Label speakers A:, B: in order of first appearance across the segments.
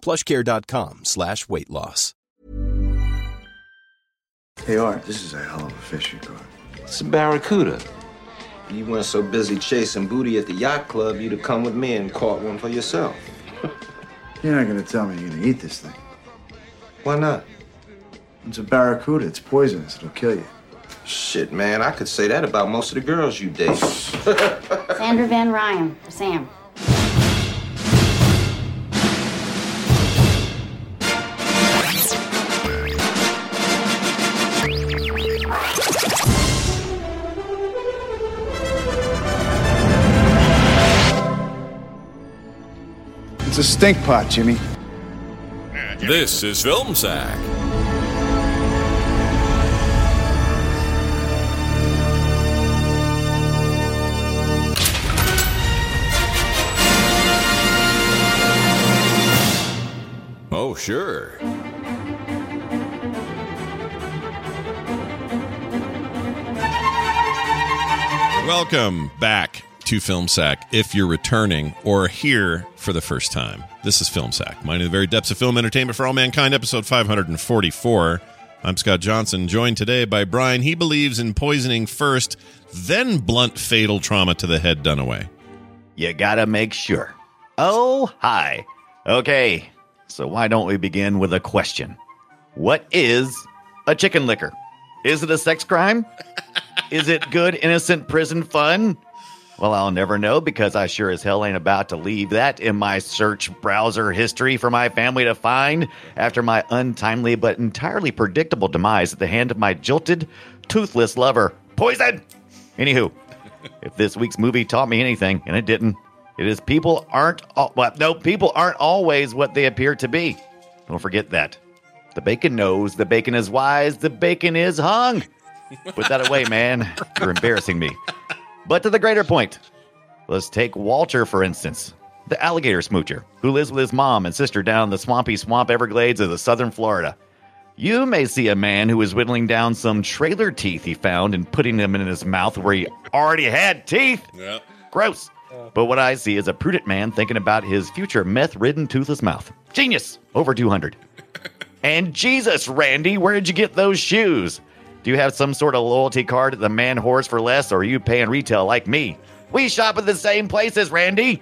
A: Plushcare.com slash weight loss.
B: Hey Art, this is a hell of a fish you caught.
C: It's a barracuda.
B: You weren't so busy chasing booty at the yacht club, you'd have come with me and caught one for yourself. you're not gonna tell me you're gonna eat this thing. Why not? It's a barracuda. It's poisonous. It'll kill you. Shit, man, I could say that about most of the girls you date.
D: Sandra Van Ryan for Sam.
B: It's a stink pot, Jimmy.
E: This is Film Sack. Oh, sure. Welcome back to Film Sack if you're returning or here for the first time. This is Film Sack, mining the very depths of film entertainment for all mankind, episode 544. I'm Scott Johnson, joined today by Brian. He believes in poisoning first, then blunt fatal trauma to the head done away.
F: You gotta make sure. Oh, hi. Okay, so why don't we begin with a question? What is a chicken licker? Is it a sex crime? is it good, innocent prison fun? Well, I'll never know because I sure as hell ain't about to leave that in my search browser history for my family to find after my untimely but entirely predictable demise at the hand of my jilted, toothless lover. Poison! Anywho, if this week's movie taught me anything, and it didn't, it is people aren't al- well, no people aren't always what they appear to be. Don't forget that. The bacon knows, the bacon is wise, the bacon is hung. Put that away, man. You're embarrassing me. But to the greater point, let's take Walter, for instance, the alligator smoocher who lives with his mom and sister down in the swampy swamp Everglades of the southern Florida. You may see a man who is whittling down some trailer teeth he found and putting them in his mouth where he already had teeth.
E: Yep.
F: Gross. But what I see is a prudent man thinking about his future meth ridden toothless mouth. Genius! Over 200. and Jesus, Randy, where did you get those shoes? Do you have some sort of loyalty card at the man horse for less, or are you paying retail like me? We shop at the same places, Randy.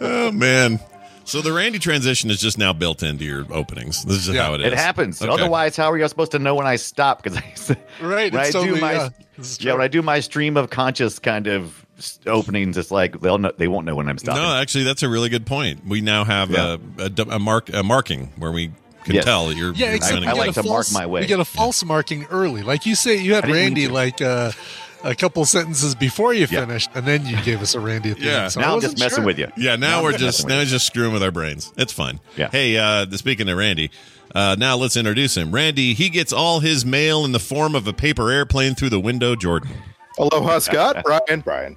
E: Oh, man. So the Randy transition is just now built into your openings. This is just
G: Yeah.
E: how it is.
F: It happens.
E: Okay.
F: Otherwise, how are you supposed to know when I stop? Because I,
G: Right,
F: when I
G: it's
F: do
G: totally-
F: my
G: yeah, this is
F: yeah, when
G: true.
F: I do my stream of conscious kind of s- openings, it's like they'll know, they won't know when I'm stopping.
E: No, actually, that's a really good point. We now have
F: Yeah.
E: a, a, du- a mark a marking where we can
F: Yes.
E: tell that you're.
G: Yeah,
E: you're
G: except we
E: running.
F: I
G: get
F: like
G: a
F: to mark
G: false,
F: my way.
G: We get a false marking early. Like you say, you had
F: I didn't mean
G: Randy
F: to.
G: like uh, a couple sentences before you
F: Yeah.
G: finished, and then you gave us a Randy at the
E: Yeah.
G: end. So I
F: now I'm
G: wasn't
F: just messing
G: sure.
F: with you.
E: Yeah, now
F: I'm
E: we're
F: just
E: just
F: messing
E: now
F: with
E: just screwing with our brains. It's fun.
F: Yeah.
E: Hey, uh, the- speaking of Randy, uh, now let's introduce him. Randy, he gets all his mail in the form of a paper airplane through the window. Jordan.
H: Aloha, Scott, Brian, Brian.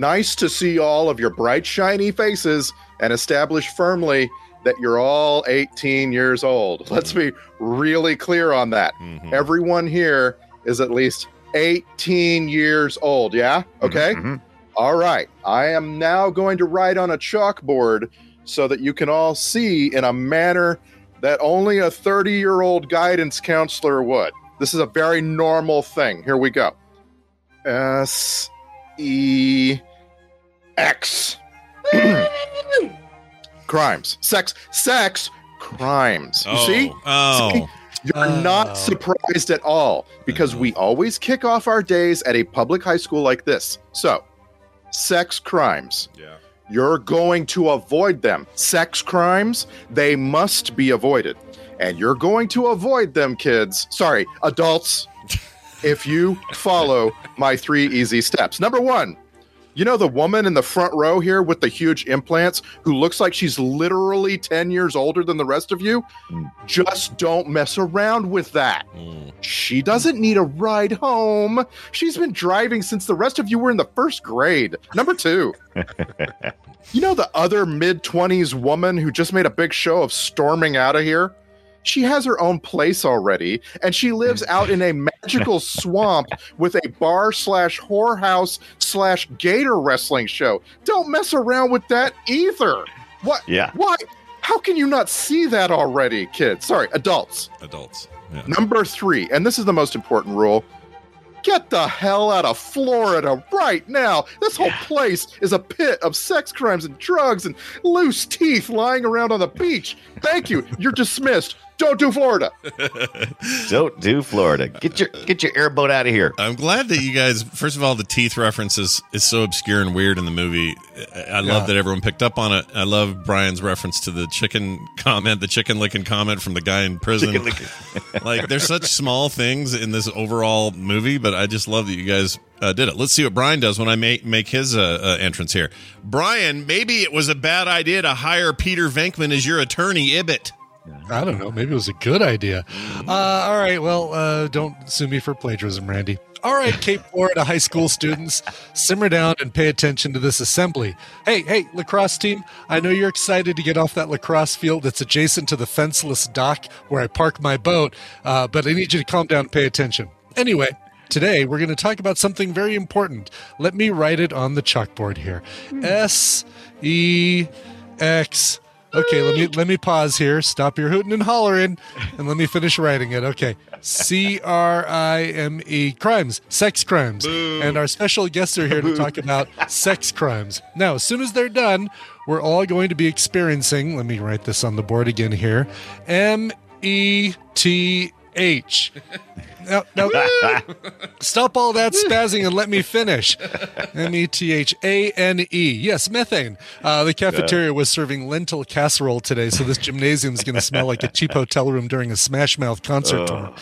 H: nice to see all of your bright, shiny faces and establish firmly that you're all 18 years old. Let's be
F: Mm.
H: really clear on that.
E: Mhm.
H: Everyone here is at least 18 years old. Yeah? Okay.
F: Mhm.
H: All right. I am now going to write on a chalkboard so that you can all see in a manner that only a 30 year old guidance counselor would. This is a very normal thing. Here we go S E X. Crimes. Sex. Sex crimes. You
E: Oh,
H: see?
E: oh.
H: See? You're
G: Oh.
H: not surprised at all because we always kick off our days at a public high school like this. So, sex crimes.
E: Yeah.
H: You're going to avoid them. Sex crimes, they must be avoided. And you're going to avoid them, kids. Sorry, adults, if you follow my three easy steps. Number one, you know the woman in the front row here with the huge implants who looks like she's literally 10 years older than the rest of you? Just don't mess around with that.
B: Mm.
H: She doesn't need a ride home. She's been driving since the rest of you were in the first grade. Number two. You know the other mid 20s woman who just made a big show of storming out of here? She has her own place already, and she lives out in a magical swamp with a bar slash whorehouse slash gator wrestling show. Don't mess around with that either. What?
F: Yeah.
H: Why? How can you not see that already, kids? Sorry, adults.
E: Adults. Yeah.
H: Number three, and this is the most important rule get the hell out of Florida right now. This whole place is a pit of sex crimes and drugs and loose teeth lying around on the beach. Thank you. You're dismissed. Don't do Florida.
F: Don't do Florida. Get your get your airboat out of here.
G: Uh,
E: I'm glad that you guys. First of all, the teeth reference is, is so obscure and weird in the movie. I, I love that everyone picked up on it. I love Brian's reference to the chicken comment, the chicken licking comment from the guy in prison.
F: Chicken licking.
E: like there's such small things in this overall movie, but I just love that you guys uh, did it. Let's see what Brian does when I make make his uh, uh, entrance here. Brian, maybe it was a bad idea to hire Peter Venkman as your attorney, Ibbot.
G: I don't know. Maybe it was a good idea. Uh, all right. Well, uh, don't sue me for plagiarism, Randy. All right, Cape Florida high school students, simmer down and pay attention to this assembly. Hey, hey, lacrosse team, I know you're excited to get off that lacrosse field that's adjacent to the fenceless dock where I park my boat, uh, but I need you to calm down and pay attention. Anyway, today we're going to talk about something very important. Let me write it on the chalkboard here S E X. Okay, let me let me pause here. Stop your hooting and hollering, and let me finish writing it. Okay, C R I M E crimes, sex crimes, and our special guests are here to talk about sex crimes. Now, as soon as they're done, we're all going to be experiencing. Let me write this on the board again here. M E T H. Now, now stop all that spazzing and let me finish. M E T H A N E. Yes, methane. Uh, the cafeteria was serving lentil casserole today, so this gymnasium is going to smell like a cheap hotel room during a Smash Mouth concert tour.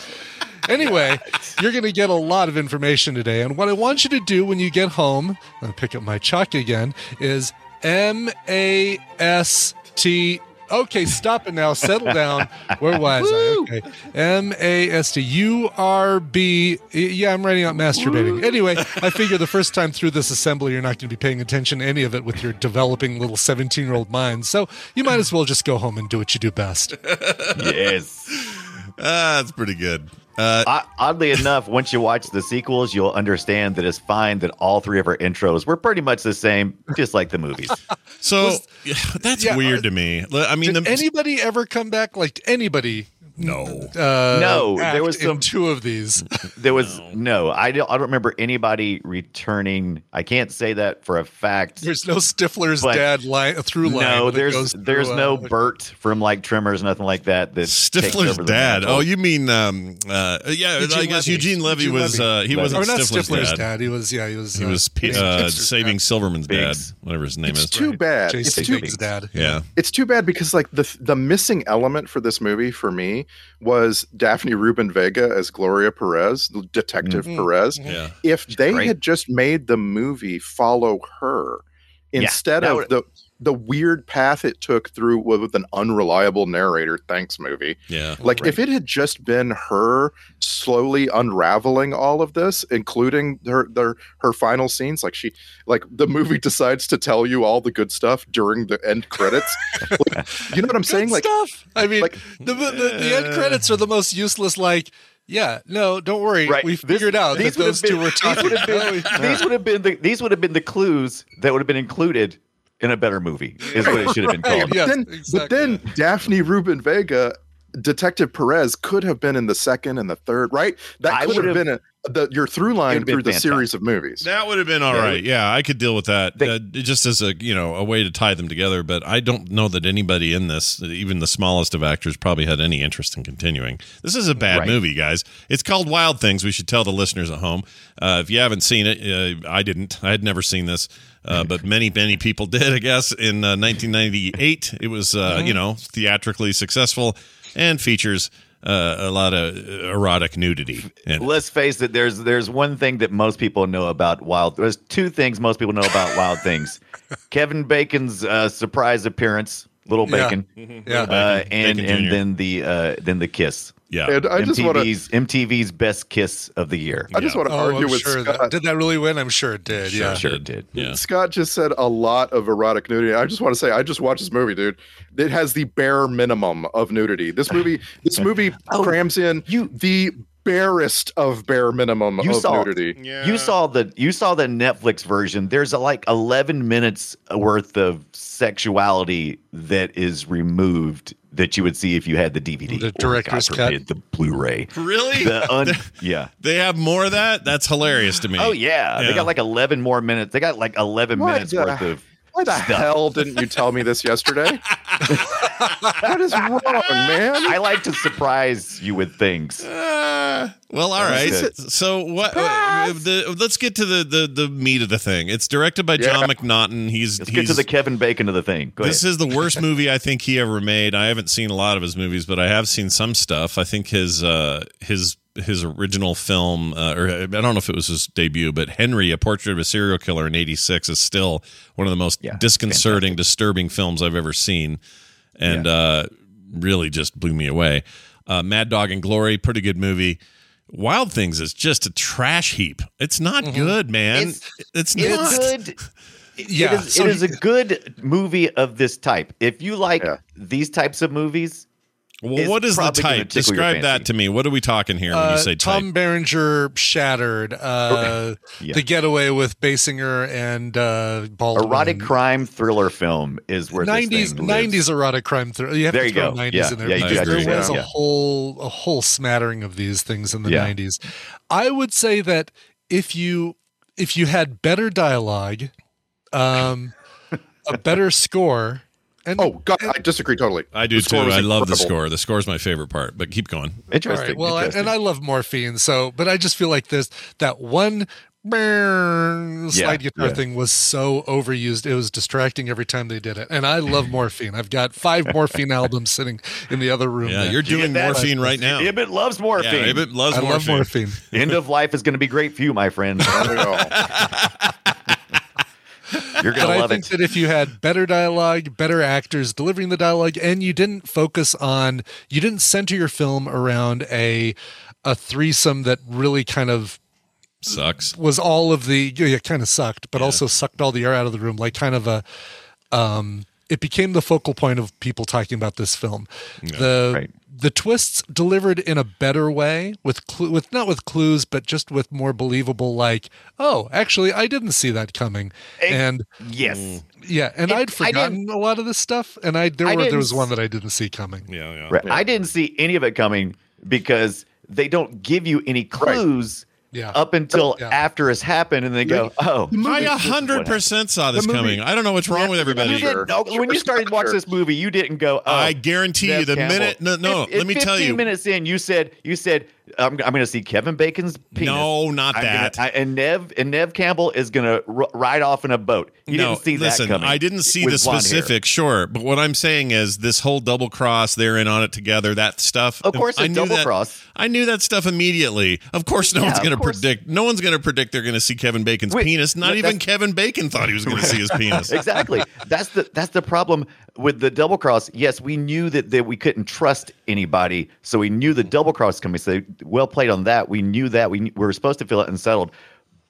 G: Anyway, you're going to get a lot of information today. And what I want you to do when you get home, I'm going to pick up my chalk again, is M A S T. Okay, stop it now. Settle down. Where was I? Okay. M A S T U R B. Yeah, I'm writing out masturbating. Anyway, I figure the first time through this assembly, you're not going to be paying attention to any of it with your developing little 17 year old mind. So you might as well just go home and do what you do best.
F: Yes.
E: Ah, that's pretty good. Uh,
F: O- oddly enough, once you watch the sequels, you'll understand that it's fine that all three of our intros were pretty much the same, just like the movies.
E: so that's
G: yeah,
E: weird
G: uh,
E: to me. I mean,
G: Did
E: the,
G: anybody ever come back? Like anybody?
E: no.
G: Uh,
F: No,
G: act
F: there was
G: in
F: some-
G: two of these.
F: There was no, I don't, I don't remember anybody returning. I can't say that for a fact.
G: There's no Stifler's
F: But-
G: dad line through line.
F: no,
G: that
F: there's
G: goes through,
F: there's
G: uh,
F: no Bert from like Tremors, nothing like that. That takes
E: Stifler's
F: over the
E: dad.
F: mantle.
E: Oh, you mean um uh yeah,
G: Eugene
E: I guess
G: Levy.
E: Eugene Levy
G: Eugene
E: was
G: Levy.
E: uh he
F: Levy.
G: Oh,
E: wasn't
G: not
E: Stifler's, dad.
G: He was yeah. He was.
E: He
G: uh,
E: was P-
G: Big's
E: uh,
G: sister's
E: saving
G: dad.
E: Silverman's
F: Biggs.
E: dad, whatever his name
H: It's
E: is.
H: too bad. It's
G: J.C.
H: too,
G: Big's dad.
E: yeah.
H: it's too bad because like the the missing element for this movie for me was Daphne Rubin Vega as Gloria Perez, Detective
B: Mm-hmm.
H: Perez.
E: Yeah.
H: if they
F: great.
H: had just made the movie follow her
F: Yeah,
H: instead
F: that
H: of
F: would-
H: the the weird path it took through with, with an unreliable narrator thanks movie
E: Yeah.
H: like if it had just been her slowly unraveling all of this including her their her final scenes like she like the movie decides to tell you all the good stuff during the end credits Like, you know what i'm saying
G: Good
H: like
G: stuff. I mean,
H: like-
G: the, the, the
F: uh,
G: end credits are the most useless. Like, yeah, no, don't worry,
F: Right.
G: we
F: This-
G: figured out that
F: these would have
G: those two
F: been-
G: were talking.
F: these would have been the these would have been the clues that would have been included in a better movie. Is what it should have been
G: Right,
F: called.
G: yes,
H: then,
G: exactly.
H: but then Daphne Rubin Vega Detective Perez could have been in the second and the third, right? That
F: I
H: could have
F: would've-
H: been a, the, your through line
F: It'd been
H: through the
F: fantastic.
H: series of movies.
E: That would have been all
F: Yeah.
E: right. Yeah, I could deal with that
F: They-
E: uh, just as a you know a way to tie them together. But I don't know that anybody in this, even the smallest of actors, probably had any interest in continuing. This is a bad
F: Right.
E: movie, guys. It's called Wild Things. We should tell the listeners at home uh, if you haven't seen it. Uh, I didn't. I had never seen this, uh, but many many people did. I guess in uh, 1998, it was uh,
F: Mm-hmm.
E: you know theatrically successful and features. Uh, a lot of erotic nudity. And
F: Let's face it. There's there's one thing that most people know about Wild. There's two things most people know about Wild Things: Kevin Bacon's uh, surprise appearance, Little
G: Yeah.
F: Bacon,
G: Yeah.
F: uh,
E: Mm-hmm. Bacon.
F: and
E: Bacon
F: and
E: Jr..
F: then the uh, then the kiss.
E: yeah,
H: And I just want to.
F: MTV's MTV's best kiss of the year.
H: I just
E: Yeah.
H: want to
G: Oh,
H: argue
G: I'm
H: with
G: sure
H: Scott.
G: that, did that really win? I'm sure it did.
E: Sure.
G: yeah.
F: Sure it did.
E: yeah.
H: Scott just said a lot of erotic nudity. I just want to say, I just watched this movie, dude. It has the bare minimum of nudity. This movie, this movie
F: Oh,
H: crams in
F: you-
H: the barest of bare minimum
F: You
H: of
F: saw-
H: nudity.
F: You saw the you saw the Netflix version. There's a, like 11 minutes worth of sexuality that is removed that you would see if you had the DVD,
G: The
F: Or,
G: director's
F: God
G: cut.
F: forbid, the Blu-ray.
E: Really?
F: The un- yeah.
E: They have more of that? That's hilarious to me.
F: Oh yeah.
E: Yeah.
F: they got like 11 more minutes. They got like 11
H: Why
F: minutes
H: the-
F: worth of.
H: Why the
F: Stuff.
H: hell didn't you tell me this yesterday? that is wrong, man.
F: I like to surprise you with things.
E: Uh, well, all right.
F: That's
E: So what? The, let's get to the, the the meat of the thing. It's directed by John McNaughton. He's
F: Let's
E: he's
F: get to the Kevin Bacon of the thing. Go
E: this
F: ahead.
E: is the worst movie I think he ever made. I haven't seen a lot of his movies, but I have seen some stuff. I think his uh, his his original film, uh, or I don't know if it was his debut, but Henry, A Portrait of a Serial Killer in '86, is still one of the most
F: Yeah,
E: disconcerting, disturbing films I've ever seen, and uh, really just blew me away. Uh, Mad Dog and Glory, pretty good movie. Wild Things is just a trash heap. It's not good, man. It's,
F: Mm-hmm. It's-
E: not.
F: It's good. It
G: Yeah,
F: is,
G: so
F: it is a good movie of this type. If you like
H: Yeah.
F: these types of movies,
E: Well,
F: is
E: what is the
F: probably gonna
E: type?
F: tickle your
E: Describe that
F: fancy.
E: to me. What are we talking here when
G: Uh,
E: you say
G: Tom
E: type?
G: Berenger shattered uh,
F: Yeah.
G: the getaway with Basinger and uh, Baldwin.
F: erotic crime thriller film is where this
G: nineties
F: thing lives.
G: nineties erotic crime thriller. You have
F: There
G: to
F: you
G: throw
F: go.
G: nineties
F: Yeah.
G: in there
F: Yeah, you
G: because
E: do.
G: there
E: Yeah.
G: was a
F: Yeah.
G: whole a whole smattering of these things in the
F: Yeah.
G: nineties. I would say that if you if you had better dialogue, um, a better score, and
H: Oh God, I disagree totally.
E: I do
H: The
E: too.
H: score was
E: I love the
H: incredible.
E: score. The score's my favorite part, but keep going.
G: all
F: Interesting.
G: right, well, I,
F: interesting.
G: and I love morphine, so but I just feel like this that one. brrrr Slide
F: Yeah,
G: guitar
F: yeah.
G: thing was so overused; it was distracting every time they did it. And I love morphine. I've got five morphine albums sitting in the other room.
E: Yeah,
G: there.
E: you're doing
F: get that?
E: morphine right now.
F: Ibbot loves morphine.
E: Yeah, Ibbot loves
G: I
E: morphine.
G: love morphine.
F: End of life is going to be great for you, my friend.
H: Not at all.
F: You're going to
G: But I
F: love
G: think
F: it.
G: that if you had better dialogue, better actors delivering the dialogue, and you didn't focus on, you didn't center your film around a a threesome that really kind of
E: Sucks.
G: was all of the yeah, kind of sucked, but also sucked all the air out of the room, like kind of a um it became the focal point of people talking about this film. the
F: right.
G: the twists delivered in a better way with clu- with not with clues but just with more believable like oh actually I didn't see that coming
F: Eh,
G: and Mm.
F: yes.
G: yeah, and
F: It-
G: I'd
F: I didn't-
G: forgotten a lot of this stuff, and I there
F: I
G: were, there
F: didn't
G: was one
F: s-
G: that I didn't see coming.
E: Yeah, yeah.
F: Right. I didn't see any of it coming because they don't give you any clues
G: Yeah.
F: up until
G: Yeah.
F: after it's happened, and they go, "Oh,
E: I a
F: this is what
E: hundred
F: happened."
E: percent saw this
H: The movie-
E: coming. I don't know what's wrong with everybody.
F: You didn't, no, when you started watching this movie, you didn't go. Oh,
E: I guarantee you,
F: Nev
E: the
F: Campbell.
E: minute- no, no,
F: If- if
E: let me tell
F: 15
E: you.
F: minutes in, you said, you said, I'm, I'm going to see Kevin Bacon's penis.
E: No, not
F: I'm gonna-
E: that.
F: I- and Nev and Nev Campbell is going to r- ride off in a boat. You
E: no,
F: didn't see
E: listen,
F: that coming.
E: I didn't see
F: with
E: the
F: blonde hair.
E: specific, sure, but what I'm saying is this whole double cross, they're in on it together, that stuff.
F: Of course,
E: I
F: it's
E: knew
F: double
E: that-
F: cross.
E: I knew that stuff immediately. Of course, no
F: Yeah,
E: one's
F: of
E: going to
F: course.
E: predict. No one's going to predict they're going to see Kevin Bacon's
F: Wait,
E: penis. Not
F: no,
E: even
F: that's-
E: Kevin Bacon thought he was going to see his penis.
F: exactly. That's the that's the problem with the double cross. Yes, we knew that, that we couldn't trust anybody, so we knew the double cross coming. So well played on that. We knew that we, knew, we were supposed to feel it unsettled.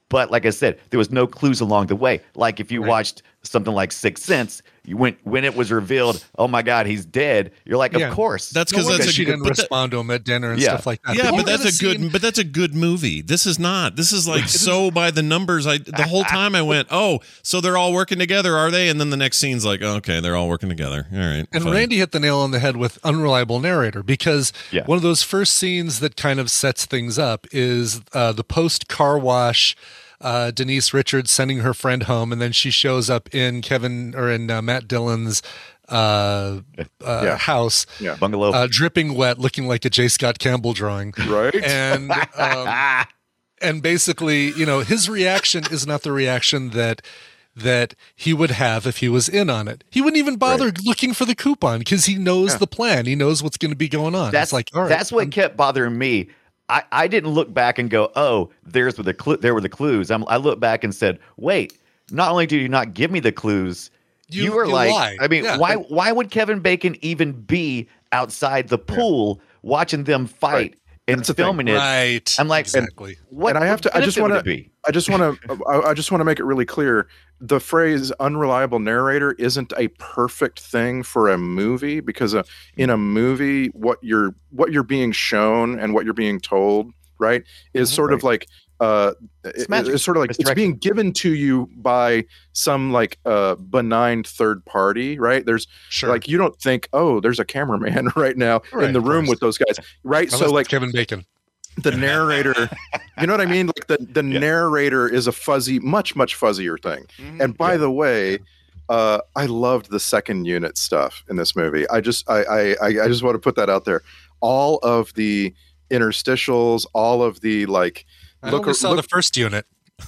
F: But like I said, there was no clues along the way. Like if you watched something like Sixth Sense, you- when when it was revealed, oh my god, he's dead. You're like,
G: Yeah.
F: of course.
E: That's
G: No
E: because
G: wonder
E: that's a
G: she
E: good-
G: didn't
E: but that-
G: respond to him at dinner and
F: Yeah.
G: stuff like that.
E: yeah,
G: You
E: but
G: know
E: that's
G: the
E: a good,
G: scene-
E: but that's a good movie. This is not. This is like so by the numbers. I the whole time I went, oh, so they're all working together, are they? And then the next scene's like, okay, they're all working together. All right.
G: And
E: fine.
G: Randy hit the nail on the head with unreliable narrator because
F: Yeah.
G: one of those first scenes that kind of sets things up is uh, the post car wash. Uh, Denise Richards sending her friend home, and then she shows up in Kevin or in uh, Matt Dillon's uh, uh,
H: Yeah.
G: house,
H: Yeah.
F: Bungalow.
G: uh, dripping wet, looking like a J. Scott Campbell drawing.
H: Right?
G: and um, and basically, you know, his reaction is not the reaction that that he would have if he was in on it. He wouldn't even bother looking for the coupon because he knows the plan. He knows what's going to be going on.
F: that's
G: it's like all right,
F: that's what
G: I'm-
F: kept bothering me. I, I didn't look back and go, oh, there's were the clue. There were the clues. I'm, I looked back and said, wait. Not only did you not give me the clues, you,
G: You-
F: were
G: you
F: like,
G: lied.
F: I mean,
G: Yeah.
F: why why would Kevin Bacon even be outside the pool watching them fight and
H: That's the thing.
F: filming it?
G: right.
F: I'm like,
G: exactly.
F: What?
H: and I have
F: what
H: to. I just
F: benefit would
H: want
F: it be?
H: to. I just want to. I I just want to make it really clear. The phrase "unreliable narrator" isn't a perfect thing for a movie because uh in a movie, what you're what you're being shown and what you're being told, right, is sort of like uh, it-
F: magic.
H: it's sort of like it's
F: Misdirection.
H: being given to you by some like uh benign third party, right? There's
G: Sure.
H: like you don't think, oh, there's a cameraman right now
G: Right,
H: in the
G: of
H: room
G: course.
H: with those guys, right?
G: Unless
H: so
G: it's
H: like
G: Kevin Bacon.
H: the narrator you know what i mean like the, the
F: Yeah.
H: narrator is a fuzzy much much fuzzier thing and by the way uh, i loved the second unit stuff in this movie i just I, I i I just want to put that out there all of the interstitials all of the like
G: I
H: look
G: only
H: ar-
G: saw
H: look-
G: the first unit.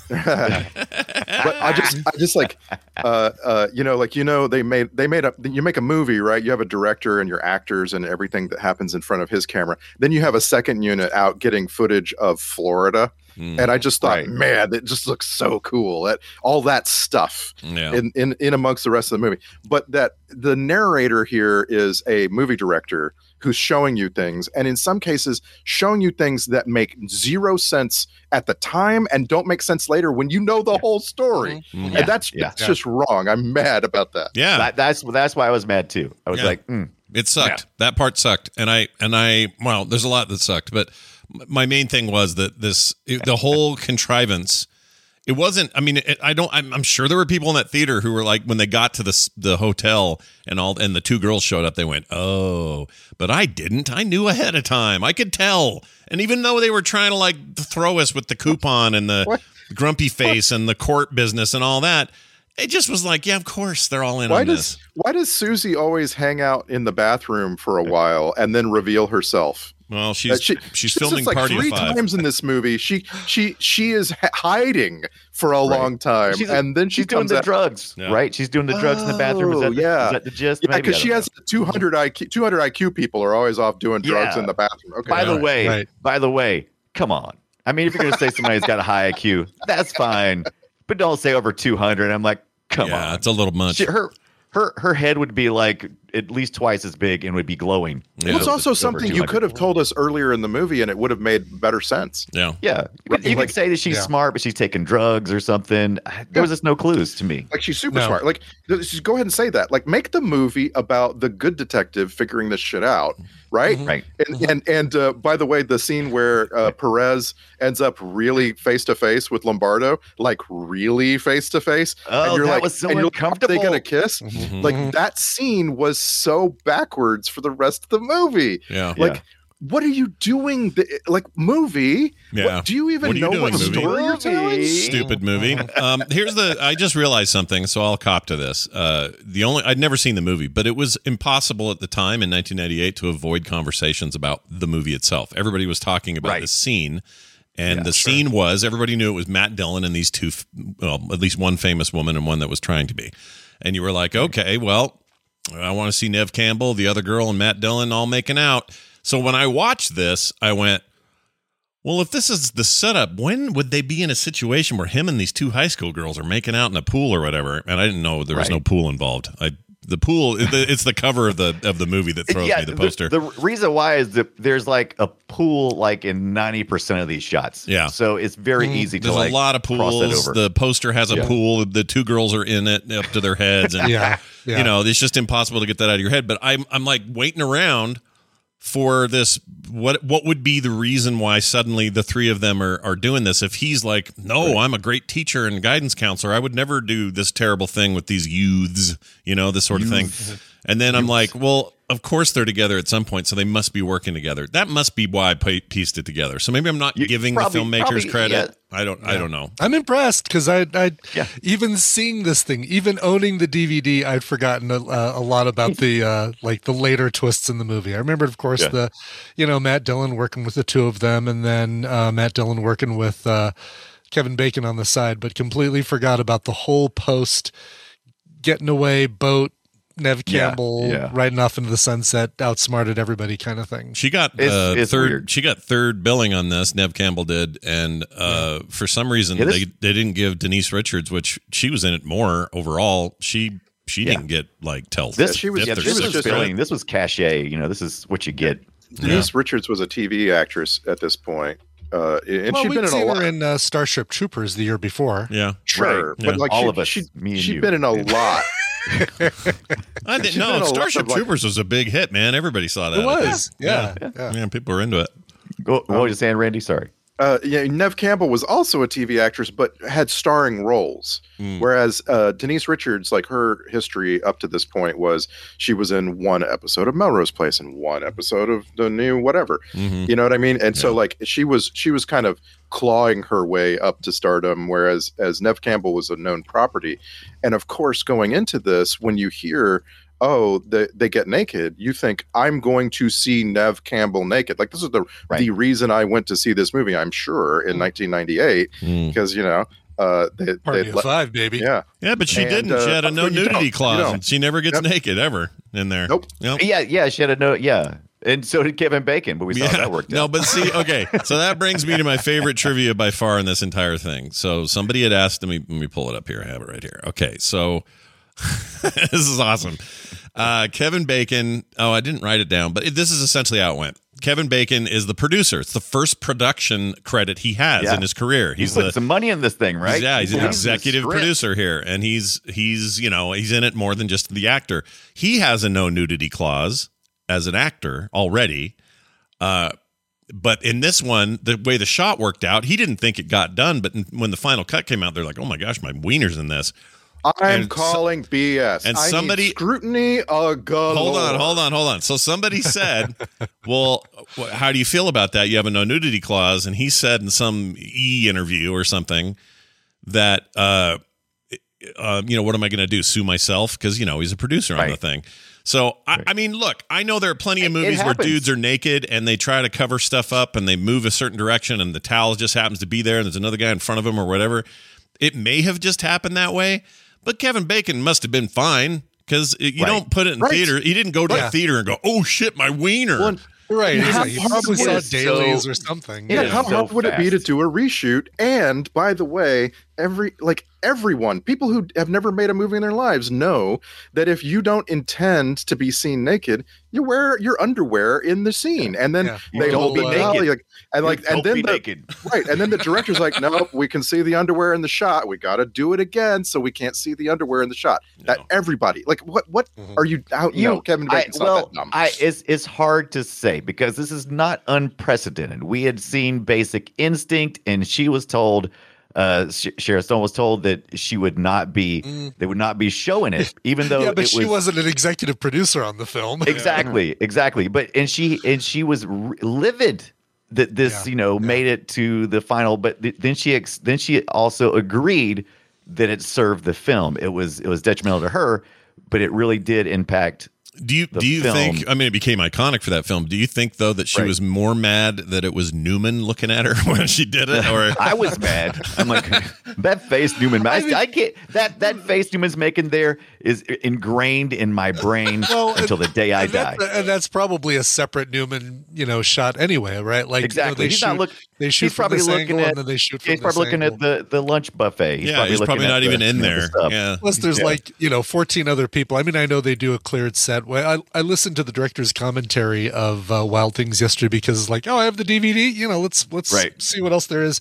H: but I just, I just like, uh, uh, you know, like you know, they made they made up. You make a movie, right? You have a director and your actors and everything that happens in front of his camera. Then you have a second unit out getting footage of Florida,
E: Mm,
H: and I just thought,
F: Hmm. Right.
H: man, it just looks so cool. That all that stuff
E: yeah.
H: in, in in amongst the rest of the movie. But that the narrator here is a movie director who's showing you things, and in some cases, showing you things that make zero sense at the time and don't make sense later when you know the whole story.
E: Mhm.
H: And
F: Yeah,
H: that's
F: yeah.
H: that's just wrong. I'm mad about that.
E: yeah.
F: That, that's that's why I was mad too. I was
E: Yeah.
F: like, mm,
E: It sucked. That part sucked, and I and I well, there's a lot that sucked, but m- my main thing was that this it, the whole contrivance. It wasn't. I mean, it, I don't. I'm, I'm sure there were people in that theater who were like, when they got to the s- the hotel and all, and the two girls showed up, they went, "Oh," but I didn't. I knew ahead of time. I could tell. And even though they were trying to like throw us with the coupon and the grumpy face and the court business and all that, it just was like, yeah, of course they're all in
H: Why
E: on
H: does
E: this.
H: why does Susie always hang out in the bathroom for a while and then reveal herself?
E: Well,
H: Uh,
E: she's
H: she-
E: she's
H: this
E: filming
H: is like
E: Party
H: three
E: of Five.
H: times in this movie. She she she is h- hiding for a long time,
F: She's a-
H: and then she
F: she's doing
H: comes
F: the
H: out-
F: drugs,
E: Yeah.
F: right? She's doing the drugs in the bathroom. Is
H: Oh,
F: that the,
H: yeah.
F: is that the gist?
H: Yeah,
F: Maybe,
H: because
F: I
H: she
F: don't
H: has 200 IQ. 200 IQ people are always off doing drugs
F: Yeah.
H: in the bathroom. Okay,
F: By the
E: Right,
F: way,
G: right.
F: by the way, come on. I mean, if you're going to say somebody's got a high IQ, that's fine, but don't say over 200. I'm like, come
E: yeah,
F: on.
E: it's a little much.
F: She- her her her head would be like at least twice as big and would be glowing.
E: Yeah.
H: well, it's
F: Over-
H: also
F: over
H: something you
F: 200.
H: could have told us earlier in the movie, and it would have made better sense.
E: yeah.
F: Yeah, you could- you
H: Like-
F: could say that she's
G: Yeah.
F: smart, but she's taking drugs or something. There was just no clues to me.
H: Like she's super
G: No.
H: smart. Like th- just go ahead and say that. Like make the movie about the good detective figuring this shit out, right?
F: Right.
H: And and and uh, by the way, the scene where uh, Perez ends up really face to face with Lombardo, like really face to face,
F: Oh, that was so
H: and you're like, Are they
F: uncomfortable.
H: gonna kiss?
E: Mm-hmm.
H: Like that scene was so backwards for the rest of the movie.
E: Yeah.
H: Like. What are you doing? Th- Like movie?
E: Yeah.
H: What, do you even
E: What are you
H: know
E: doing,
H: what
E: movie?
H: story you're telling?
E: Stupid movie. Um, here's the. I just realized something, so I'll cop to this. Uh, the only I'd never seen the movie, but it was impossible at the time in 1998 to avoid conversations about the movie itself. Everybody was talking about
F: Right.
E: the scene, and
F: Yeah,
E: the
F: sure.
E: scene was everybody knew it was Matt Dillon and these two, f- well, at least one famous woman and one that was trying to be. And you were like, okay, well, I want to see Nev Campbell, the other girl, and Matt Dillon all making out. So when I watched this, I went, well, if this is the setup, when would they be in a situation where him and these two high school girls are making out in a pool or whatever? And I didn't know there was
F: Right.
E: no pool involved. I the pool. it- It's the cover of the of the movie that throws me the poster.
F: The, reason why is that there's like a pool like in 90% of these shots.
E: Yeah.
F: So it's very
H: Mm.
F: easy to
E: There's
F: like
E: a lot of
F: cross that
E: pools.
F: over.
E: The poster has a
F: Yeah.
E: pool. The two girls are in it up to their heads, and
G: Yeah, yeah.
E: you know it's just impossible to get that out of your head. But I'm I'm like waiting around for this. What what would be the reason why suddenly the three of them are are doing this? If he's like, no, I'm a great teacher and guidance counselor. I would never do this terrible thing with these youths. You know this sort of thing. And then I'm like, well, of course they're together at some point, so they must be working together. That must be why I pi- pieced it together. So maybe I'm not
F: You-
E: giving
F: probably-
E: the filmmakers
F: probably,
E: credit.
F: yeah.
E: I don't. I don't know.
G: I'm impressed because I, I
F: Yeah.
G: even seeing this thing, even owning the DVD, I'd forgotten a, uh, a lot about the uh, like the later twists in the movie. I remembered, of course,
F: Yeah.
G: the you know Matt Dillon working with the two of them, and then uh, Matt Dillon working with uh, Kevin Bacon on the side, but completely forgot about the whole post getting away boat. Nev
F: Yeah,
G: Campbell
F: yeah.
G: riding off into the sunset, outsmarted everybody, kind of thing.
E: She got
F: It's-
E: uh,
F: it's
E: third.
F: weird.
E: She got third billing on this. Nev Campbell did, and uh, for some reason
F: Yeah, this-
E: they they didn't give Denise Richards, which she was in it more overall. She she
F: Yeah.
E: didn't get like tell
F: this,
H: she was-
E: fifth
F: yeah,
E: or
H: was
F: this was
E: sixth
F: just
H: just
E: credit.
F: billing. This was cachet. You know, this is what you get.
H: Denise Richards was a TV actress at this point, uh, and
G: well,
H: she'd
G: we'd
H: been in a
G: seen
H: lot.
G: her in uh, Starship Troopers the year before.
E: Yeah,
H: sure,
F: Right.
E: Yeah.
H: but like
F: All
H: she,
F: of us,
H: she,
F: me and
H: she'd
F: you.
H: been in a lot.
E: I didn't
H: She's been in a
E: know
H: lot
E: Starship
H: of, like-
E: Troopers was a big hit, man. Everybody saw that.
G: It
E: I think.
G: was, yeah, yeah.
E: Man, people were into it.
F: Go, what was you saying, Randy? Sorry.
H: uh, yeah, Nev Campbell was also a TV actress, but had starring roles.
E: Mm.
H: Whereas uh, Denise Richards, like her history up to this point was she was in one episode of Melrose Place and one episode of the new whatever.
E: Mhm.
H: You know what I mean? And so
E: Yeah.
H: like she was she was kind of clawing her way up to stardom, whereas as Nev Campbell was a known property. And of course, going into this, when you hear oh they, they get naked you think i'm going to see nev campbell naked like this is the
F: Right.
H: the reason i went to see this movie i'm sure in 1998
E: Mm.
H: because you know uh they,
G: Party
H: they
G: of
H: let-
G: five, baby.
H: yeah
E: Yeah, but she
H: And,
E: didn't.
H: uh,
E: she had a no
H: well, you don't.
E: nudity
H: You
E: clause,
H: don't.
E: and she never gets
H: Yep.
E: naked ever in there.
H: Nope.
E: Nope.
F: Yeah, yeah. She had a note. Yeah. And so did Kevin Bacon, but we saw how that worked out.
E: No, but see, okay, so that brings me to my favorite trivia by far in this entire thing. So somebody had asked let me. Let me pull it up here. I have it right here. Okay, so this is awesome. Uh, Kevin Bacon. Oh, I didn't write it down, but it, this is essentially how it went. Kevin Bacon is the producer. It's the first production credit he has
F: Yeah.
E: in his career.
F: He's
E: He's
F: putting
E: the
F: some money in this thing, right?
E: He's- Yeah, he's an
F: Believes in the
E: executive
F: script.
E: producer here, and he's he's you know he's in it more than just the actor. He has a no nudity clause as an actor already, uh, but in this one, the way the shot worked out, he didn't think it got done. But when the final cut came out, they're like, "Oh my gosh, my wiener's in this."
H: i'm
E: And so-
H: calling bs
E: and
H: I need
E: somebody-
H: scrutiny a
E: Hold on, hold on, hold on. So somebody said, "Well, wh- how do you feel about that? You have a no nudity clause," and he said in some e interview or something that, uh, uh, you know, what am I going to do? Sue myself because you know he's a producer on the
F: Right.
E: thing. So I, I mean, look, I know there are plenty of
F: It- it
E: movies where
F: happens.
E: dudes are naked and they try to cover stuff up and they move a certain direction and the towel just happens to be there and there's another guy in front of him or whatever. It may have just happened that way, but Kevin Bacon must have been fine because you
F: Right.
E: don't put it in
H: Right.
E: theater. He didn't go to
G: Yeah.
E: the theater and go, "Oh shit, my wiener."
H: Well, and-
G: Right.
H: Yeah,
G: it's like
H: how
G: you
H: hard
G: probably saw
F: was it?
G: dailies
F: So-
G: or something.
H: Yeah,
F: Yeah,
H: how
F: so
H: hard would it be to
F: fast.
H: do a reshoot? And by the way, every like everyone, people who have never made a movie in their lives know that if you don't intend to be seen naked, you wear your underwear in the scene, and then
G: Yeah.
H: they
F: Don't
H: will
F: be
H: be
F: naked.
H: Like, and like,
F: Don't
H: and then
F: be
H: the,
F: naked.
H: right, and then the director's like, "No, we can see the underwear in the shot. We got to do it again, so we can't see the underwear in the shot." That
E: No.
H: everybody, like, what, what are you out?
F: You-
H: no, Kevin
F: I,
H: Bacon's
F: well,
H: not that dumb.
F: I, it's it's hard to say because this is not unprecedented. We had seen Basic Instinct, and she was told, uh, Sh- Sharon Stone was told that she would not be, they would not be showing it, even though
G: Mm. yeah, but
F: it
G: she
F: was
G: was, not an executive producer on the film.
F: exactly exactly but and she and she was r livid that this
G: Yeah,
F: you know made it to the final but th- then she ex- then she also agreed that it served the film it was it was detrimental to her but it really did impact
E: Do you
F: the
E: do you
F: film.
E: think? I mean, it became iconic for that film. Do you think though that she
F: Right.
E: was more mad that it was Newman looking at her when she did it, or
F: I was mad. I'm like that face Newman. I, I get that that face Newman's making there is ingrained in my brain
G: Well,
F: until the day I
G: and
F: die.
G: that's, and that's probably a separate Newman, you know, shot anyway, right? Like you know,
F: exactly.
G: they
F: he's
G: shoot,
F: not look.
G: They shoot
F: he's
G: from
F: probably
G: this
F: looking
G: angle,
F: at.
G: and then they shoot from
F: he's probably looking at the, the lunch buffet. He's
E: yeah, he's probably
F: looking at
E: not even
F: the-
E: in
F: the
E: there.
F: stuff.
E: yeah,
G: Plus, there's
F: Yeah.
G: like you know, 14 other people. I mean, I know they do a cleared set. Well, I I listened to the director's commentary of uh, Wild Things yesterday because it's like, oh, I have the DVD. You know, let's let's
F: Right.
G: see what else there is.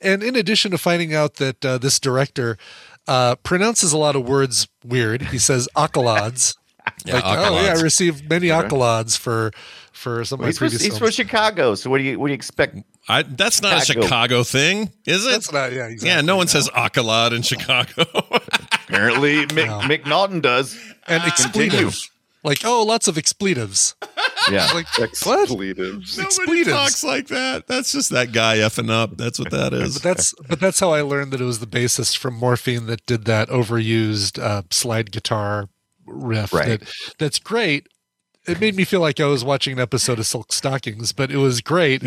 G: And in addition to finding out that uh, this director uh, pronounces a lot of words weird, he says accolades.
E: Yeah,
G: like, oh yeah, I
E: accolades.
G: received many accolades for for some of my
F: He's, from,
G: previous
F: he's from
G: films.
F: Chicago, so what do you what do you expect?
E: I, that's not
F: Chicago.
E: a Chicago thing, is it?
G: That's not yeah, exactly.
E: yeah, no one says accolade in Chicago.
F: Apparently, Mick,
G: No.
F: Mick Naughton does.
G: and
E: ah.
G: expletive. Like oh, lots of expletives.
F: Yeah,
G: Like what?
H: Expletives.
E: Nobody
G: Expletives.
E: talks like that. That's just that guy effing up. That's what that is.
G: But that's but that's how I learned that it was the bassist from Morphine that did that overused uh, slide guitar riff.
F: Right.
G: That that's great. It made me feel like I was watching an episode of Silk Stockings, but it was great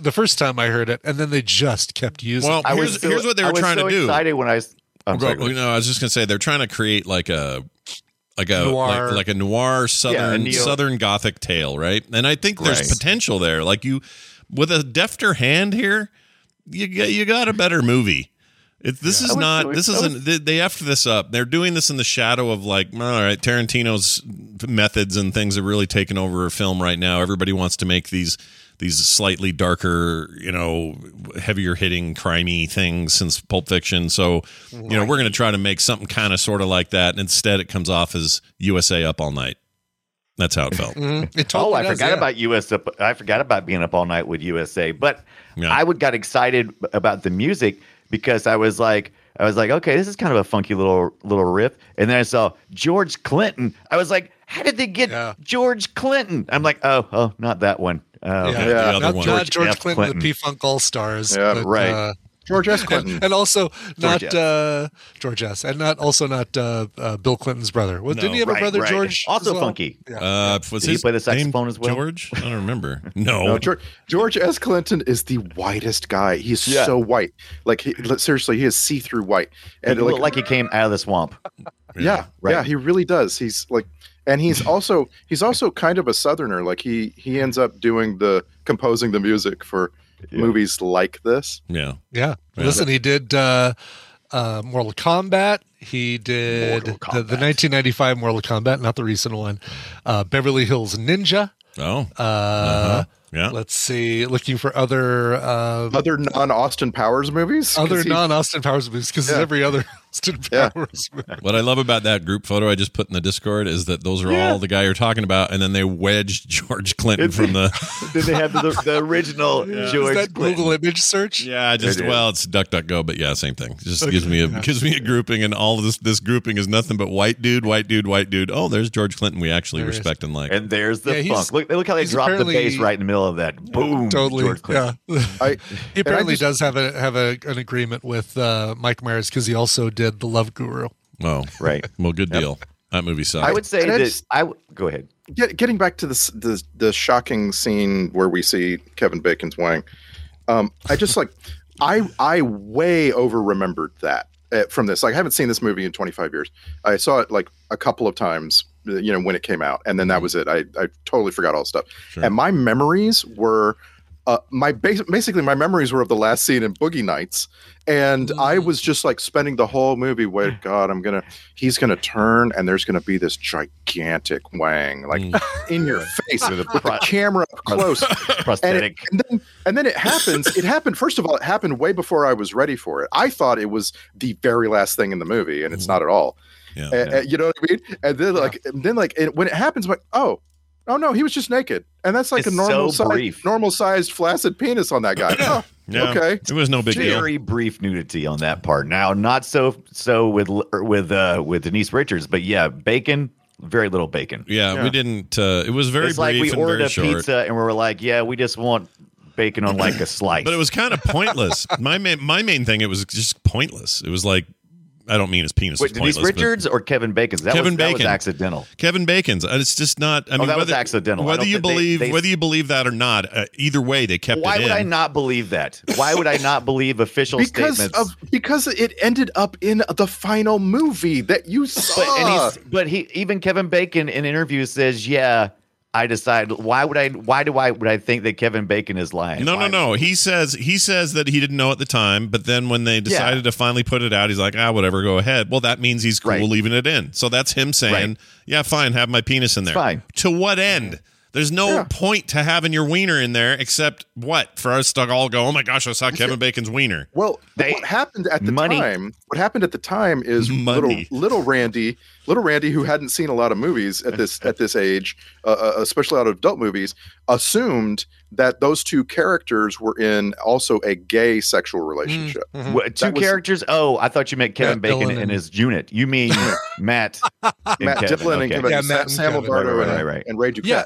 G: the first time I heard it, and then they just kept using.
E: well,
G: it.
F: I was
E: here's,
F: so-
E: here's what they
F: I
E: were
F: was
E: trying
F: so
E: to do.
F: Excited when I. s- I'm
E: Well,
F: sorry. go
E: you
F: ahead.
E: know, I was just gonna say they're trying to create like a like a
G: Noir.
E: like, like a noir southern
F: neo-
E: southern gothic tale, right? And I think there's
F: Right.
E: potential there. Like you with a defter hand here, you got you got a better movie. It, this
F: I
E: is
F: was
E: not.
F: so-
E: This
F: I
E: isn't. they, they effed this up. They're doing this in the shadow of like, all right, Tarantino's methods and things are really taking over film right now. Everybody wants to make these these slightly darker, you know, heavier hitting, crimey things since Pulp Fiction. So, you know, we're going to try to make something kind of sort of like that. And instead, it comes off as USA Up All Night. That's how it felt.
G: Mhm. It
F: Oh,
G: totally
F: I
G: does,
F: forgot
G: yeah.
F: about US. up- I forgot about being up all night with USA, but
E: Yeah.
F: I would got excited about the music because I was like, I was like, okay, this is kind of a funky little little riff, and then I saw George Clinton. I was like, how did they get
G: Yeah.
F: George Clinton? I'm like, oh, oh, not that one. Oh,
G: Yeah,
F: okay.
H: Yeah.
E: The other
G: not,
E: one.
G: not George
F: F.
G: Clinton,
F: Clinton.
G: the P Funk All Stars.
H: Yeah,
F: right.
G: uh,
H: George S. Clinton.
G: And, and also not
F: S.
G: uh, George S. And not also not uh, uh, Bill Clinton's brother. Well, didn't he have
F: right,
G: a brother,
F: right.
G: George?
F: Also
G: as well?
F: funky.
G: Yeah.
E: Uh, was
F: Did he
E: his
F: play the
E: name
F: saxophone as well?
E: George? I don't remember. No.
H: No, George, George S. Clinton is the whitest guy. He's
F: Yeah.
H: so white. Like he, li- seriously, he is see-through white.
F: It
H: And
F: looked
H: like,
F: like he came out of the swamp.
H: yeah,
F: right.
H: yeah, he really does. He's like, and he's also he's also kind of a southerner. Like he he ends up doing the composing the music for
F: Yeah.
H: movies like this.
E: Yeah.
G: Yeah.
E: Yeah.
G: Listen, he did uh, uh, Mortal Kombat. He did
F: Mortal
G: The, the
F: Kombat.
G: 1995 Mortal Kombat, not the recent one. Uh, Beverly Hills Ninja.
E: Oh.
G: Uh,
E: Uh-huh. Yeah.
G: Let's see. Looking for other uh,
H: Other non-Austin Powers movies. 'Cause
G: other
H: he-
G: non Austin Powers movies because
H: Yeah.
G: every other Austin
H: Yeah.
G: Powers movie.
E: What I love about that group photo I just put in the Discord is that those are all the guy you're talking about, and then they wedged George Clinton
F: It's-
E: from the.
F: Did they have the, the original George
G: Is that
F: Clinton?
G: Google image search?
E: Yeah, I just
H: They did.
E: well, it's DuckDuckGo, but yeah, same thing. It Just gives me a gives me a grouping, and all of this this grouping is nothing but white dude, white dude, white dude. Oh, there's George Clinton we actually
G: There is.
E: respect and like.
F: And there's the
G: Yeah, he's-
F: funk. Look, look how they
G: he's
F: dropped the bass
G: apparently-
F: right in the middle of that. Boom.
G: Totally.
F: George Clinton.
G: Yeah.
H: I,
G: He
H: And I
G: apparently
H: just-
G: does have a have a, an agreement with uh, Mike Myers because he also did The Love Guru.
E: Oh,
F: Right.
E: well, good deal. That movie sucked.
F: I would say
H: And I
F: that
H: just-
F: I w- go ahead.
H: get, getting back to this the the shocking scene where we see Kevin Bacon's wang. Um, I just like I I way over remembered that uh, from this. Like I haven't seen this movie in 25 years. I saw it like a couple of times, uh, you know, when it came out, and then that
F: Mm-hmm.
H: was it. I I totally forgot all the stuff.
E: Sure.
H: And my memories were. Uh, my bas- basically my memories were of the last scene in Boogie Nights, and I was just like spending the whole movie. Wait, God, I'm gonna he's gonna turn, and there's gonna be this gigantic wang, like
E: Mm.
H: in your face with the camera up close. And, it,
F: Prosthetic.
H: and then and then it happens. It happened. First of all, it happened way before I was ready for it. I thought it was the very last thing in the movie, and it's not at all.
E: Yeah.
F: eh,
H: Uh, uh, you know what I mean? And then like and then like it, when it happens, I'm like oh. Oh no, he was just naked, and that's like
F: It's
H: a normal
F: so
H: size,
F: brief.
H: normal sized flaccid penis on that guy. Oh,
E: Yeah.
H: okay.
E: It was no big deal.
F: Very brief nudity on that part. Now, not so so with L- or with uh with Denise Richards, but yeah, bacon. Very little bacon.
E: Yeah, we didn't. Uh, it was very
F: it's like
E: brief
F: we
E: and
F: ordered
E: very
F: a
E: short.
F: pizza and we were like, yeah, we just want bacon on like a slice.
E: But it was kind of pointless. my main, my main thing, it was just pointless. It was like I don't mean his penis.
F: Wait,
E: was pointless,
F: Denise
E: but-
F: Richards or Kevin Bacon's? That
E: Kevin
F: was, That was
E: Bacon.
F: accidental.
E: Kevin Bacon's. And It's just not. I
F: Oh,
E: mean,
F: that was
E: whether,
F: accidental. I
E: Whether
F: don't
E: you
F: think they-
E: believe
F: they-
E: whether you believe that or not, uh, either way, they kept
F: Why
E: it
F: would
E: in.
F: I not believe that? Why would I not believe official
H: because
F: statements?
H: of because it ended up in the final movie that you saw.
F: but and he's, but he even Kevin Bacon in interviews says, "Yeah, I decide. Why would I? Why do I would I think that Kevin Bacon is lying?
E: No,
F: Why-
E: no, no. He says he says that he didn't know at the time, but then when they decided to finally put it out, he's like, ah, whatever, go ahead. Well, that means he's cool
F: Right.
E: leaving it in. So that's him saying,
F: Right.
E: yeah, fine, have my penis in there.
F: fine.
E: To what end? There's no point to having your wiener in there except what for us to all go. Oh my gosh, I saw Kevin Bacon's wiener.
H: Well,
F: They-
H: what happened at the
F: money.
H: time? What happened at the time is little
E: Money.
H: little Randy, little Randy, who hadn't seen a lot of movies at this at this age, uh, uh, especially out of adult movies, assumed that those two characters were in also a gay sexual relationship.
F: What, two
H: Mm-hmm. That was-
F: characters? Oh, I thought you meant Kevin
G: Matt
F: Bacon
G: Dillon
F: and
G: and-
F: his unit. You mean Matt? and
H: Matt
F: Kevin.
H: Diplin and
F: Okay.
H: Kevin,
G: Yeah,
H: Sa-
G: Matt and
H: Sam
G: Kevin.
H: Alvarado
F: Right, right,
H: and,
F: right, right.
H: and Ray Duquette.
G: Yeah.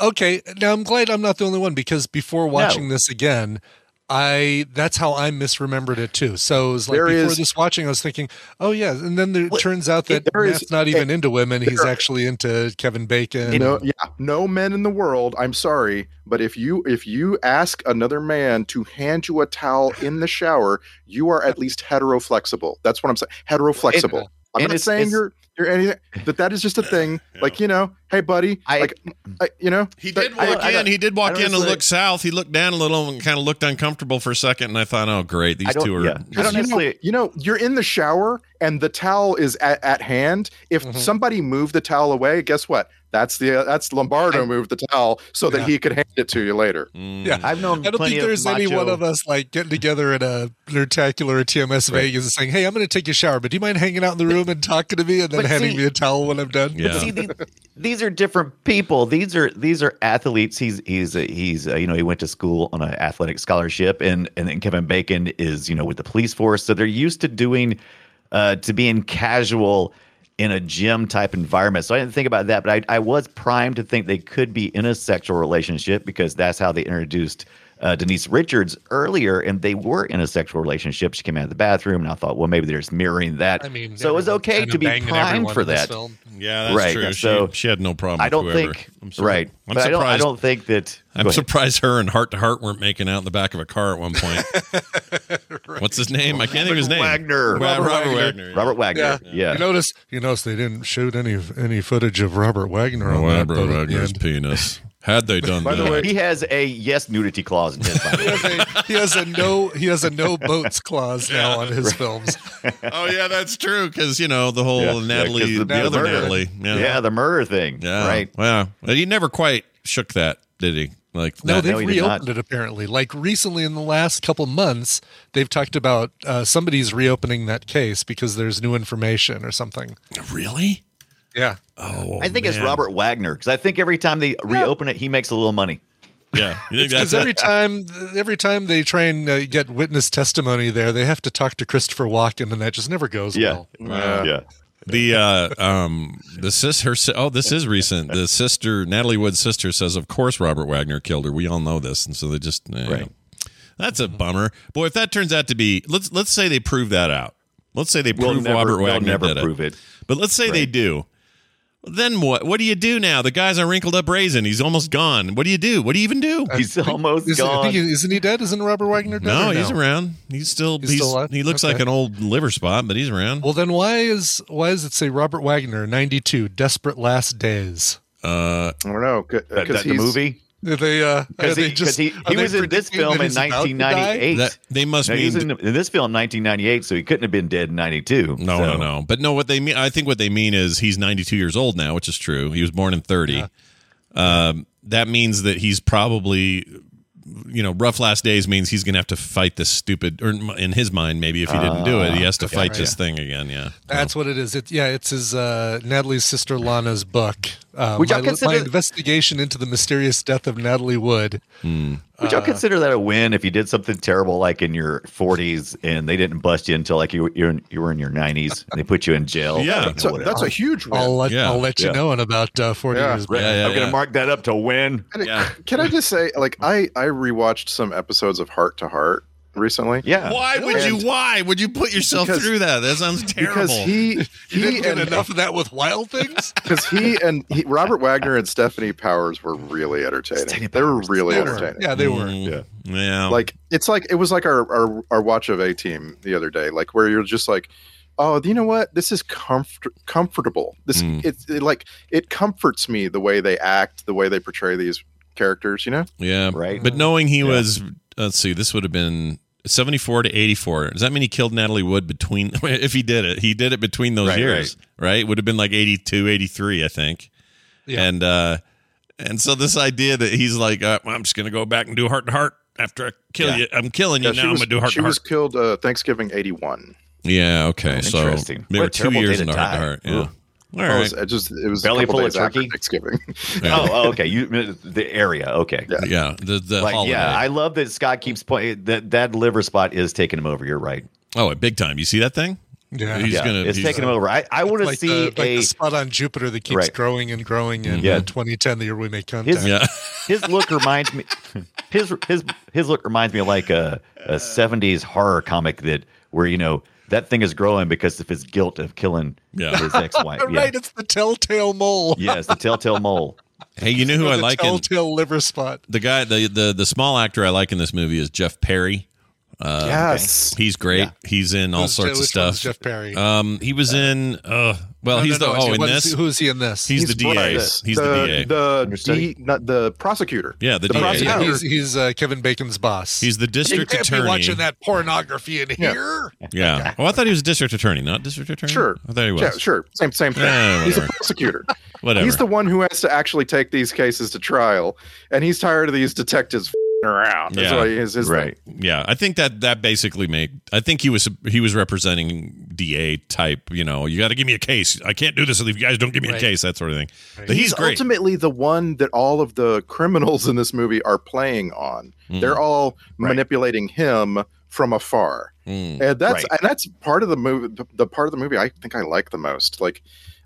G: Okay. Now I'm glad I'm not the only one because before watching this again, I that's how I misremembered it too. So it was like
H: There
G: before
H: is-
G: this watching, I was thinking, oh yeah, and then there,
F: Well,
G: it turns out that
H: there is-
G: Matt's not even into women; he's
H: there-
G: actually into Kevin Bacon.
H: no, yeah, no men in the world. I'm sorry, but if you if you ask another man to hand you a towel in the shower, you are at least heteroflexible. That's what I'm saying. Heteroflexible. I'm not
F: and it's-
H: saying
F: it's-
H: you're you're anything, but that is just a thing. Like you know, hey buddy,
F: I-
H: like I, you know,
E: He
H: that-
E: did
F: I
E: walk
F: don't- I
E: in.
F: don't-
E: He did
F: I
E: walk
F: don't
E: in and
F: necessarily-
E: look south. He looked down a little and kind of looked uncomfortable for a second. And I thought, oh, great,
F: I
E: these
F: don't-
E: two are.
F: yeah. I don't
H: you know,
F: necessarily-
H: you know, you're in the shower and the towel is at, at hand. If
G: Mhm.
H: somebody moved the towel away, guess what? That's the uh, that's Lombardo moved the towel so that
G: Yeah.
H: he could hand it to you later.
E: Mm.
G: Yeah.
F: I've known
G: I don't
F: plenty
G: think there's
F: of
G: any
F: macho-
G: one of us like getting together at a Nerdtacular or TMS
F: Right.
G: Vegas and saying, "Hey, I'm going to take a shower, but do you mind hanging out in the room and talking to me, and then
F: But
G: handing
F: see-
G: me a towel when I'm done?"
E: Yeah.
F: But see, these, these are different people. These are these are athletes. He's he's a, he's uh you know he went to school on an athletic scholarship, and and then Kevin Bacon is you know with the police force, so they're used to doing uh, to being casual in a gym type environment. So I didn't think about that, but I I was primed to think they could be in a sexual relationship because that's how they introduced. Uh, Denise Richards earlier, and they were in a sexual relationship. She came out of the bathroom, and I thought, well, maybe they're just mirroring that.
G: I mean,
F: so it was
G: everyone's
F: okay
G: kinda
F: to be
G: banging
F: primed
G: everyone
F: for
G: in this
F: that.
G: film.
E: Yeah, that's
F: Right,
E: true.
F: so-
E: she, she had no problem.
F: I don't
E: with whoever.
F: think
E: I'm sorry.
F: right.
E: I'm
F: but I don't. I
E: surprised-
F: don't think that.
E: I'm
F: go ahead.
E: surprised her and Heart to Heart weren't making out in the back of a car at one point. What's his name? I can't think of his name.
F: Wagner.
E: Well, Robert,
G: Robert
E: Wagner.
G: Wagner.
E: yeah.
F: Robert Wagner.
G: Yeah.
F: Yeah.
G: You notice, you notice they didn't shoot any any footage of Robert Wagner on that
E: Robert
G: boat at the
E: Wagner's
G: end.
E: penis. Had they done
H: By the
E: that,
H: way-
F: He has a yes nudity clause in his. by the way.
G: he has a no he has a no boats clause now on his films.
E: oh yeah, that's true. Because you know the whole
F: Yeah, yeah, 'cause
E: Natalie,
F: the-
E: the,
F: the
E: other
F: murder.
E: Natalie. Yeah,
F: yeah. the murder thing.
E: Yeah.
F: Right.
E: Wow. Well, he never quite shook that, did he? Like
G: No,
E: that-
G: they've
F: no, he did not.
G: reopened it apparently. Like recently in the last couple months, they've talked about uh, somebody's reopening that case because there's new information or something. Uh,
E: really.
G: Yeah.
E: Oh,
F: I think it's
E: man.
F: Robert Wagner because I think every time they reopen it, he makes a little money.
E: Yeah, you think that's
G: Because
E: it?
G: every time, every time they try and uh, get witness testimony there, they have to talk to Christopher Walken, and that just never goes
F: Yeah.
G: well.
F: yeah.
E: the uh um the sis her si- oh this is recent the sister natalie wood's sister says of course robert wagner killed her we all know this and so they just eh,
F: Right.
E: that's a bummer boy if that turns out to be let's let's say they prove that out let's say they prove
F: We'll never,
E: robert
F: we'll
E: wagner
F: never
E: did
F: prove it.
E: but let's say they
F: Right.
E: do then what what do you do now the guy's a wrinkled up raisin he's almost gone what do you do what do you even do
F: He's almost
G: Is, I
F: gone.
G: think, isn't he dead? Isn't Robert Wagner dead?
E: Uh, no,
G: or
E: he's around. He's still he's,
G: He's still alive?
E: he looks
G: Okay.
E: like an old liver spot, but he's around.
G: Well, then why is why does it say Robert Wagner, ninety two, Desperate Last Days?
E: uh
H: I don't know
F: That-
H: because
F: that- the
H: he's
F: movie
G: Are they uh, are
F: because
G: they
F: he, 'cause
G: just
F: he,
G: are
F: he
G: they
F: was in this
G: predicting
F: film
G: that
F: in
G: he's about to die?
F: 1998.
E: that they must
F: No, he
E: mean
F: was in, in this film in 1998, so he couldn't have been dead in 92.
E: No,
F: so.
E: no, no. But no, what they mean, I think what they mean is he's 92 years old now, which is true. He was born in 30. Um, that means that he's probably, you know, rough last days means he's going to have to fight this stupid, or in in his mind, maybe if he didn't do it, he has to fight this thing again. Uh, Yeah.
G: That's what it is. It, yeah, it's his uh, Natalie's sister Lana's book. Uh,
F: Which
G: my,
F: I'll consider-
G: my investigation into the mysterious death of Natalie Wood.
F: Would
E: Uh,
F: y'all consider that a win if you did something terrible like in your 40s and they didn't bust you until like you were, you were in, you were in your 90s and they put you in jail?
E: Yeah.
F: I don't know
H: so
F: what
H: that's a
F: else.
H: huge win.
G: I'll let
E: Yeah.
G: I'll let you
F: Yeah.
G: know in about uh, forty
H: Yeah.
G: years.
F: Right.
E: Yeah, yeah,
F: I'm going
E: yeah.
F: to mark that up to win.
H: And it-
E: Yeah.
H: Can I just say, like, I I rewatched some episodes of Heart to Heart, recently.
F: Yeah.
E: Why would you?
H: And-
E: Why would you put yourself
H: Because-
E: through that? That sounds terrible.
H: Because he
G: You
H: he
G: didn't get
H: and
G: enough of that with Wild Things?
H: because he and he, Robert Wagner and Stephanie Powers were really entertaining. They were really
G: They were.
H: entertaining.
G: Yeah, they were.
E: Mm,
H: Yeah.
E: Yeah.
H: Like it's like it was like our our, our watch of A Team the other day, like where you're just like, oh, you know what? This is comfort comfortable. This
E: Mm.
H: it's it, like it comforts me the way they act, the way they portray these characters. You know,
E: yeah.
F: Right.
E: But knowing he
F: Yeah.
E: was, let's see, this would have been 74 to 84. Does that mean he killed Natalie Wood between, if he did it, he did it between those
F: Right,
E: years, right. Would have been like 82, 83, I think.
G: Yeah.
E: And, uh, and so this idea that he's like, uh, I'm just going to go back and do heart to heart after I kill
F: Yeah.
E: you. I'm killing you
H: Yeah,
E: now. I'm
H: was,
E: going to do heart
H: she
E: to
H: was
E: heart.
H: killed uh, Thanksgiving '81.
E: Yeah. Okay.
F: Oh,
E: so
F: interesting.
E: they
F: What
E: were
F: a
E: two
F: terrible
E: years
F: day to
E: into heart to
F: die.
E: heart. Yeah.
F: Ooh.
E: All
H: It
E: right.
H: was, it just it was
F: Belly
H: a couple
F: full of
H: days after
F: turkey?
H: Thanksgiving.
E: Yeah.
F: Oh, oh, okay. You the area. Okay.
H: Yeah.
E: Yeah. The, the
F: Like,
E: holiday.
F: yeah, I love that Scott keeps playing that that liver spot is taking him over. You're right.
E: oh, big time. You see that thing?
G: Yeah.
E: He's
F: yeah,
E: gonna-
F: it's
E: he's-
F: taking him over. I, I want to
G: like
F: see
G: the, like
F: a
G: the spot on Jupiter that keeps
F: Right.
G: growing and growing in
F: Yeah.
G: uh, 2010, the year we make contact.
F: His-
E: Yeah.
F: his look reminds me his his his look reminds me of like a a 70s horror comic that where you know that thing is growing because of his guilt of killing
E: Yeah.
F: his ex-wife.
G: All
F: Yeah.
G: right, it's the telltale mole.
F: yeah, it's the telltale mole.
E: Hey, you know who
G: Or
E: I
G: the
E: like? in-
G: telltale liver spot.
E: the guy the, the the small actor i like in this movie is jeff perry Uh,
H: yes,
E: he's great he's in all
G: Who's-
E: sorts of
G: which
E: stuff
G: one's Jeff Perry.
E: um he was in uh well
G: No,
E: he's
G: no,
E: the
G: no,
E: oh in
G: what is
E: this
G: he- who's he in this?
E: he's, the da
H: Bryce,
E: he's the, da
G: uh,
H: the
F: Understudy.
H: D, not the prosecutor.
E: yeah the,
H: the
E: da
G: yeah,
H: prosecutor.
G: he's, he's uh, Kevin Bacon's boss.
E: he's the district
G: you can't
E: attorney
G: Be watching that pornography in here.
E: yeah oh i thought he was district attorney not district attorney
H: Sure.
E: i thought he was
H: Yeah, sure. Same same thing.
E: Yeah,
H: he's the
E: whatever.
H: prosecutor.
E: whatever
H: He's the one who has to actually take these cases to trial, and he's tired of these detectives f***ing around. That's
E: Yeah.
H: why his, his
F: Right.
E: yeah i think that that basically made i think he was he was representing da type you know you got to give me a case i can't do this if you guys don't give me a
G: Right.
E: case that sort of thing
G: Right.
E: but he's,
H: He's
E: great
H: ultimately the one that all of the criminals in this movie are playing on.
E: Mm.
H: They're all
F: Hmm. Right.
H: manipulating him from afar,
E: Mm.
H: and that's
F: Right.
H: and that's part of the movie. The part of the movie I think I like the most. Like,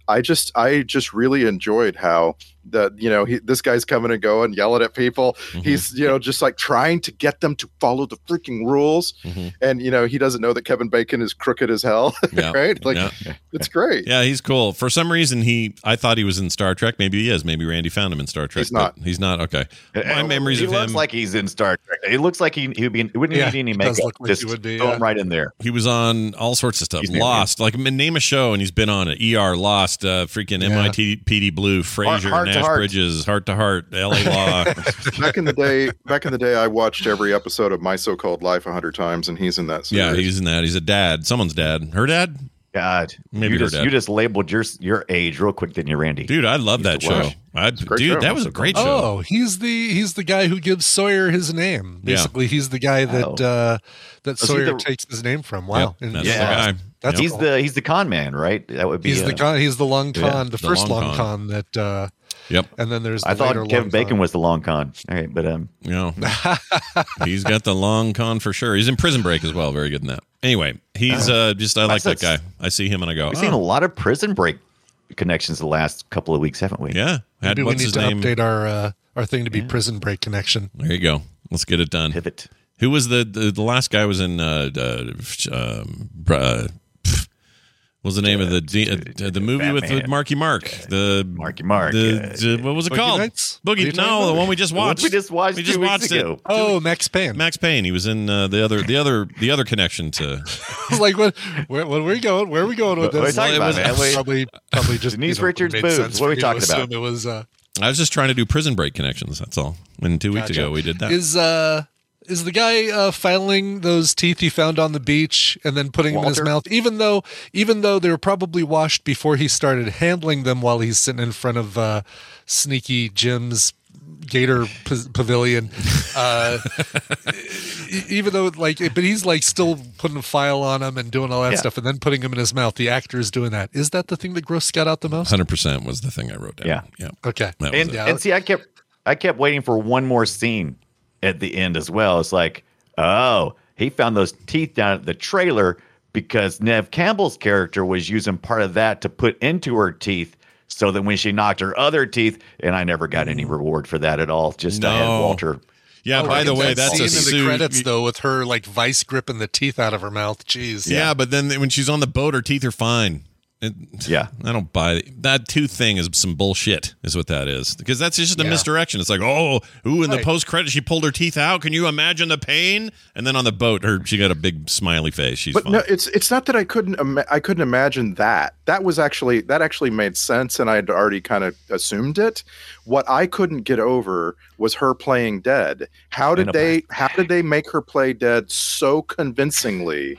H: I just I just really enjoyed how that you know he, this guy's coming and going, yelling at people.
E: Mhm.
H: He's you know just like trying to get them to follow the freaking rules,
E: Mhm.
H: and you know he doesn't know that Kevin Bacon is crooked as hell.
E: Yeah.
H: right? Like
E: Yeah.
H: it's great.
E: Yeah, he's cool. For some reason, he I thought he was in Star Trek. Maybe he is. Maybe Randy found him in Star Trek.
H: He's not.
E: but He's not. Okay. My
F: Uh,
E: memories
F: he
E: of
F: looks
E: him.
F: like he's in Star Trek. It looks like he he would be in, he wouldn't
G: Yeah,
F: need any
G: it does
F: makeup.
G: look like
F: Just
G: he would be,
F: throw
G: yeah.
F: him right in there.
E: He was on all sorts of stuff.
F: He's new,
E: Lost, like man, name a show, and he's been on it. ER, Lost, uh, freaking
G: Yeah.
E: MITPD Blue, Frasier,
F: Heart
E: Nash
F: to Heart.
E: Bridges, Heart to Heart, L.A. Law.
H: back in the day, back in the day, I watched every episode of My So-Called Life a hundred times, and he's in that. Series.
E: yeah, he's in that. He's a dad. Someone's dad. Her dad.
F: God,
E: Maybe
F: you
E: her
F: just
E: dad.
F: you just labeled your your age real quick, didn't you, Randy?
E: Dude, I love
F: He's
E: that
F: the
E: show.
F: worst.
E: I,
H: a great
E: dude,
H: show.
E: that was a great show.
G: Oh, he's the he's the guy who gives Sawyer his name.
E: Yeah.
G: Basically, he's the guy that
F: Oh.
G: uh, that
F: he
G: Sawyer
F: the-
G: takes his name from. Wow,
E: Yep,
G: And-
E: that's
F: Yeah.
E: the guy.
G: That's
F: he's
G: cool.
F: the he's the con man, right? That would be.
G: oh. He's
F: uh,
G: the con, he's the long
F: yeah,
G: con, the,
E: the
G: first
E: long
G: long,
E: con.
G: con. that, uh,
E: Yep.
G: and then there's. The
F: I thought
G: later
F: Kevin
G: long
F: Bacon
G: con.
F: was the long con. All right, but um,
E: Yeah. he's got the long con for sure. He's in Prison Break as well. Very good in that. Anyway, he's uh, just I like that
F: that's-
E: guy. I see him and I go.
F: we've seen a
E: "Oh,
F: lot of Prison Break connections the last couple of weeks, haven't we?
E: yeah. Had-
G: Maybe we
E: what's
G: need
E: his
G: to
E: name?
G: update our uh, our thing to be Prison Break connection.
E: There you go. Let's get it done.
F: Pivot.
E: Who was the the, the last guy was in uh, uh um br- uh, pff, what was the name of the D- uh, the movie with, with
F: Batman.
E: Marky Mark the
F: Marky Mark,
E: the,
F: yeah.
E: the- what was it
G: Boogie
E: called
G: Nights? What are
E: Boogie
G: you talking
E: no the
G: about?
E: one we just
F: one
E: watched
F: we just watched
E: we
F: two
E: just
F: weeks
E: watched
F: ago.
E: it
G: Oh, Max Payne.
E: Max Payne he was in uh, the other the other the other connection to
G: like what? Where, where are we going? Where are we going with
F: What are
G: this?
F: we talking
G: Well, it
F: about,
G: was
F: man?
G: probably probably just
F: Denise
G: you know,
F: Richards
G: made
F: boobs.
G: sense
F: What are
G: for
F: we
G: me to
F: talking about?
G: assume It was. Uh,
E: I was just trying to do Prison Break connections that's all and two weeks
G: Gotcha.
E: ago we did that
G: Is uh is the guy uh, filing those teeth he found on the beach and then putting them in his
F: Walter?
G: mouth, even though even though they were probably washed before he started handling them while he's sitting in front of uh, sneaky Jim's gator p- pavilion. Uh, e- even though like, but he's like still putting a file on him and doing all that
F: Yeah.
G: stuff, and then putting them in his mouth. The actor is doing that. Is that the thing that grossed Scott out the most?
E: hundred percent was the thing I wrote down
F: Yeah.
E: yeah
G: Okay.
E: that was
F: and,
E: it.
G: Yeah.
F: and see, I kept I kept waiting for one more scene at the end as well. It's like, oh, he found those teeth down at the trailer because Nev Campbell's character was using part of that to put into her teeth. So that when she knocked her other teeth, and I never got any reward for that at all. Just I had
E: Mm. No.
F: Walter
E: Yeah, by the way, that's
G: Oh, scene
E: a
G: in the
E: suit.
G: credits though, with her like vice gripping the teeth out of her mouth. Jeez.
E: Yeah, but then when she's on the boat, her teeth are fine. It-
F: Yeah.
E: I don't buy it. that tooth thing is some bullshit, is what that is. Because that's just a
G: Yeah.
E: misdirection. It's like, oh, ooh, in the
G: Right.
E: post credit, she pulled her teeth out. Can you imagine the pain? And then on the boat, her she got a big smiley face. She's
H: but
E: fine.
H: no, it's it's not that I couldn't ima- I couldn't imagine that. That was actually that actually made sense, and I'd already kind of assumed it. What I couldn't get over was her playing dead. How
F: In
H: did
F: a
H: they How did they make her play dead so convincingly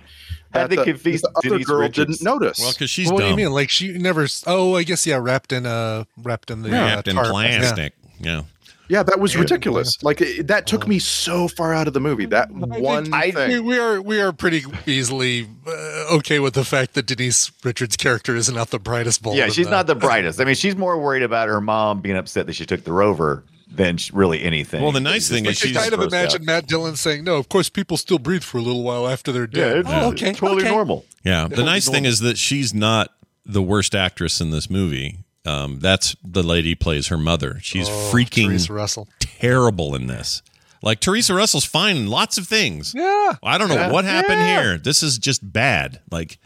F: Had
H: that
F: they
H: the,
F: confused
H: the other
F: Denise
H: girl
F: Richards?
H: didn't notice?
E: well, because she's
G: Well, what
E: dumb.
G: do you mean? Like she never? s- Oh, I guess yeah. Wrapped in uh, wrapped in the uh,
E: Wrapped in
G: tarp.
E: plastic. Yeah.
H: yeah, that was
G: Yeah.
H: ridiculous. Like it, that took me so far out of the movie. That
G: think
H: one
F: I-
H: thing.
G: We, we are we are pretty easily uh, okay with the fact that Denise Richards' character is not the brightest bulb.
F: Yeah,
G: in
F: she's
G: the-
F: not the brightest. I mean, she's more worried about her mom being upset that she took the rover than sh- really anything.
E: Well, the nice
F: It's
E: thing is
F: just
G: I
E: she's-
G: could kind of
F: grossed out.
G: imagine Matt Dillon saying, "No, of course people still breathe for a little while after they're
F: Yeah,
G: dead."
F: it's
G: Oh, okay,
F: totally
G: okay.
F: normal.
E: Yeah. The nice thing is that she's not the worst actress in this movie. Um, that's the lady plays her mother. She's
G: Oh,
E: freaking
G: Teresa Russell.
E: terrible in this. Like Teresa Russell's fine in lots of things.
G: Yeah,
E: I don't know what happened here. This is just bad. Like,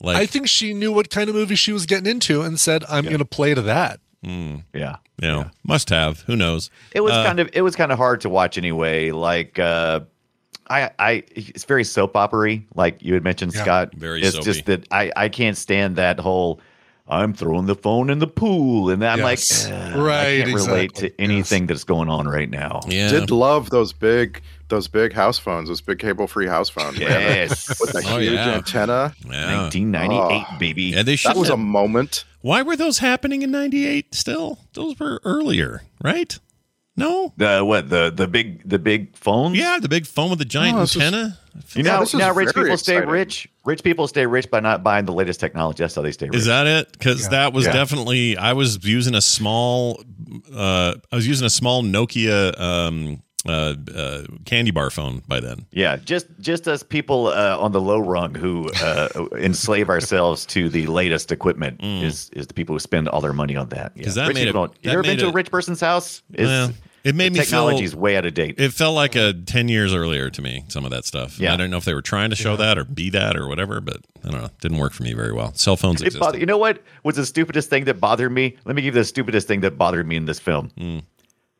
E: like
G: I think she knew what kind of movie she was getting into and said, "I'm going to play to that."
F: Yeah.
E: you know, must have. Who knows?
F: It was
E: Uh,
F: kind of it was kind of hard to watch anyway. Like uh I I it's very soap opery, like you had mentioned,
G: Yeah,
F: Scott.
E: very
F: it's
E: soapy.
F: just that I I can't stand that whole I'm throwing the phone in the pool and I'm
G: Yes.
F: like "Ugh,
G: Right,
F: I can't relate
G: exactly.
F: to anything that's going on right now.
E: Yeah. Oh,
H: did love those big those big house phones, those big cable free house phones. man.
F: Yes.
H: With the
E: Oh,
H: huge
E: yeah.
H: antenna.
E: yeah.
F: 1998, baby.
E: Yeah, they should.
H: That was a moment.
E: Why were those happening in '98? Still, those were earlier, right? No.
F: The what the the big the big phones?
E: Yeah, the big phone with the giant
H: No, this is-
E: antenna.
F: You
H: Yeah,
F: know,
H: this is
F: now rich
H: very
F: people stay
H: exciting.
F: rich. Rich people stay rich by not buying the latest technology. That's how they stay rich.
E: Is that it? Because
G: Yeah.
E: that was
F: Yeah.
E: definitely. I was using a small. Uh, I was using a small Nokia um, uh, uh, candy bar phone by then.
F: Yeah, just just us people uh, on the low rung who uh, enslave ourselves to the latest equipment is is the people who spend all their money on that. Yeah.
E: 'Cause Mm. that
F: rich
E: made
F: people
E: it-
F: don't. You
E: that
F: ever been
E: made
F: to a
E: it-
F: rich person's house? Is
E: Well, it made me feel-
F: technology's way out of date.
E: It felt like a ten years earlier to me. Some of that stuff.
F: Yeah.
E: I don't know if they were trying to show that or be that or whatever, but I don't know. It didn't work for me very well. Cell phones
F: It
E: existed.
F: bothered, you know what was the stupidest thing that bothered me? Let me give you the stupidest thing that bothered me in this film.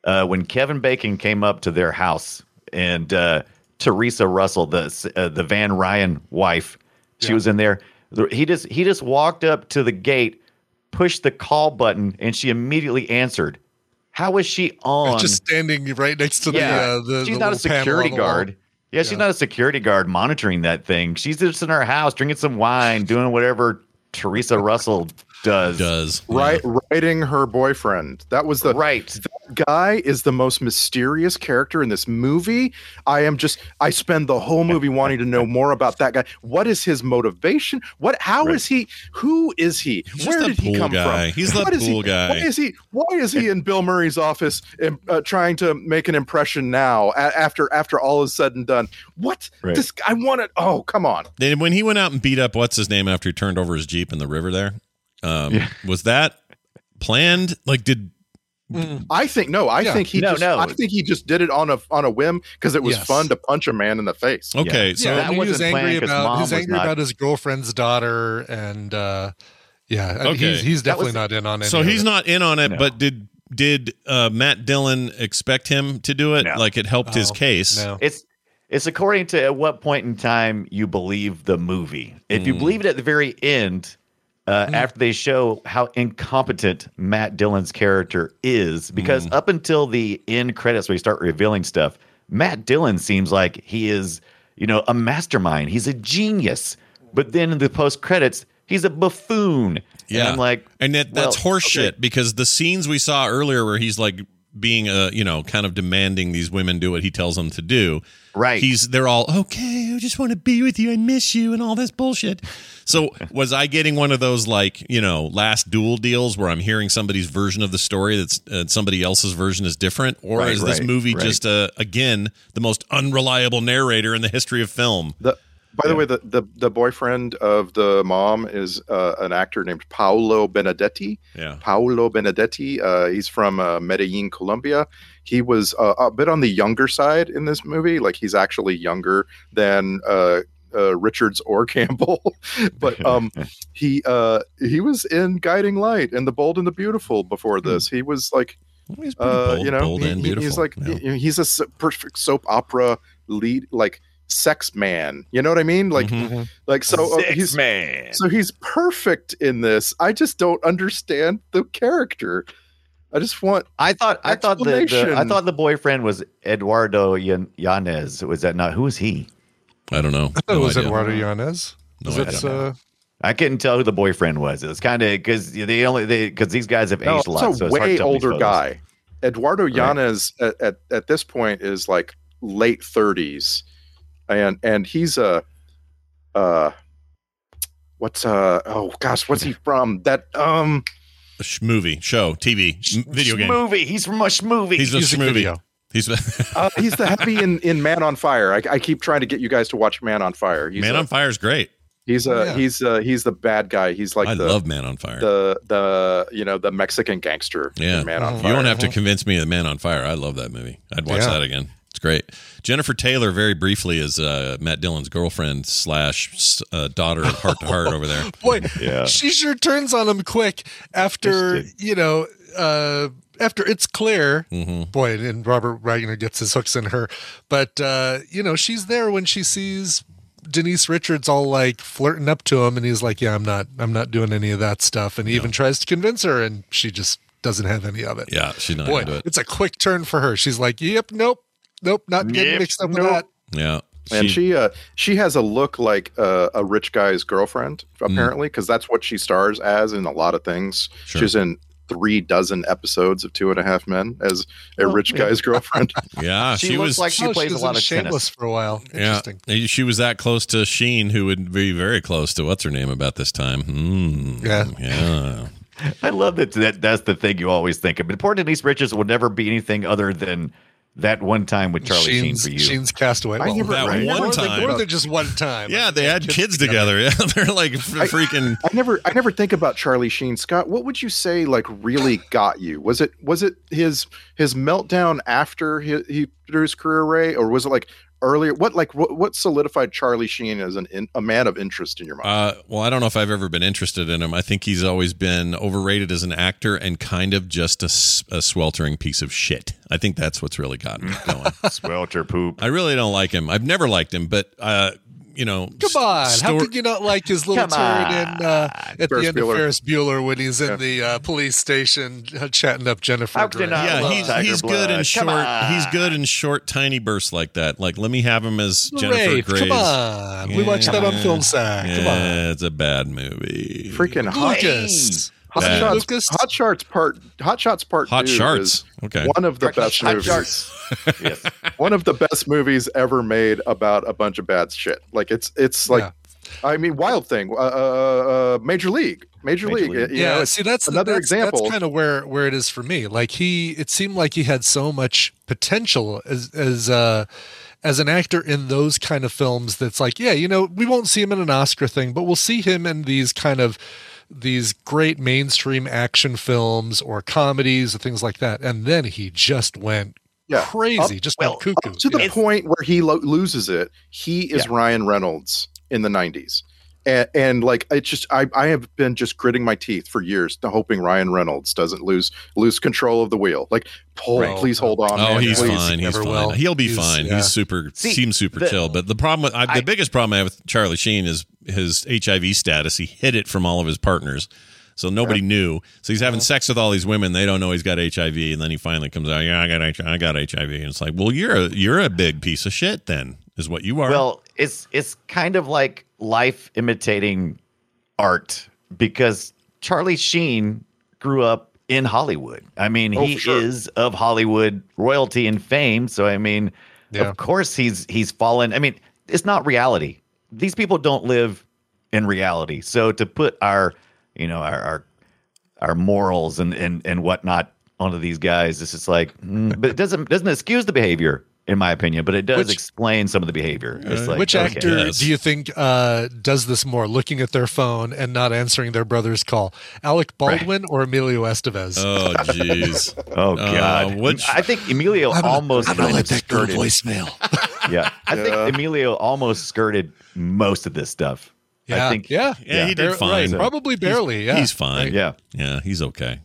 F: Uh, when Kevin Bacon came up to their house and uh, Teresa Russell, the uh, the Van Ryan wife, she was in there. The- He just he just walked up to the gate, pushed the call button, and she immediately answered. How was she on?
G: Just standing right next to the, uh, the
F: she's
G: the
F: not a
G: little panel
F: security
G: on the wall.
F: guard. Yeah, she's not a security guard monitoring that thing. She's just in her house drinking some wine, doing whatever Teresa Russell does.
E: does
H: Right, writing her boyfriend. That was the
F: Right.
H: That guy is the most mysterious character in this movie. I am just. I spend the whole movie wanting to know more about that guy. What is his motivation? What? How is
F: Right.
H: he? Who is he?
E: He's
H: Where
E: just a
H: did he
E: pool
H: come
E: guy.
H: from?
E: He's the
H: What is he-
E: pool guy.
H: Why is he? Why is he in Bill Murray's office um, uh, trying to make an impression now? A- after after all is said and done, what?
F: Right.
H: This I want to. Oh, come on.
E: Then when he went out and beat up what's his name after he turned over his jeep in the river there, um, was that planned? Like, did
H: I think no. I
G: Yeah.
H: think he
F: No,
H: just.
F: no.
H: I think he just did it on a on a whim because it was
G: Yes.
H: fun to punch a man in the face.
E: okay?
G: Yeah,
E: So
F: that
G: I mean, he was
F: wasn't planned
G: angry
F: 'cause
G: about
F: mom
G: he's
F: was
G: angry
F: not-
G: about his girlfriend's daughter, and uh, yeah, I mean,
E: Okay.
G: he's, he's
F: That
G: definitely
F: was-
G: not in on it.
E: so he's not in on it.
F: No.
E: But did did uh, Matt Dillon expect him to do it?
F: No.
E: Like, it helped his case.
G: Oh, No.
F: It's it's according to at what point in time you believe the movie. If
E: Hmm.
F: you believe it at the very end, uh, after they show how incompetent Matt Dillon's character is,
E: Hmm.
F: because up until the end credits where you start revealing stuff, Matt Dillon seems like he is, you know, a mastermind. He's a genius. But then in the post credits, he's a buffoon. And I'm like,
E: and that, that's
F: well,
E: horseshit because the scenes we saw earlier where he's like being a you know kind of demanding these women do what he tells them to do.
F: Right.
E: He's they're all okay. I just want to be with you. I miss you and all this bullshit. So was I getting one of those like you know last duel deals where I'm hearing somebody's version of the story that's uh, somebody else's version is different, or
F: Right,
E: is this
F: right,
E: movie
F: right.
E: just uh, again the most unreliable narrator in the history of film?
H: The By the way, the, the the boyfriend of the mom is uh, an actor named Paolo Benedetti.
E: Yeah.
H: Paolo Benedetti. Uh, he's from uh, Medellin, Colombia. He was uh, a bit on the younger side in this movie. Like he's actually younger than uh, uh, Richards or Campbell, but um, he uh, he was in Guiding Light and The Bold and the Beautiful before this. He was like
E: He's pretty
H: uh,
E: bold,
H: you know,
E: bold
H: he-
E: and
H: he-
E: beautiful.
H: he's like
E: Yeah.
H: he- he's a s- perfect soap opera lead, like sex man. You know what I mean? Like,
E: Mhm.
H: like so uh,
F: Six
H: he's
F: man.
H: so he's perfect in this. I just don't understand the character. I just want
F: I thought I thought the, the I
H: Explanation.
F: thought the boyfriend was Eduardo Yan- Yanez. Was that not? Who is he?
E: I don't know.
G: I thought
E: No
G: it was
E: idea.
G: Eduardo Yanez.
E: No
G: Is
E: idea.
G: that, uh,
F: I couldn't tell who the boyfriend was. It was kind of because they only they because these guys have
H: no,
F: aged a lot.
H: it's
F: so
H: a
F: it's hard to
H: way
F: tell these
H: older
F: photos.
H: guy. Eduardo
F: Right.
H: Yanez at, at at this point is like late thirties, and and he's a uh, what's uh oh gosh, what's he from? That um.
E: A sh- movie, show, TV, m- video game.
F: Movie. He's from a movie.
E: He's a
G: music
E: movie.
G: video.
E: He's
H: Uh, he's the heavy in, in Man on Fire. I, I keep trying to get you guys to watch Man on Fire. He's
E: Man
H: a,
E: on Fire is great.
H: He's a
G: Oh, yeah.
H: he's a, he's the bad guy. He's like
E: I
H: the
E: love Man on Fire.
H: the the you know the Mexican gangster. in
E: Yeah.
H: Man on
E: you
G: Mm-hmm.
H: Fire.
E: don't have to convince me of Man on Fire. I love that movie. I'd watch
G: Oh, Yeah.
E: that again. It's great. Jennifer Taylor, very briefly, is uh, Matt Dillon's girlfriend slash uh, daughter of Heart to Heart over there.
G: boy,
F: Yeah.
G: she sure turns on him quick after
F: Yes,
G: you know uh, after it's clear.
E: hmm
G: Boy, and- and Robert Wagner gets his hooks in her, but uh, you know she's there when she sees Denise Richards all like flirting up to him, and he's like, "Yeah, I'm not, I'm not doing any of that stuff," and he even tries to convince her, and she just doesn't have any of it.
E: Yeah, she's not
G: boy,
E: into it.
G: it's a quick turn for her. She's like, "Yep, nope, nope, not getting
F: Yep,
G: mixed up with
H: nope.
G: that."
E: Yeah.
H: And she uh she has a look like uh, a rich guy's girlfriend apparently because that's what she stars as in a lot of things.
E: Sure.
H: She's in three dozen episodes of Two and a Half Men as a rich guy's girlfriend.
E: yeah, she,
F: she looks
E: was
F: like she
G: Oh,
F: plays a
G: was
F: lot
G: in
F: of
G: shameless
F: tennis.
G: for a while.
E: Yeah,
G: Interesting.
E: she was that close to Sheen, who would be very close to what's her name about this time. Hmm.
G: Yeah.
E: yeah.
F: I love that, that. That's the thing you always think of. But poor Denise Richards will never be anything other than that one time with Charlie
G: Sheen's,
F: Sheen for you.
G: Sheen's Castaway.
H: I
G: Well,
H: never-
E: that
H: Right.
E: one
G: or,
E: time.
G: They, or they're just one time.
E: yeah, they had kids together. Yeah, they're like f- freaking.
H: I never I never think about Charlie Sheen Scott. What would you say like really got you? Was it was it his his meltdown after he, he threw his career away, or was it like earlier? What like what, what solidified Charlie Sheen as an in, a man of interest in your mind?
E: Uh, well, I don't know if I've ever been interested in him. I think he's always been overrated as an actor and kind of just a, s- a sweltering piece of shit. I think that's what's really got me going.
F: Swelter poop.
E: I really don't like him. I've never liked him, but uh, you know,
G: Come on. How
E: stor-
G: could you not like his little
F: Come
G: turn in, uh, at
H: Ferris
G: the end
H: Bueller.
G: of Ferris Bueller when he's in the uh, police station uh, chatting up Jennifer?
F: How could you
G: Grey?
F: not? I
E: yeah,
F: love
E: he's,
F: Tiger
E: he's good in
F: Blood. Come
E: short.
F: on.
E: He's good in short, tiny bursts like that. Like, let me have him as Jennifer
G: Rafe,
E: Gray's.
G: come on. We watched that on film sack. Come on.
E: Yeah, it's a bad movie.
H: Freaking hot,
G: Lucas.
H: hot
E: Bad.
H: shots,
G: Lucas?
H: hot shots part hot shots part
E: Hot
H: two
E: Sharts.
H: is
E: Okay.
H: one of the best
F: Hot
H: movies
F: Sharks. yes.
H: one of the best movies ever made about a bunch of bad shit like it's it's like
G: Yeah.
H: I mean Wild Thing uh, uh, uh, Major League Major,
F: Major
H: League,
F: League.
H: you
G: yeah,
H: know, it's-
G: see that's
H: another
G: that's,
H: example.
G: That's kind of where where it is for me. Like he, it seemed like he had so much potential as as uh, as an actor in those kind of films. That's like, yeah, you know, we won't see him in an Oscar thing, but we'll see him in these kind of these great mainstream action films or comedies or things like that. And then he just went
H: Yeah.
G: crazy, just
F: well,
G: went cuckoo.
H: to the
G: Yeah.
H: point where he lo- loses it he is
F: Yeah.
H: ryan reynolds in the 90s and, and like it's just I, I have been just gritting my teeth for years to hoping ryan reynolds doesn't lose lose control of the wheel like pull
G: Right.
H: please hold on
E: Oh,
H: man,
E: he's
H: please.
E: fine. He's
G: Never
E: fine.
G: will.
E: He'll be
G: He's-
E: fine.
G: yeah.
E: He's super.
F: See,
E: seems super
F: the-
E: chill. But the problem, with, I,
F: I-
E: the biggest problem I have with Charlie Sheen is his HIV status. He hid it from all of his partners, so nobody knew. So he's having sex with all these women. They don't know he's got HIV, and then he finally comes out. Yeah, I got HIV. I got HIV, and it's like, well, you're a you're a big piece of shit. Then is what you are.
F: Well, it's it's kind of like life imitating art because Charlie Sheen grew up in Hollywood. I mean,
H: Oh,
F: he
H: for sure.
F: is of Hollywood royalty and fame, so I mean,
G: Yeah.
F: of course he's he's fallen. I mean, it's not reality. These people don't live in reality. So to put our, you know, our our, our morals and and and whatnot onto these guys, this is like, mm, but it doesn't doesn't excuse the behavior. in my opinion, but it does
G: Which-
F: explain some of the behavior. It's like,
G: Uh, Which
F: okay.
G: actor
E: Yes.
G: do you think uh, does this more, looking at their phone and not answering their brother's call? Alec Baldwin or Emilio Estevez?
E: Oh, jeez.
G: uh,
F: Oh God!
E: which-
F: I think Emilio almost kind of skirted.
G: voicemail.
F: Yeah, I think
H: Yeah.
F: Emilio almost skirted most of did stuff.
G: Yeah,
F: I think.
G: yeah,
E: Yeah, he did
G: Bar- right,
E: fine.
G: probably barely. yeah,
E: He's fine.
F: Yeah.
E: Yeah, he's okay.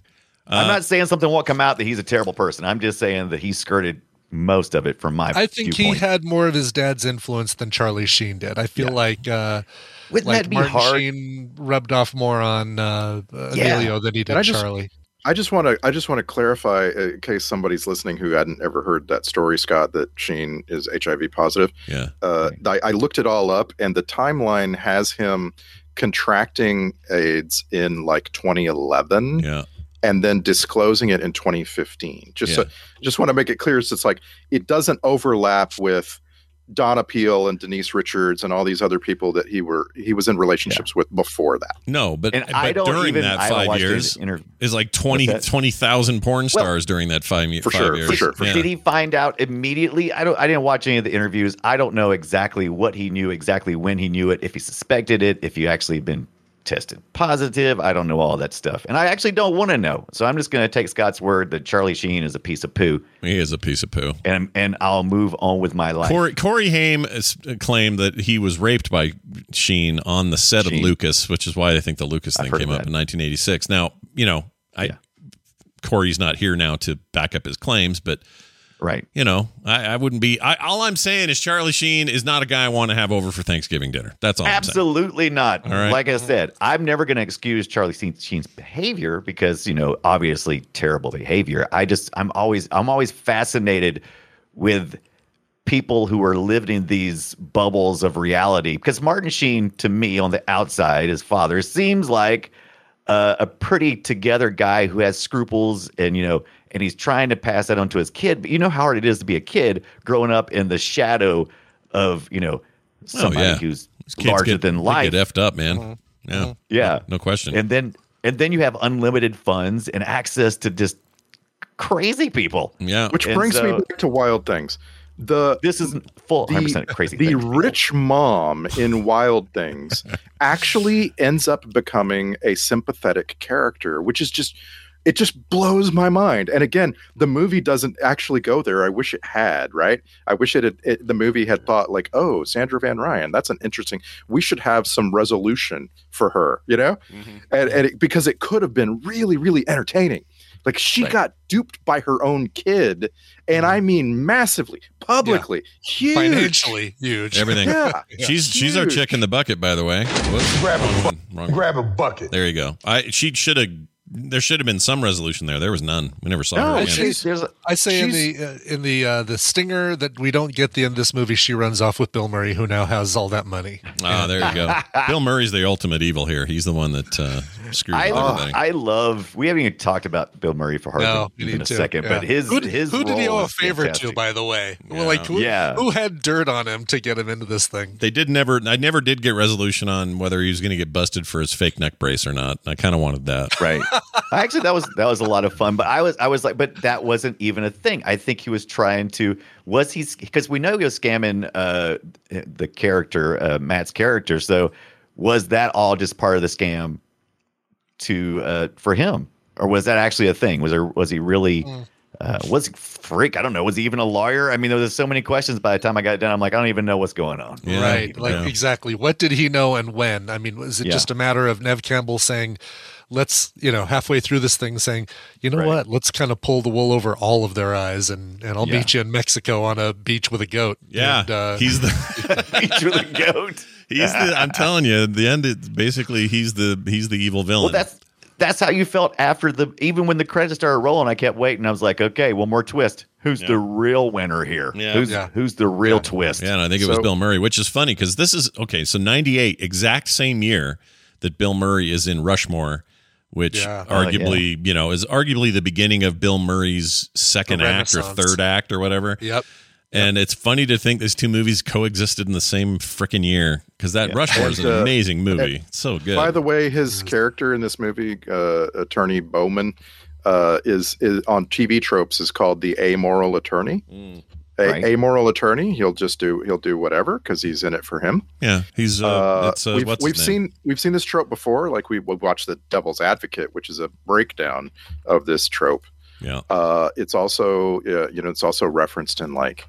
G: Uh,
F: I'm not saying something won't come out that he's a terrible person. I'm just saying that he skirted most of it from my.
G: I think he
F: viewpoint.
G: had more of his dad's influence than Charlie Sheen did. I feel like uh,
F: Wouldn't
G: like
F: that be
G: Martin
F: hard?
G: Sheen rubbed off more on uh,
F: Yeah.
G: Emilio than he did
H: And I just-
G: Charlie.
H: I just want to I just want to clarify uh, in case somebody's listening who hadn't ever heard that story, Scott, that Sheen is HIV positive.
E: Yeah.
H: Uh, I, I looked it all up, and the timeline has him contracting AIDS in like 2011,
E: Yeah.
H: and then disclosing it in 2015. Just so, just want to make it clear, so it's like it doesn't overlap with Donna Peele and Denise Richards and all these other people that he were he was in relationships with before that.
E: No, but,
F: and
E: but
F: I don't
E: during
F: even.
E: that
F: I haven't
E: five
F: watched
E: years
F: his interview.
E: is like 20
F: What's that?
E: 20,000 porn
F: Well,
E: stars during that five, ye-
H: for
E: five
H: sure, for
E: years.
H: sure,
E: Yeah.
F: Did he find out immediately? I don't. I didn't watch any of the interviews. I don't know exactly what he knew, exactly when he knew it, if he suspected it, if he actually been tested positive. I don't know all that stuff, and I actually don't want to know. So I'm just going to take Scott's word that Charlie Sheen is a piece of poo,
E: He is a piece of poo.
F: and and I'll move on with my life.
E: Corey, Corey Haim is- uh, claimed that he was raped by Sheen on the set of
F: Sheen.
E: Lucas, which is why I think the Lucas
F: I've
E: thing
F: heard
E: came
F: of
E: up
F: that.
E: in 1986. Now, you know, I
F: Yeah.
E: Corey's not here now to back up his claims, but
F: right.
E: you know, I, I wouldn't be. I, all I'm saying is Charlie Sheen is not a guy I want to have over for Thanksgiving dinner. That's all.
F: Absolutely not.
E: All right.
F: Like I said, I'm never going to excuse Charlie Sheen- Sheen's behavior because you know, obviously terrible behavior. I just, I'm always, I'm always fascinated with people who are living in these bubbles of reality. Because Martin Sheen, to me, on the outside, his father seems like uh, a pretty together guy who has scruples and you know and he's trying to pass that on to his kid but you know how hard it is to be a kid growing up in the shadow of you know somebody
E: Oh, yeah.
F: who's
E: I'm saying. These kids
F: larger
E: get-
F: than
E: they
F: life
E: Get effed up, man. Yeah.
F: yeah
E: No question.
F: and then and then you have unlimited funds and access to just crazy people
G: Mm.
E: yeah.
H: Which
F: Oh, And
H: brings me
F: so-
H: back to Wild Things. The
F: this is full 100% crazy
H: the
F: thing.
H: rich mom in Wild Things actually ends up becoming a sympathetic character, which is just it just blows my mind. And again, the movie doesn't actually go there. I wish it had, right? I wish it, had, it the movie had thought like, "Oh, Sandra Van Ryan, that's an interesting. We should have some resolution for her," you know? And, and it, because it could have been really really entertaining. Like she
F: Right.
H: got duped by her own kid, and I mean massively, publicly, huge
G: Financially huge.
E: Everything.
H: yeah.
E: She's she's our
H: Huge.
E: chick in the bucket, by the way. Whoops.
C: Grab a
E: Wrong
C: bu-
E: one. Wrong one.
C: Grab a bucket.
E: There you go. I she should have. There should have been some resolution there. There was none. We never saw
H: No,
E: her
G: I
E: again.
G: say,
F: There's a-
G: I say in
H: she's-
G: the uh, in the uh, the stinger that we don't get the end of this movie. She runs off with Bill Murray, who now has all that money.
E: Ah, there you go. Bill Murray's the ultimate evil here. He's the one that uh, screwed
F: I,
E: with everything.
F: I love. We haven't even talked about Bill Murray for hardly
G: No, we
F: even
G: need
F: a
G: to.
F: second,
G: yeah.
F: but his
G: who,
F: his
G: who did he
F: role
G: owe a
F: is
G: favor to,
F: fantastic.
G: by the way? Well, like who,
F: Yeah.
G: who had dirt on him to get him into this thing?
E: they did never. I never did get resolution on whether he was going to get busted for his fake neck brace or not. I kind of wanted that.
F: right actually that was that was a lot of fun but i was i was like but that wasn't even a thing i think he was trying to was he because we know he was scamming uh the character uh matt's character so was that all just part of the scam to uh for him or was that actually a thing was there was he really uh, was he freak? I don't know. Was he even a lawyer? I mean, there was so many questions. By the time I got done, I'm like, I don't even know what's going on.
E: Yeah.
G: right. Like
E: Yeah.
G: exactly. What did he know and when? I mean, was it
F: Yeah.
G: just a matter of Nev Campbell saying, let's, you know, halfway through this thing saying, you know
F: Right.
G: what, let's kind of pull the wool over all of their eyes and, and I'll
F: Yeah.
G: meet you in Mexico on a beach with a goat.
E: Yeah,
G: And, uh,
E: he's the
F: He's really goat.
E: he's the. I'm telling you, at the end. It's basically he's the he's the evil villain.
F: Well, that's that's how you felt after the even when the credits started rolling. I kept waiting. I was like, okay, one more twist. Who's the real winner here?
E: Yeah.
F: Who's
G: Yeah.
F: who's the real twist?
E: Yeah, and I think it was
H: So-
E: Bill Murray, which is funny because this is okay. So '98, exact same year that Bill Murray is in Rushmore, which
G: Yeah.
F: Oh,
E: arguably, you know, is arguably the beginning of Bill Murray's second
G: The
E: act or
G: Renaissance.
E: third act or whatever.
G: Yep.
E: And it's funny to think these two movies coexisted in the same freaking year because that Rushmore is an
H: And, uh,
E: amazing movie. It's so good.
H: By the way, his character in this movie, uh, Attorney Bowman, uh, is is on TV tropes is called the amoral attorney. A
F: Right.
H: amoral attorney, he'll just do he'll do whatever because he's in it for him.
E: Yeah, he's uh,
H: Uh,
E: it's uh,
H: we've
E: what's
H: we've
E: his name?
H: seen we've seen this trope before. Like we we watched the Devil's Advocate, which is a breakdown of this trope.
E: Yeah,
H: Uh, it's also uh, you know it's also referenced in like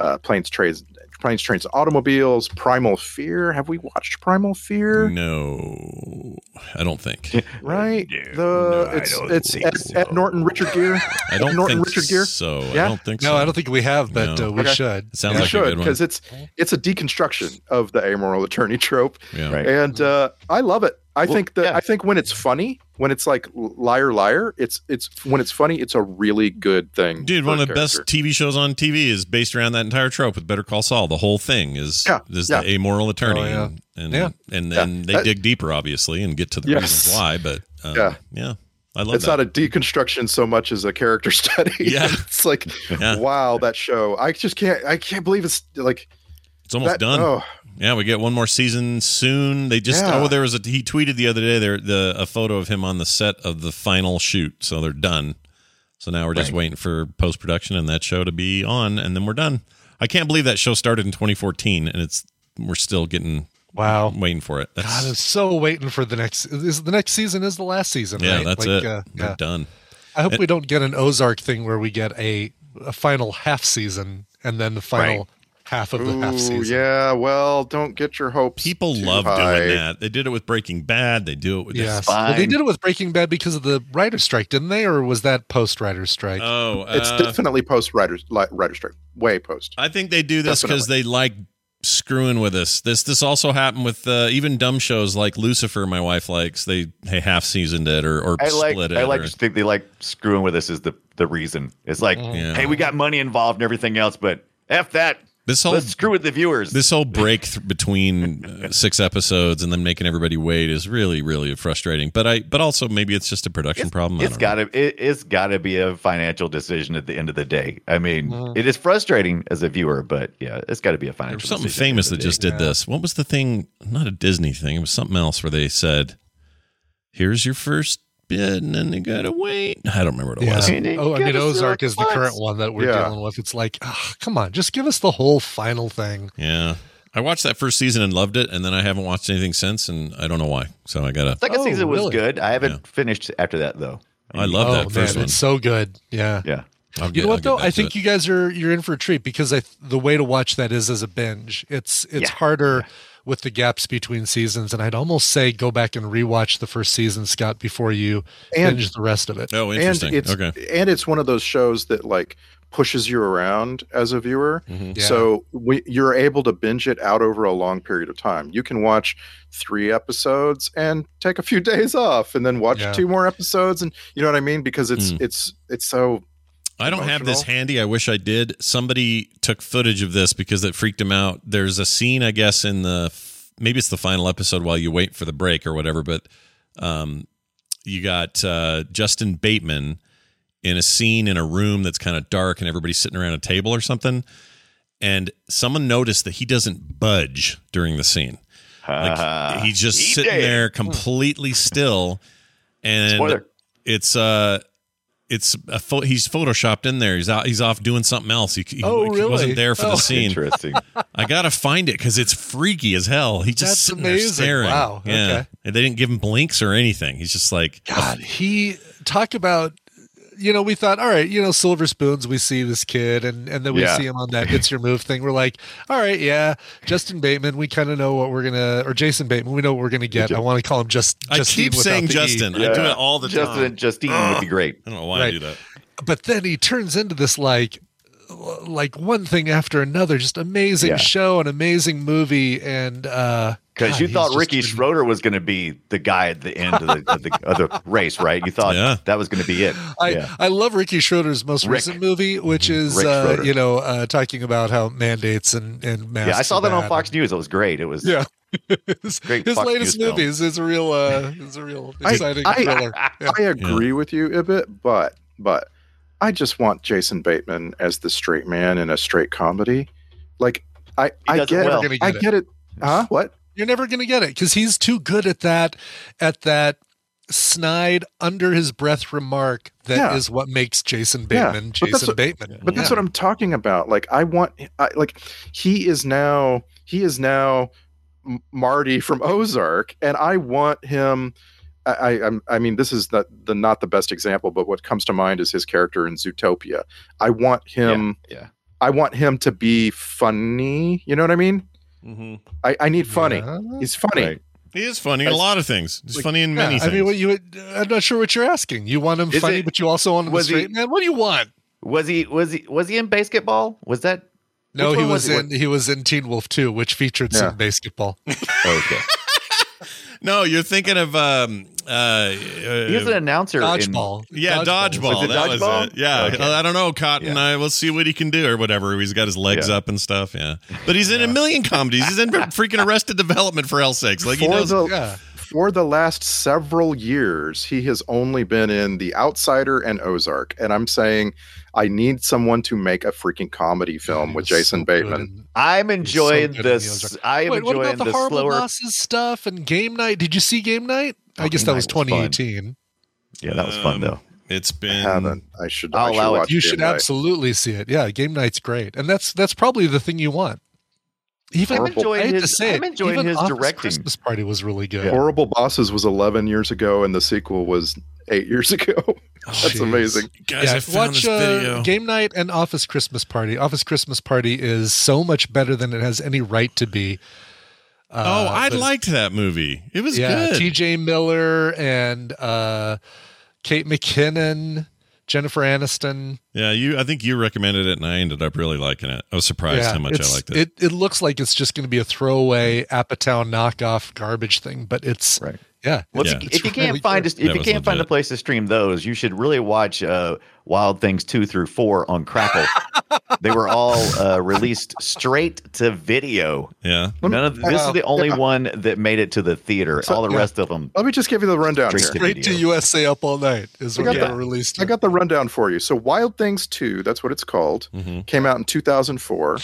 H: uh, planes, trades, planes, trains, and automobiles. Primal Fear. Have we watched Primal Fear?
E: no, I don't think.
H: Right.
F: No,
H: the
F: I
H: it's
F: don't
H: it's
F: think
H: Ed,
F: so.
H: Ed Norton, Richard Gere.
E: I don't
H: Norton
E: think
H: Richard Gere?
E: So I
H: Yeah?
E: don't think so.
G: No, I don't think we have, but
E: No.
G: uh, we
H: Okay.
G: should.
E: It sounds
H: you
E: like a
H: should
E: good one.
H: because it's it's a deconstruction of the amoral attorney trope,
E: Yeah.
F: Right.
H: and uh, I love it. I
F: Well,
H: think that
F: yeah.
H: I think when it's funny, when it's like liar liar, it's it's when it's funny, it's a really good thing.
E: Dude,
H: for
E: one
H: a
E: of the best
H: character.
E: TV shows on TV is based around that entire trope with Better Call Saul. The whole thing is
H: Yeah,
E: is
H: yeah.
E: the amoral attorney,
G: Oh, yeah.
E: and and,
G: Yeah.
E: and then
H: Yeah.
E: they
H: That-
E: dig deeper, obviously, and get to the
H: Yes.
E: reasons why. But um, yeah,
H: Yeah.
E: I love
H: It's
E: that.
H: not a deconstruction so much as a character study.
E: Yeah.
H: it's like
E: Yeah.
H: wow, that show. I just can't. I can't believe it's like
E: it's almost
H: that.
E: done.
H: Oh,
E: Yeah, we get one more season soon. They just
H: Yeah.
E: oh, there was a he tweeted the other day there the a photo of him on the set of the final shoot. So they're done. So now we're just waiting for post production and that show to be on, and then we're done. I can't believe that show started in 2014, and it's we're still getting
G: Wow.
E: waiting for it. That's,
G: God, I'm so waiting for the next. Is the next season is the last season?
E: yeah,
G: right?
E: that's
G: Like,
E: it.
G: Uh,
E: We're
G: yeah.
E: done.
G: I hope we don't get an Ozark thing where we get a, a final half season and then the final half of the half
H: ooh,
G: season.
H: yeah. Well, don't get your hopes.
E: People
H: too
E: love
H: high.
E: doing that. They did it with Breaking Bad. They do it with
G: Yes.
E: this.
G: Well, they
F: fine.
G: did it with Breaking Bad because of the writer's strike, didn't they? Or was that post writer's strike?
E: Oh,
H: It's
E: uh,
H: definitely post writer's li- writer strike, way post.
E: I think they do this because they like screwing with us. This this also happened with uh, even dumb shows like Lucifer. My wife likes they they half seasoned it or or
F: I
E: split
F: like.
E: it.
F: I like.
E: or-
F: Just think they like screwing with us is the the reason. It's like,
E: Mm-hmm. Yeah.
F: hey, we got money involved and everything else, but f that.
E: this whole
F: Let's screw with the viewers.
E: this whole break th- between uh, six episodes and then making everybody wait is really really frustrating. But I but also maybe it's just a production problem. I
F: It's
E: don't
F: got to it, it's got to be a financial decision at the end of the day. I mean,
G: Mm-hmm.
F: it is frustrating as a viewer, but yeah, it's got to be a
E: There
F: financial.
E: was something
F: decision at the
E: famous
F: end
E: that
F: of the
E: just
F: day.
E: did this. What was the thing? Not a Disney thing. It was something else where they said, "Here's your first bid, and then you gotta wait." I don't remember what it
G: Yeah.
E: was.
G: Oh, I
F: Give
G: mean,
F: us the
G: Ozark is the current
F: response.
G: one that we're
H: Yeah.
G: dealing with. It's like, ah, come on, just give us the whole final thing.
E: Yeah, I watched that first season and loved it, and then I haven't watched anything since, and I don't know why. So I gotta.
F: Second
G: Oh,
F: season was
G: really?
F: good. I haven't
E: Yeah.
F: finished after that though.
E: I love
G: oh
E: that first
G: man,
E: one.
G: it's so good. Yeah.
F: Yeah,
E: I'll
G: You
E: get- I'll
G: know
E: get
G: what though?
E: back
G: I
E: to
G: think
E: it.
G: you guys are you're in for a treat because I the way to watch that is as a binge. It's it's
F: Yeah.
G: harder with the gaps between seasons, and I'd almost say go back and rewatch the first season, Scott, before you
H: And-
G: binge the rest of it.
E: Oh,
H: and
E: interesting.
H: it's
E: okay.
H: and it's one of those shows that like pushes you around as a viewer
F: Mm-hmm.
H: so we, you're able to binge it out over a long period of time you can watch three episodes and take a few days off and then watch
G: Yeah.
H: two more episodes and you know what i mean because it's
F: Mm.
H: it's it's so
E: I don't have this
H: emotional.
E: handy. I wish I did. Somebody took footage of this because it freaked him out. There's a scene, I guess, in the f- maybe it's the final episode while you wait for the break or whatever, but um, you got uh, Justin Bateman in a scene in a room that's kind of dark and everybody's sitting around a table or something. And someone noticed that he doesn't budge during the scene. Like, he's just
F: he
E: sitting
F: did. Hmm.
E: there completely still. And
F: Spoiler.
E: it's uh it's a pho- he's photoshopped in there. He's out. He's off doing something else. He, he,
G: Oh,
E: he
G: really?
E: wasn't there for
G: Oh.
E: the scene.
F: interesting.
E: I gotta find it because it's freaky as hell. He just
G: That's
E: sitting
G: amazing.
E: there staring.
G: Wow,
E: Yeah.
G: okay.
E: And they didn't give him blinks or anything. He's just like
G: God, he talk about you know, we thought, all right, you know, silver spoons, we see this kid and and then we
F: Yeah.
G: see him on that it's your move thing. We're like, all right, yeah, Justin Bateman, we kind of know what we're gonna or Jason Bateman, we know what we're gonna get. I want to call him just
E: I
G: Justine
E: keep
G: without
E: saying
G: the E.
E: Justin. I do it all the
F: Justin
E: time.
F: and Justine would be great.
E: I don't know why I
G: Right.
E: do that.
G: but then he turns into this like like one thing after another, just amazing
F: Yeah.
G: show, an amazing movie, and uh
F: Because
G: God,
F: you
G: he's
F: thought
G: just
F: Ricky
G: been-
F: Schroeder was going to be the guy at the end of the, of the, of the race, right? You thought
E: Yeah.
F: that was going to be it.
G: I,
F: yeah.
G: I love Ricky Schroeder's most
F: Rick. Mm-hmm.
G: recent movie, which is
F: Rick
G: uh,
F: Schroeder.
G: you know uh, talking about how mandates and and masks
F: yeah, I saw that
G: are
F: on
G: bad.
F: Fox News. It was great. It was
G: Yeah, his,
F: Great
G: his
F: Fox
G: latest
F: News film.
G: movie is, is a real uh, is a real
H: I-
G: exciting
H: I-
G: thriller. Yeah.
H: i agree with you a bit but but i just want jason bateman as the straight man in a straight comedy like i i
F: does it
H: get,
F: well.
G: We're gonna
H: i
G: get it.
H: get it huh what
G: You're never gonna get it because he's too good at that at that snide, under his breath remark that is
H: Yeah.
G: what makes Jason
H: Yeah,
G: Bateman
H: but that's
G: Jason
H: what-
G: Bateman.
H: But that's what I'm talking about. Like I want, I, like he is now, he is now M- Marty from Ozark, and I want him. I, I, I'm- I mean, this is the, the not the best example, but what comes to mind is his character in Zootopia. I want him.
F: yeah.
H: I want him to be funny. You know what I mean?
E: Mm-hmm.
H: I, I need funny.
G: Yeah.
H: He's funny.
E: Right. He is funny in a
H: That's-
E: lot of things. He's
H: like,
E: funny in many
G: Yeah, I
E: things.
G: mean, what you? Would, I'm not sure what you're asking. You want him
F: Is
G: funny,
F: it-
G: but you also want him a
F: was he-
G: straight man. What do you want?
F: Was he was he was he in basketball? Was that
G: No,
F: Which
G: he
F: one
G: was,
F: was it?
G: in he was in Teen Wolf 2, which featured
H: Yeah.
G: some basketball.
F: okay?
E: no, you're thinking of um uh, uh
F: he was an announcer.
G: Dodgeball.
E: yeah,
F: Was
E: dodgeball.
F: it
E: That
F: dodgeball?
E: was it. Yeah,
F: Okay.
E: I don't know, Cotton.
F: Yeah.
E: I let's see what he can do or whatever. He's got his legs
F: Yeah.
E: up and stuff. Yeah, but he's in a million comedies. He's in freaking Arrested Development for hell's sakes. Like he
H: For
E: knows.
H: the-
G: Yeah.
F: Oh,
H: for the last several years, he has only been in The Outsider and Ozark. And I'm saying I need someone to make a freaking comedy film
G: He
H: with
G: was so
H: Jason
G: good
H: Bateman.
G: in-
F: I'm enjoying
G: good in
F: this.
G: the
F: I am
G: Wait, what
F: enjoying
G: about the
F: the
G: horrible
F: slower.
G: losses stuff and game night? Did you see game night?
F: Oh,
G: I guess
F: Game
G: that
F: Night
G: was
F: was fun.
G: 2018.
F: Yeah, that was fun
E: Um,
F: though.
E: It's
H: I
E: been
H: haven't. I should.
F: I'll
H: I should
F: allow it.
H: watch
G: you
H: Game
G: should
H: Night.
G: absolutely see it. Yeah, game night's great, and that's that's probably the thing you want. Even
F: I'm
H: horrible.
G: I hate
F: enjoying
G: to
F: his.
G: say it,
F: I'm enjoying
G: even
F: his
G: Office
F: directing.
G: Christmas party was really good.
H: Horrible Bosses was 11 years ago, and the sequel was eight years ago. That's
G: Jeez.
H: amazing.
E: guys. I found
G: watch
E: this video.
G: Uh, Game Night and Office Christmas Party. Office Christmas Party is so much better than it has any right to be.
E: oh,
G: Uh,
E: I
G: but-
E: liked that movie. It was
G: yeah,
E: good.
G: T.J. Miller and uh, Kate McKinnon, Jennifer Aniston.
E: yeah, you. I think you recommended it, and I ended up really liking it. I was surprised
G: yeah,
E: how much I
G: it's-
E: liked it.
G: it. It looks like it's just going to be a throwaway Apatow knockoff garbage thing, but it's
F: Right.
G: yeah.
F: Well,
E: Yeah.
F: if, you,
G: it's
F: if you
G: really
F: can't find a,
G: good.
F: if
E: That
F: you
E: was
F: can't find a
E: legit.
F: place to stream those, you should really watch uh, Wild Things two through four on Crackle. they were all uh, released straight to video.
E: yeah,
F: None of this is the only one that made it to the theater. all the
G: yeah.
F: rest of them.
H: Let me just give you the rundown
F: Drink
H: here.
F: it.
G: Straight to
F: video.
G: USA up all night is
H: I
G: what
H: got
G: they
H: the-
G: released.
H: I got the rundown for you. So, Wild Things 2, that's what it's called,
E: Mhm.
H: came out in 2004.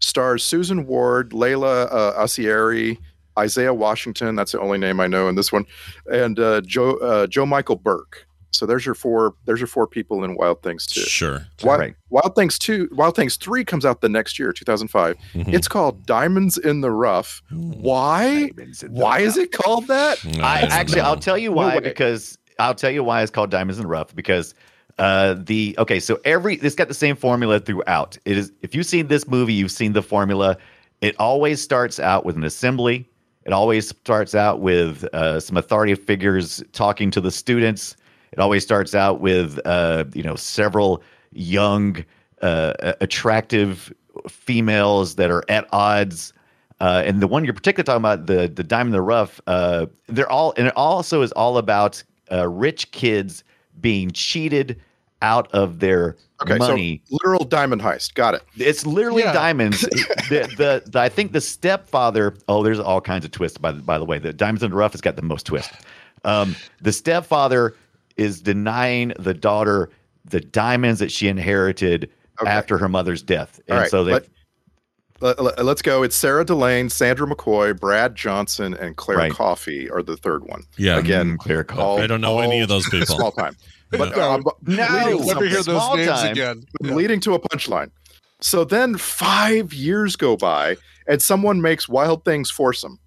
H: Stars Susan Ward, Layla uh, Asieri, Isaiah Washington. That's the only name I know in this one, and uh, Joe uh, Joe Michael Burke. So there's your four. There's your four people in Wild Things 2.
E: sure.
H: Wild,
F: Right.
H: Wild Things 2. Wild Things 3 comes out the next year, 2005.
E: Mhm.
H: It's called Diamonds in the Rough. Why? Why is it called that?
E: No,
F: I
E: don't
F: actually,
E: know.
F: I'll tell you why
H: way.
F: because I'll tell you why it's called Diamonds in the Rough because uh the okay so every it's got the same formula throughout it is if you've seen this movie you've seen the formula it always starts out with an assembly it always starts out with uh, some authority figures talking to the students it always starts out with uh you know several young uh a- attractive females that are at odds uh, and the one you're particularly talking about, the the diamond in the rough, uh, they're all and it also is all about uh, rich kids being cheated out of their
H: Okay,
F: money.
H: so literal diamond heist. Got it.
F: it's literally
G: Yeah.
F: diamonds. the, the, the I think the stepfather. Oh, there's all kinds of twists. By the, by the way, the diamonds in the rough has got the most twist. Um, the stepfather is denying the daughter the diamonds that she inherited
H: Okay.
F: after her mother's death, and
H: All right,
F: so they.
H: let- Let, us go. It's Sarah Delane, Sandra McCoy, Brad Johnson, and Claire
F: Right.
H: Coffey are the third one.
E: Yeah.
H: Again,
F: Clear cut.
H: all-
E: I don't know
H: all
E: any of those people.
H: Small time. But
G: No.
H: um, leading,
G: Never hear
H: something-
G: those
F: Small
G: names
F: time.
G: again.
H: leading to a punchline. So then five years go by, and someone makes Wild Things foursome.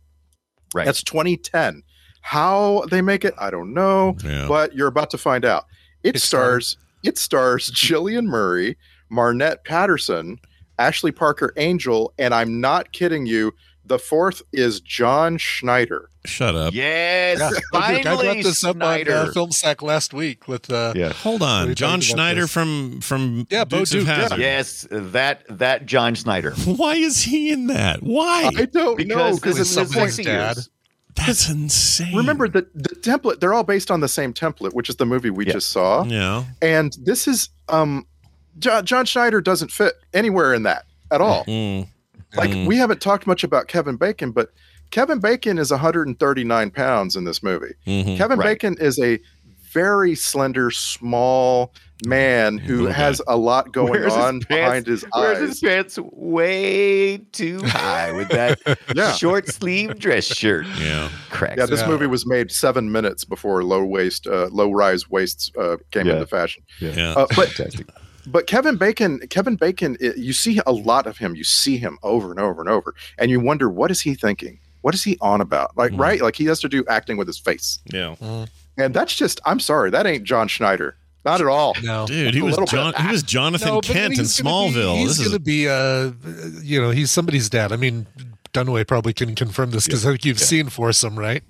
F: Right.
H: That's 2010. How they make it, I don't know,
F: Oh.
E: Yeah.
H: but you're about to find out. It,
G: It
H: stars it stars Jillian Murray, Marnette Patterson, Ashley Parker Angel, and I'm not kidding you. The fourth is John Schneider.
E: Shut up.
F: Yes,
G: Yeah,
F: finally,
G: Look, I brought this up
F: Snyder.
G: on uh, Film Sack last week with uh,
F: yeah.
E: Hold
G: We
E: on, John
G: talked about
E: Schneider
G: this.
E: from from
G: Yeah, Bo
E: Dukes
G: Duke,
E: of
G: yeah.
E: Hazzard.
F: Yes, that that John Snyder.
E: Why is he in that? Why?
H: I don't know
F: Because
H: because it's
F: this is
H: the
F: the
G: someone's
H: point.
F: sexy
G: dad.
F: years.
E: That's insane.
H: Remember the, the template. They're all based on the same template, which is the movie we
F: Yeah.
H: just saw.
E: Yeah.
H: And this is um, John, John Schneider doesn't fit anywhere in that at all.
E: Mm.
F: Mm-hmm.
H: Like
E: Mm.
H: we haven't talked much about Kevin Bacon, but Kevin Bacon is 139 pounds in this movie.
E: Mhm.
H: Kevin
F: Right.
H: Bacon is a very slender, small man who
E: Little guy.
H: has a lot going
F: Wears his
H: on
F: pants-
H: behind his
F: wears
H: eyes.
F: his pants way too high with that
H: Yeah.
F: short sleeve dress shirt.
E: Yeah.
F: Correct.
H: Yeah, this
G: Yeah.
H: movie was made seven minutes before low waist, uh, low rise waists uh, came
C: Yeah.
H: into fashion.
E: Yeah.
H: Uh, but
C: Fantastic.
H: but Kevin Bacon, Kevin Bacon, i you see a lot of him. You see him over and over and over, and you wonder what is he thinking? What is he on about? Like
F: Mm.
E: Mhm.
H: right, like he has to do acting with his face,
E: yeah.
H: and that's just. I'm sorry, that ain't John Schneider, not at all.
G: No.
E: Dude, he
H: A
E: was
H: little bit
E: John,
H: of
E: he
H: that.
E: was Jonathan
G: No, but then
E: Kent in
G: he's gonna
E: Smallville.
G: Be,
E: this
G: he's going
E: is
G: to be, uh, you know, he's somebody's dad. I mean, Dunaway probably can confirm this because I think you've seen Foursome, right?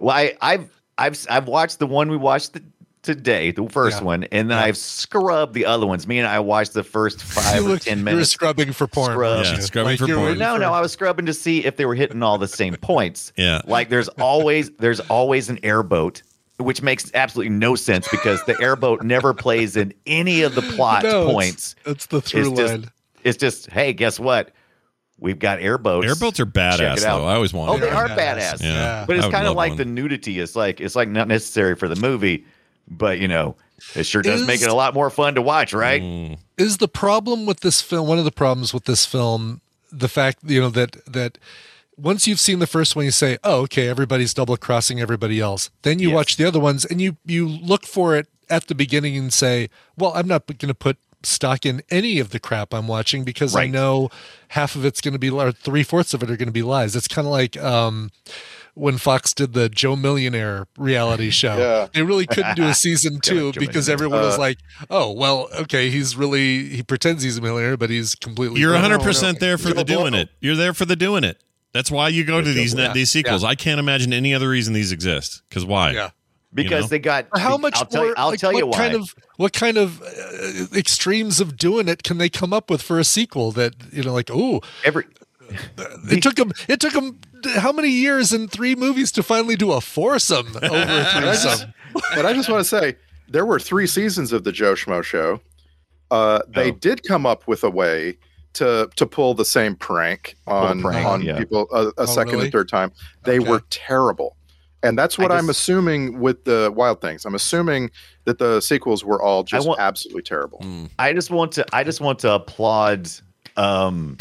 F: Well, I, I've I've I've watched the one we watched th- today, the first
G: Yeah.
F: one, and then
G: Yeah.
F: I've scrubbed the other ones. Me and I watched the first five
G: you
F: or
G: looked-
F: ten
G: you were
F: minutes.
G: scrubbing for porn.
F: Scrub.
G: weren't
E: Yeah,
G: you?
E: scrubbing for
G: you were-
E: porn.
F: no, no, I was scrubbing to see if they were hitting all the same points.
E: Yeah.
F: like there's always there's always an airboat. Which makes absolutely no sense because the airboat never plays in any of the plot
G: No, it's-
F: points.
G: That's the through
F: It's just-
G: line.
F: It's just, hey, guess what? We've got airboats.
E: airboats are
F: Check
E: badass
F: it out.
E: though. I always
F: Oh,
E: wanted.
F: they
E: one.
F: are
G: Badass.
F: badass.
E: Yeah.
G: Yeah.
F: But it's
E: I would
F: kind
E: love
F: of like
E: one.
F: the nudity is like it's like not necessary for the movie, but you know, it sure does make
G: Is-
F: it a lot more fun to watch, right?
E: Mm.
G: is the problem with this film one of the problems with this film the fact you know that that once you've seen the first one you say oh okay everybody's double crossing everybody else then you
F: Yes.
G: watch the other ones and you you look for it at the beginning and say well i'm not going to put stock in any of the crap i'm watching because i
F: Right.
G: know half of it's going to be or three-fourths of it are going to be lies it's kind of like um when Fox did the Joe Millionaire reality show.
H: Yeah.
G: They really couldn't do a season two
F: Joe
G: because
F: Millionaire. Uh,
G: everyone was like, "Oh, well, okay, he's really he pretends he's a millionaire, but he's completely
E: You're
G: broke."
E: 100 percent there for
H: Joe
E: the doing
H: Blow.
E: it. You're there for the doing it. That's why you go to these
G: Blow.
E: net, these sequels. I can't imagine any other reason these exist. Because why?
G: Yeah.
F: Because
E: know?
F: they got
G: Or How much
F: I'll tell
G: more?
F: you, I'll
G: like,
F: tell
G: what
F: you why.
G: kind of what kind of uh, extremes of doing it can they come up with for a sequel that you know, like, oh,
F: Every
G: it took him, it took him how many years and three movies to finally do a foursome over a threesome?
H: but I just want to say there were three seasons of the Joe Schmo show. Uh, they
F: Oh.
H: did come up with a way to to pull the same prank
F: the
H: on
F: prank,
H: on
F: yeah.
H: people a, a
G: Oh,
H: second
G: really?
H: and third time. They
G: Okay.
H: were terrible, and that's what
F: I
H: I'm
F: just-
H: assuming with the Wild Things. I'm assuming that the sequels were all just
F: want-
H: absolutely terrible.
F: I just want to I just want to applaud um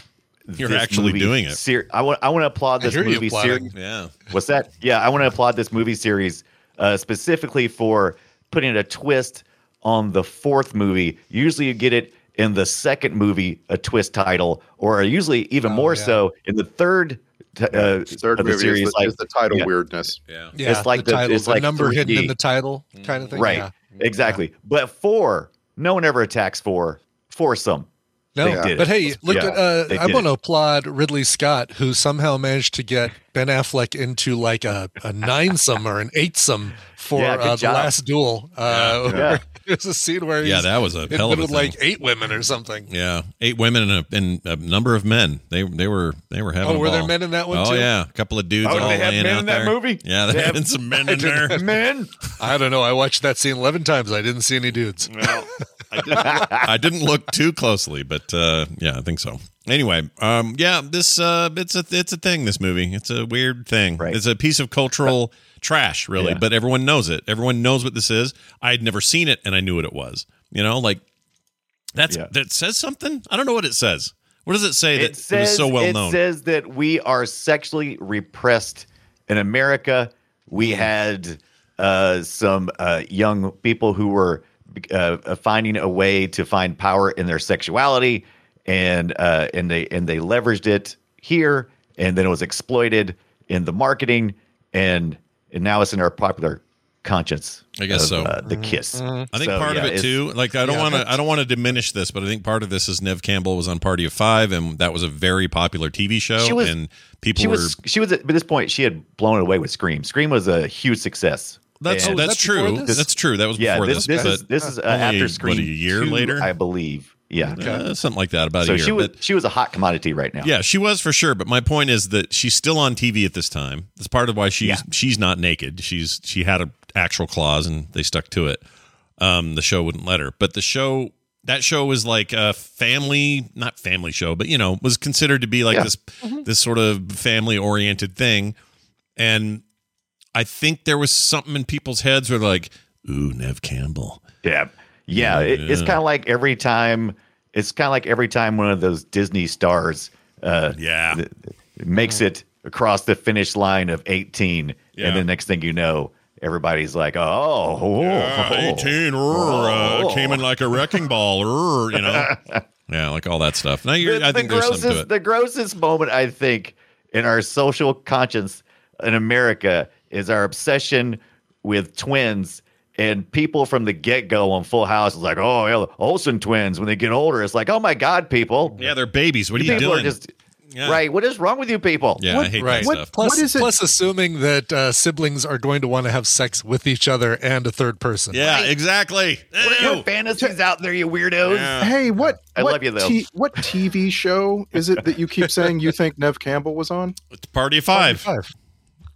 E: You're
F: this
E: actually
F: movie
E: doing it.
F: ser- I want I want to applaud
G: I
F: this
G: hear you
F: movie
G: applauding.
F: series.
E: Yeah.
F: What's that? Yeah, I want to applaud this movie series uh, specifically for putting a twist on the fourth movie. Usually, you get it in the second movie, a twist title, or usually even
G: Oh,
F: more
G: yeah.
F: so in the third. T- uh,
H: Third
F: of the
H: movie
F: series,
H: is, the,
F: like-
H: is the title
F: yeah.
H: weirdness.
E: Yeah.
G: Yeah,
F: like the-
G: title,
F: it's like
G: number hidden
F: 3D.
G: in the title kind of thing,
F: right?
G: Yeah.
F: Exactly. But four, no one ever attacks four. Foursome.
G: No,
F: They did
G: but
F: it.
G: hey, look
F: Yeah,
G: at uh,
F: they
G: I
F: did
G: want to
F: it.
G: applaud Ridley Scott, who somehow managed to get Ben Affleck into like a, a nine some or an eight some for
F: Yeah, good
G: uh, the
F: job.
G: last duel. Uh,
F: Yeah.
G: there's a scene where
E: Yeah.
G: he's
E: That was a
G: in
E: hell
G: bed
E: of a
G: with
E: thing.
G: like eight women or something.
E: yeah. Eight women and a, and a number of men. They they were they were having.
G: Oh,
E: a
G: were there
E: ball.
G: men in that one
E: Oh
G: too?
E: yeah, a couple of dudes
F: Oh,
E: all
F: did they have
E: laying
F: men
E: out
F: in that
E: there.
F: movie?
E: Yeah, there
F: They
E: have
F: have-
E: been some men in there.
F: Men.
G: I don't know. I watched that scene eleven times. I didn't see any dudes.
E: I didn't look too closely, but uh, yeah, I think so. Anyway, um, yeah, this uh, it's a it's a thing. This movie, it's a weird thing.
F: Right.
E: It's a piece of cultural trash, really. But everyone knows it. Everyone knows what this is. I had never seen it, and I knew what it was. You know, like that's
F: Yeah.
E: that says something. I don't know what it says. What does it say
F: it
E: that
F: says,
E: it was so well
F: it
E: known?
F: says that we are sexually repressed in America. We
E: Hmm.
F: had uh, some uh, young people who were uh, uh, finding a way to find power in their sexuality, and uh, and they and they leveraged it here, and then it was exploited in the marketing, and and now it's in our popular conscience.
E: I guess
F: of,
E: so. Mm-hmm.
F: Uh, the kiss.
E: I think
F: So,
E: part
F: yeah,
E: of it
F: it's-
E: too. Like I don't
G: Yeah.
E: want to. I don't want to diminish this, but I think part of this is Nev Campbell was on Party of Five, and that was a very popular TV show,
F: She was-
E: and people
F: She
E: were.
F: was she was at this point she had blown away with Scream. Scream was a huge success.
E: that's
F: And-
G: was
E: that's
G: that before
E: true.
G: this?
E: That's true. That was
F: yeah,
E: before this.
F: this this
E: but
F: is this is uh,
E: only,
F: after
E: what,
F: Scream
E: a year
F: two,
E: later?
F: I believe. Yeah,
E: uh, something like that. About
F: so
E: a year.
F: she was
E: but-
F: she was a hot commodity right now.
E: Yeah, she was for sure. But my point is that she's still on TV at this time. That's part of why she's
F: Yeah.
E: she's not naked. She's she had a actual clause and they stuck to it. Um, the show wouldn't let her. But the show that show was like a family, not family show, but you know, was considered to be like
F: Yeah.
E: this this sort of family oriented thing. And I think there was something in people's heads where like, ooh, Nev Campbell.
F: yeah, yeah. it- it's
E: Yeah.
F: kind of like every time it's kind of like every time one of those Disney stars uh,
E: Yeah.
F: makes it across the finish line of 18.
E: Oh. Yeah.
F: And the next thing you know, everybody's like, oh, oh,
E: Yeah, 18 rrr, uh, came in like a wrecking ball, rrr, you know. Yeah, like all that stuff. Now you're,
F: the,
E: I
F: the
E: think there's
F: grossest,
E: something to it.
F: the grossest moment I think in our social conscience in America is our obsession with twins and people from the get go on Full House is like, oh, yeah, the Olsen twins when they get older, it's like, oh my god, people,
E: Yeah, they're babies. What are
F: people
E: you doing?
F: are just
E: Yeah.
F: right. What is wrong with you people?
E: Yeah, I hate
G: right.
E: that
G: What-
E: stuff.
G: Plus,
H: What is it-
G: plus assuming that uh, siblings are going to want to have sex with each other and a third person.
E: Yeah, exactly.
F: What are
E: Ew.
F: your fantasies out there, you weirdos?
E: Yeah.
H: Hey, what?
F: I
H: what
F: love you, though.
H: what TV show is it that you keep saying you think Nev Campbell was on?
E: It's Party of Five.
G: Five.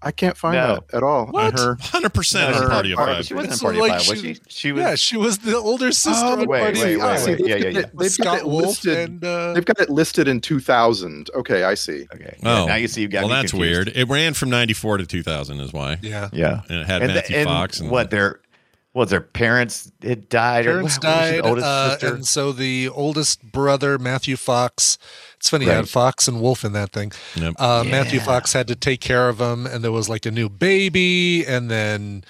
H: I can't find
F: No. Uh-huh.
H: that at all.
G: What?
H: On her.
E: 100%
F: No,
E: on
F: she's
E: Party
F: not
E: of
F: part-
E: Five.
F: She wasn't
G: It's
F: a party of
G: like
F: five, was
G: she-
F: she? She was.
G: Yeah, she was the older sister.
H: Oh,
G: on
F: wait,
G: Party of
F: wait, wait,
G: Five.
F: wait.
H: they've
F: Yeah, yeah,
H: got
F: yeah.
H: it-
G: With
H: They've got
G: Scott
H: it
G: Wolf
H: listed.
G: and uh,
H: They've got it listed in 2000. Okay, I see.
F: Okay.
E: Oh,
F: Yeah, now you see you got
E: Well,
F: me
E: that's
F: confused.
E: weird. It ran from 94 to 2000 is why.
G: yeah.
F: Yeah.
E: And it had
F: the-
E: Matthew Fox and-
F: what their what their parents had died.
G: Parents
F: or, what was
G: died,
F: it, oldest
G: uh,
F: sister.
G: and so the oldest brother Matthew Fox. It's funny you had
F: Right.
G: Fox and Wolf in that thing.
E: Yep.
G: Uh, Matthew
F: Yeah.
G: Fox had to take care of him, and there was like a new baby, and then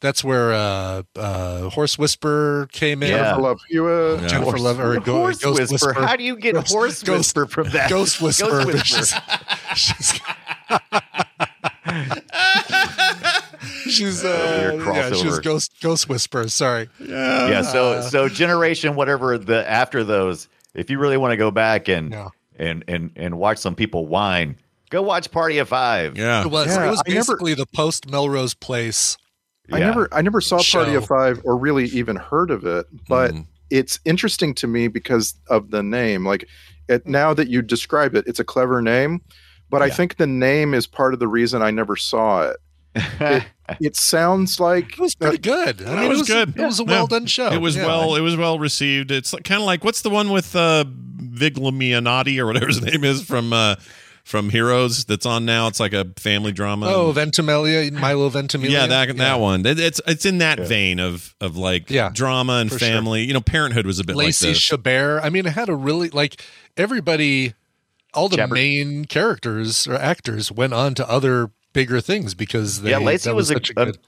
G: that's where uh, uh, Horse Whisperer came in.
F: Yeah.
H: I love you. Uh,
E: Yeah.
G: Jennifer
F: Horse-
G: Love or go,
F: horse
G: Ghost
F: whisper.
G: Whisperer.
F: How do you get
G: Ghost-
F: horse
G: Ghost-
F: whisper from that?
G: Ghost Whisperer.
F: Ghost
G: She's, she's, she's,
F: weird
G: uh, yeah, she's
F: crossover.
G: ghost ghost whisperer. Sorry,
F: yeah. So so generation whatever the after those. If you really want to go back and
G: Yeah.
F: and and and watch some people whine, go watch Party of Five.
E: Yeah.
G: it was
H: Yeah,
G: it was
H: I never-
G: basically the post Melrose Place.
H: I
F: Yeah.
H: never I never saw Party
G: Show.
H: of Five or really even heard of it, but
E: Mm.
H: it's interesting to me because of the name. Like it, now that you describe it, it's a clever name, but I
F: Yeah.
H: think the name is part of the reason I never saw it. It sounds like
G: It was pretty good. I
E: That
G: mean, it
E: was
G: was
E: good.
G: It was a
E: Yeah.
G: well done show.
E: It was
G: Oh, Yeah.
E: well. It was well received. It's kind of like what's the one with uh, Vigliamianati or whatever his name is from uh, from Heroes that's on now. It's like a family drama.
G: Oh, Ventimiglia, Milo Ventimiglia.
E: yeah, that that one. It- it's it's in that vein of of like
G: Yeah,
E: drama and
G: for sure.
E: family. You know, Parenthood was a bit
G: Lacey
E: like this.
G: Chabert. I mean, it had a really like everybody, all the
F: Chabert.
G: main characters or actors went on to other bigger things because they,
F: Yeah, Lacey
G: that
F: was,
G: such
F: a, a-
G: good-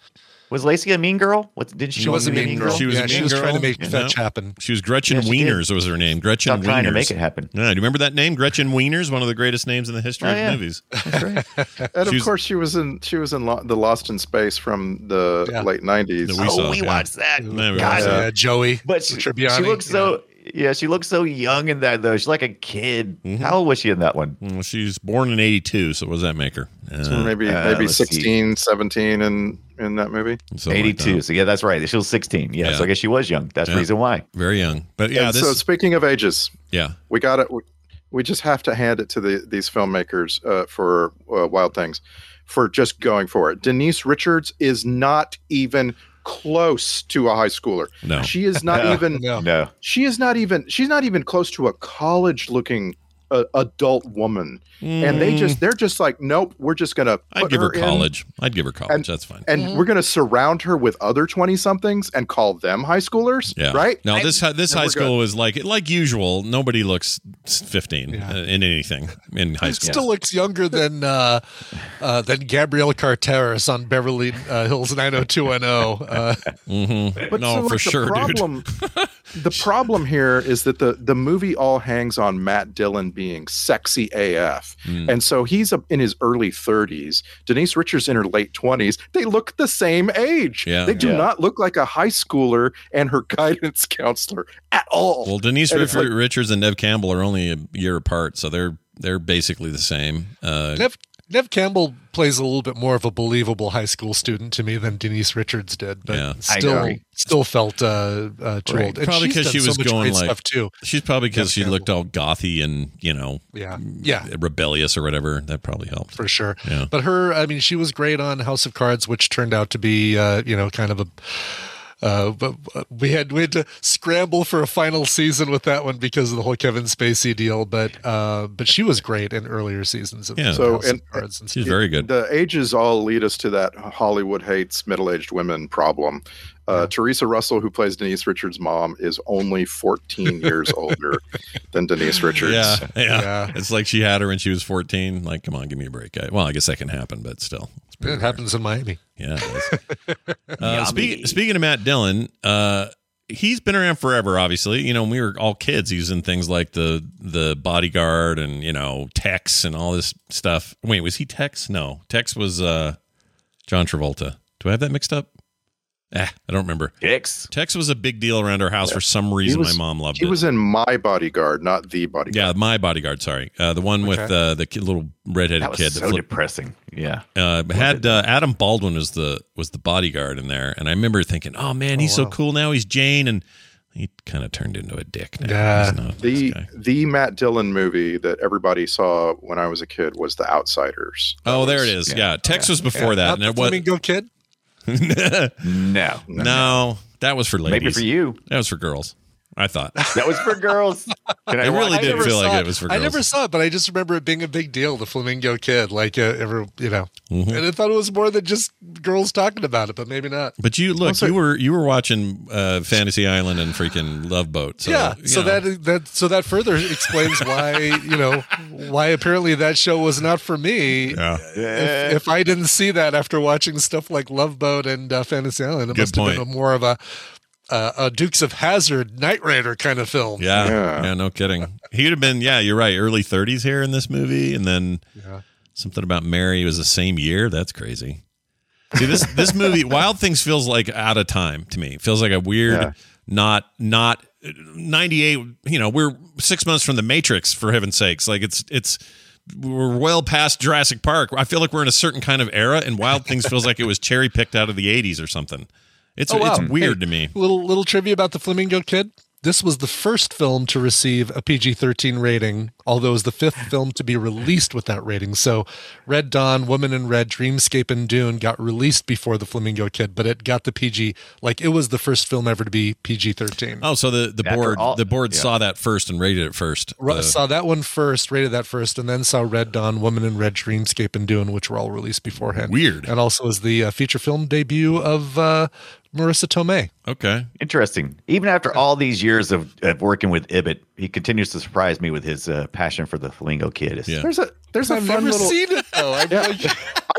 F: was Lacey a mean girl? What did she,
G: she was a mean girl.
E: She was a
G: yeah, she
E: mean
G: was trying to
E: girl,
G: make
E: you
G: fetch
E: know?
G: happen.
E: She was Gretchen
F: Yeah, she did.
E: Wieners was her name. Gretchen
F: Stop
E: Wieners.
F: trying to make it happen.
E: Yeah, do you remember that name, Gretchen Wieners? One of the greatest names in the history
F: Oh,
E: of
F: yeah.
E: movies.
H: and
E: she
H: of
E: was-
H: course she was in she was in Lo- the Lost in Space from the
G: Yeah.
H: late 90s.
E: The We
F: oh,
E: saw,
F: we
E: yeah.
F: watched that.
E: Yeah, we
F: God,
E: watched
G: yeah, Joey.
F: But she, she
G: Tribbiani,
F: looks
G: yeah.
F: so yeah, Mm-hmm. she looks so young in that though. She's like a kid. How old was she in that one?
E: Well, she's born in '82, so what does that make her? Uh,
H: So maybe
F: Uh,
H: maybe
F: let's see.
H: 16, 17 in in that movie.
E: something like uh,
F: Eighty-two.
E: that.
F: so yeah, that's right. She was sixteen. Yeah,
E: Yeah.
F: so I guess she was young. That's
E: Yeah.
F: the reason why.
E: Very young, but yeah,
H: And
E: this
H: so speaking of ages,
E: yeah.
H: we got it. We, we just have to hand it to the, these filmmakers uh, for uh, Wild Things for just going for it. Denise Richards is not even close to a high schooler.
E: No.
H: She is not
F: No.
H: even.
G: Yeah.
F: No.
H: She is not even. She's not even close to a college-looking uh, adult woman. And they just they're just like, nope. We're just gonna.
E: Mm. I'd
H: put
E: give her
H: in,
E: college. I'd give her college.
H: and-
E: That's fine.
H: And we're going to surround her with other 20 somethings and call them high schoolers,
E: Yeah.
H: right?
E: Now this hi- this
H: then
E: high
H: we're
E: school is like like usual. Nobody looks fifteen
G: Yeah.
E: uh, in anything in high school.
G: Still looks younger than uh, uh, than Gabrielle Carteris on Beverly uh, Hills 90210. Uh,
H: But
E: no,
H: so,
E: for
H: like,
E: sure,
H: the
E: dude.
H: problem, the problem here is that the the movie all hangs on Matt Dillon being sexy AF,
E: Hmm.
H: and so he's up in his early 30s. Denise Richards in her late 20s. They look the same age.
E: Yeah.
H: they do
F: Yeah.
H: not look like a high schooler and her guidance counselor at all.
E: Well, Denise
H: And it's
E: Riff-
H: like-
E: Richards and Nev Campbell are only a year apart, so they're they're basically the same. Uh,
G: Nev, Nev Campbell plays a little bit more of a believable high school student to me than Denise Richards did, but
E: Yeah.
F: I
G: still
F: agree.
G: still felt uh, uh, too
F: Right.
G: old. And
E: Probably
G: she's
E: 'cause
G: done
E: she
G: so
E: was
G: much
E: going,
G: great
E: like-
G: stuff too.
E: she's probably because she
G: Nev
E: looked all gothy and you know
G: Yeah, yeah,
E: rebellious or whatever. That probably helped.
G: for sure.
E: Mm, Yeah.
G: But her, I mean, she was great on House of Cards, which turned out to be uh, you know kind of a Uh, but uh, we had we had to scramble for a final season with that one because of the whole Kevin Spacey deal. But uh, but she was great in earlier seasons. Of
E: Yeah.
H: So,
G: House of
H: and- uh,
G: Cards and
E: She's
G: stuff.
E: very good.
H: The ages all lead us to that Hollywood hates middle aged women problem. Uh, Teresa Russell, who plays Denise Richards' mom, is only 14 years older than Denise Richards.
E: Yeah, yeah,
G: Yeah.
E: It's like she had her when she was 14. Like, come on, give me a break. I, well, I guess that can happen, but still. It's pretty
G: It
E: rare.
G: happens in Miami.
E: Yeah. It is. uh,
F: Yummy.
E: speak, speaking of Matt Dillon, uh, he's been around forever. Obviously, you know, when we were all kids, he was in things like the the Bodyguard and you know Tex and all this stuff. Wait, was he Tex? No, Tex was uh, John Travolta. Do I have that mixed up? Ah, I don't remember.
F: Dicks.
E: Tex was a big deal around our house for some reason.
H: was-
E: my mom loved
H: He
E: it.
H: was in My Bodyguard, not The
E: yeah,
H: Bodyguard.
E: my bodyguard. Sorry, uh, the one with
G: Okay.
E: uh, the kid, little redheaded
F: That was
E: kid. that
F: so
E: flipped-
F: depressing. Yeah.
E: uh, had uh, Adam Baldwin was the was the bodyguard in there, and I remember thinking, "Oh man, he's so cool now. He's Jane," and he kind of turned into a dick now.
G: Yeah.
E: He's not this
H: The
E: guy.
H: the Matt Dillon movie that everybody saw when I was a kid was The Outsiders.
E: oh, there it is. Yeah, Tex was before
G: Yeah,
E: that,
G: not
E: and it
G: the
E: was
G: Flamingo Kid.
F: No.
E: no, that was for ladies.
F: Maybe for you.
E: That was for girls. I thought.
F: That was for girls. Can I
E: It
F: watch
E: really
F: it?
E: did
G: never
E: feel like
G: saw
E: it was for
G: I
E: girls.
G: never saw it, but I just remember it being a big deal. The Flamingo Kid, like uh, every you know,
E: Mhm.
G: and I thought it was more than just girls talking about it, but maybe not.
E: But you look, you were you were watching uh, Fantasy Island and freaking Love Boat. So,
G: yeah,
E: you
G: so
E: know.
G: that that so that further explains why you know why apparently that show was not for me.
E: Yeah.
G: If, if I didn't see that after watching stuff like Love Boat and uh, Fantasy Island, it
E: Good
G: must have
E: point.
G: been a more of a uh, a Dukes of Hazard, Knight Rider kind of film.
E: Yeah, yeah.
H: Yeah.
E: no kidding. He'd have been, yeah, you're right, early 30s here in this movie. And then something about Mary was the same year. That's crazy. See, this this movie, Wild Things, feels like out of time to me. It feels like a weird,
H: Yeah.
E: not, not. 98 you know we're six months from the matrix for heaven's sakes like it's it's we're well past jurassic park i feel like we're in a certain kind of era and wild things feels like it was cherry picked out of the 80s or something it's
G: Oh, wow.
E: it's weird
G: Hey,
E: to me
G: Little little trivia about the Flamingo Kid. This was the first film to receive a PG-13 rating, although it was the fifth film to be released with that rating. So, Red Dawn, Woman in Red, Dreamscape, and Dune got released before the Flamingo Kid, but it got the PG. Like it was the first film ever to be PG-13.
E: Oh, so the, the
F: After
E: board
F: all-
E: the board
F: yeah.
E: saw that first and rated it first.
G: Ru-
E: The-
G: saw that one first, rated that first, and then saw Red Dawn, Woman in Red, Dreamscape, and Dune, which were all released beforehand.
E: Weird.
G: And also was the uh, feature film debut of uh, Marissa Tomei.
E: okay,
F: Interesting. Even after all these years of, of working with Ibbot, he continues to surprise me with his uh, passion for the Flamingo Kid. It's-
E: Yeah.
H: There's a there's a
G: I've
H: fun
G: never
H: little
G: seen it though. I
H: Yeah.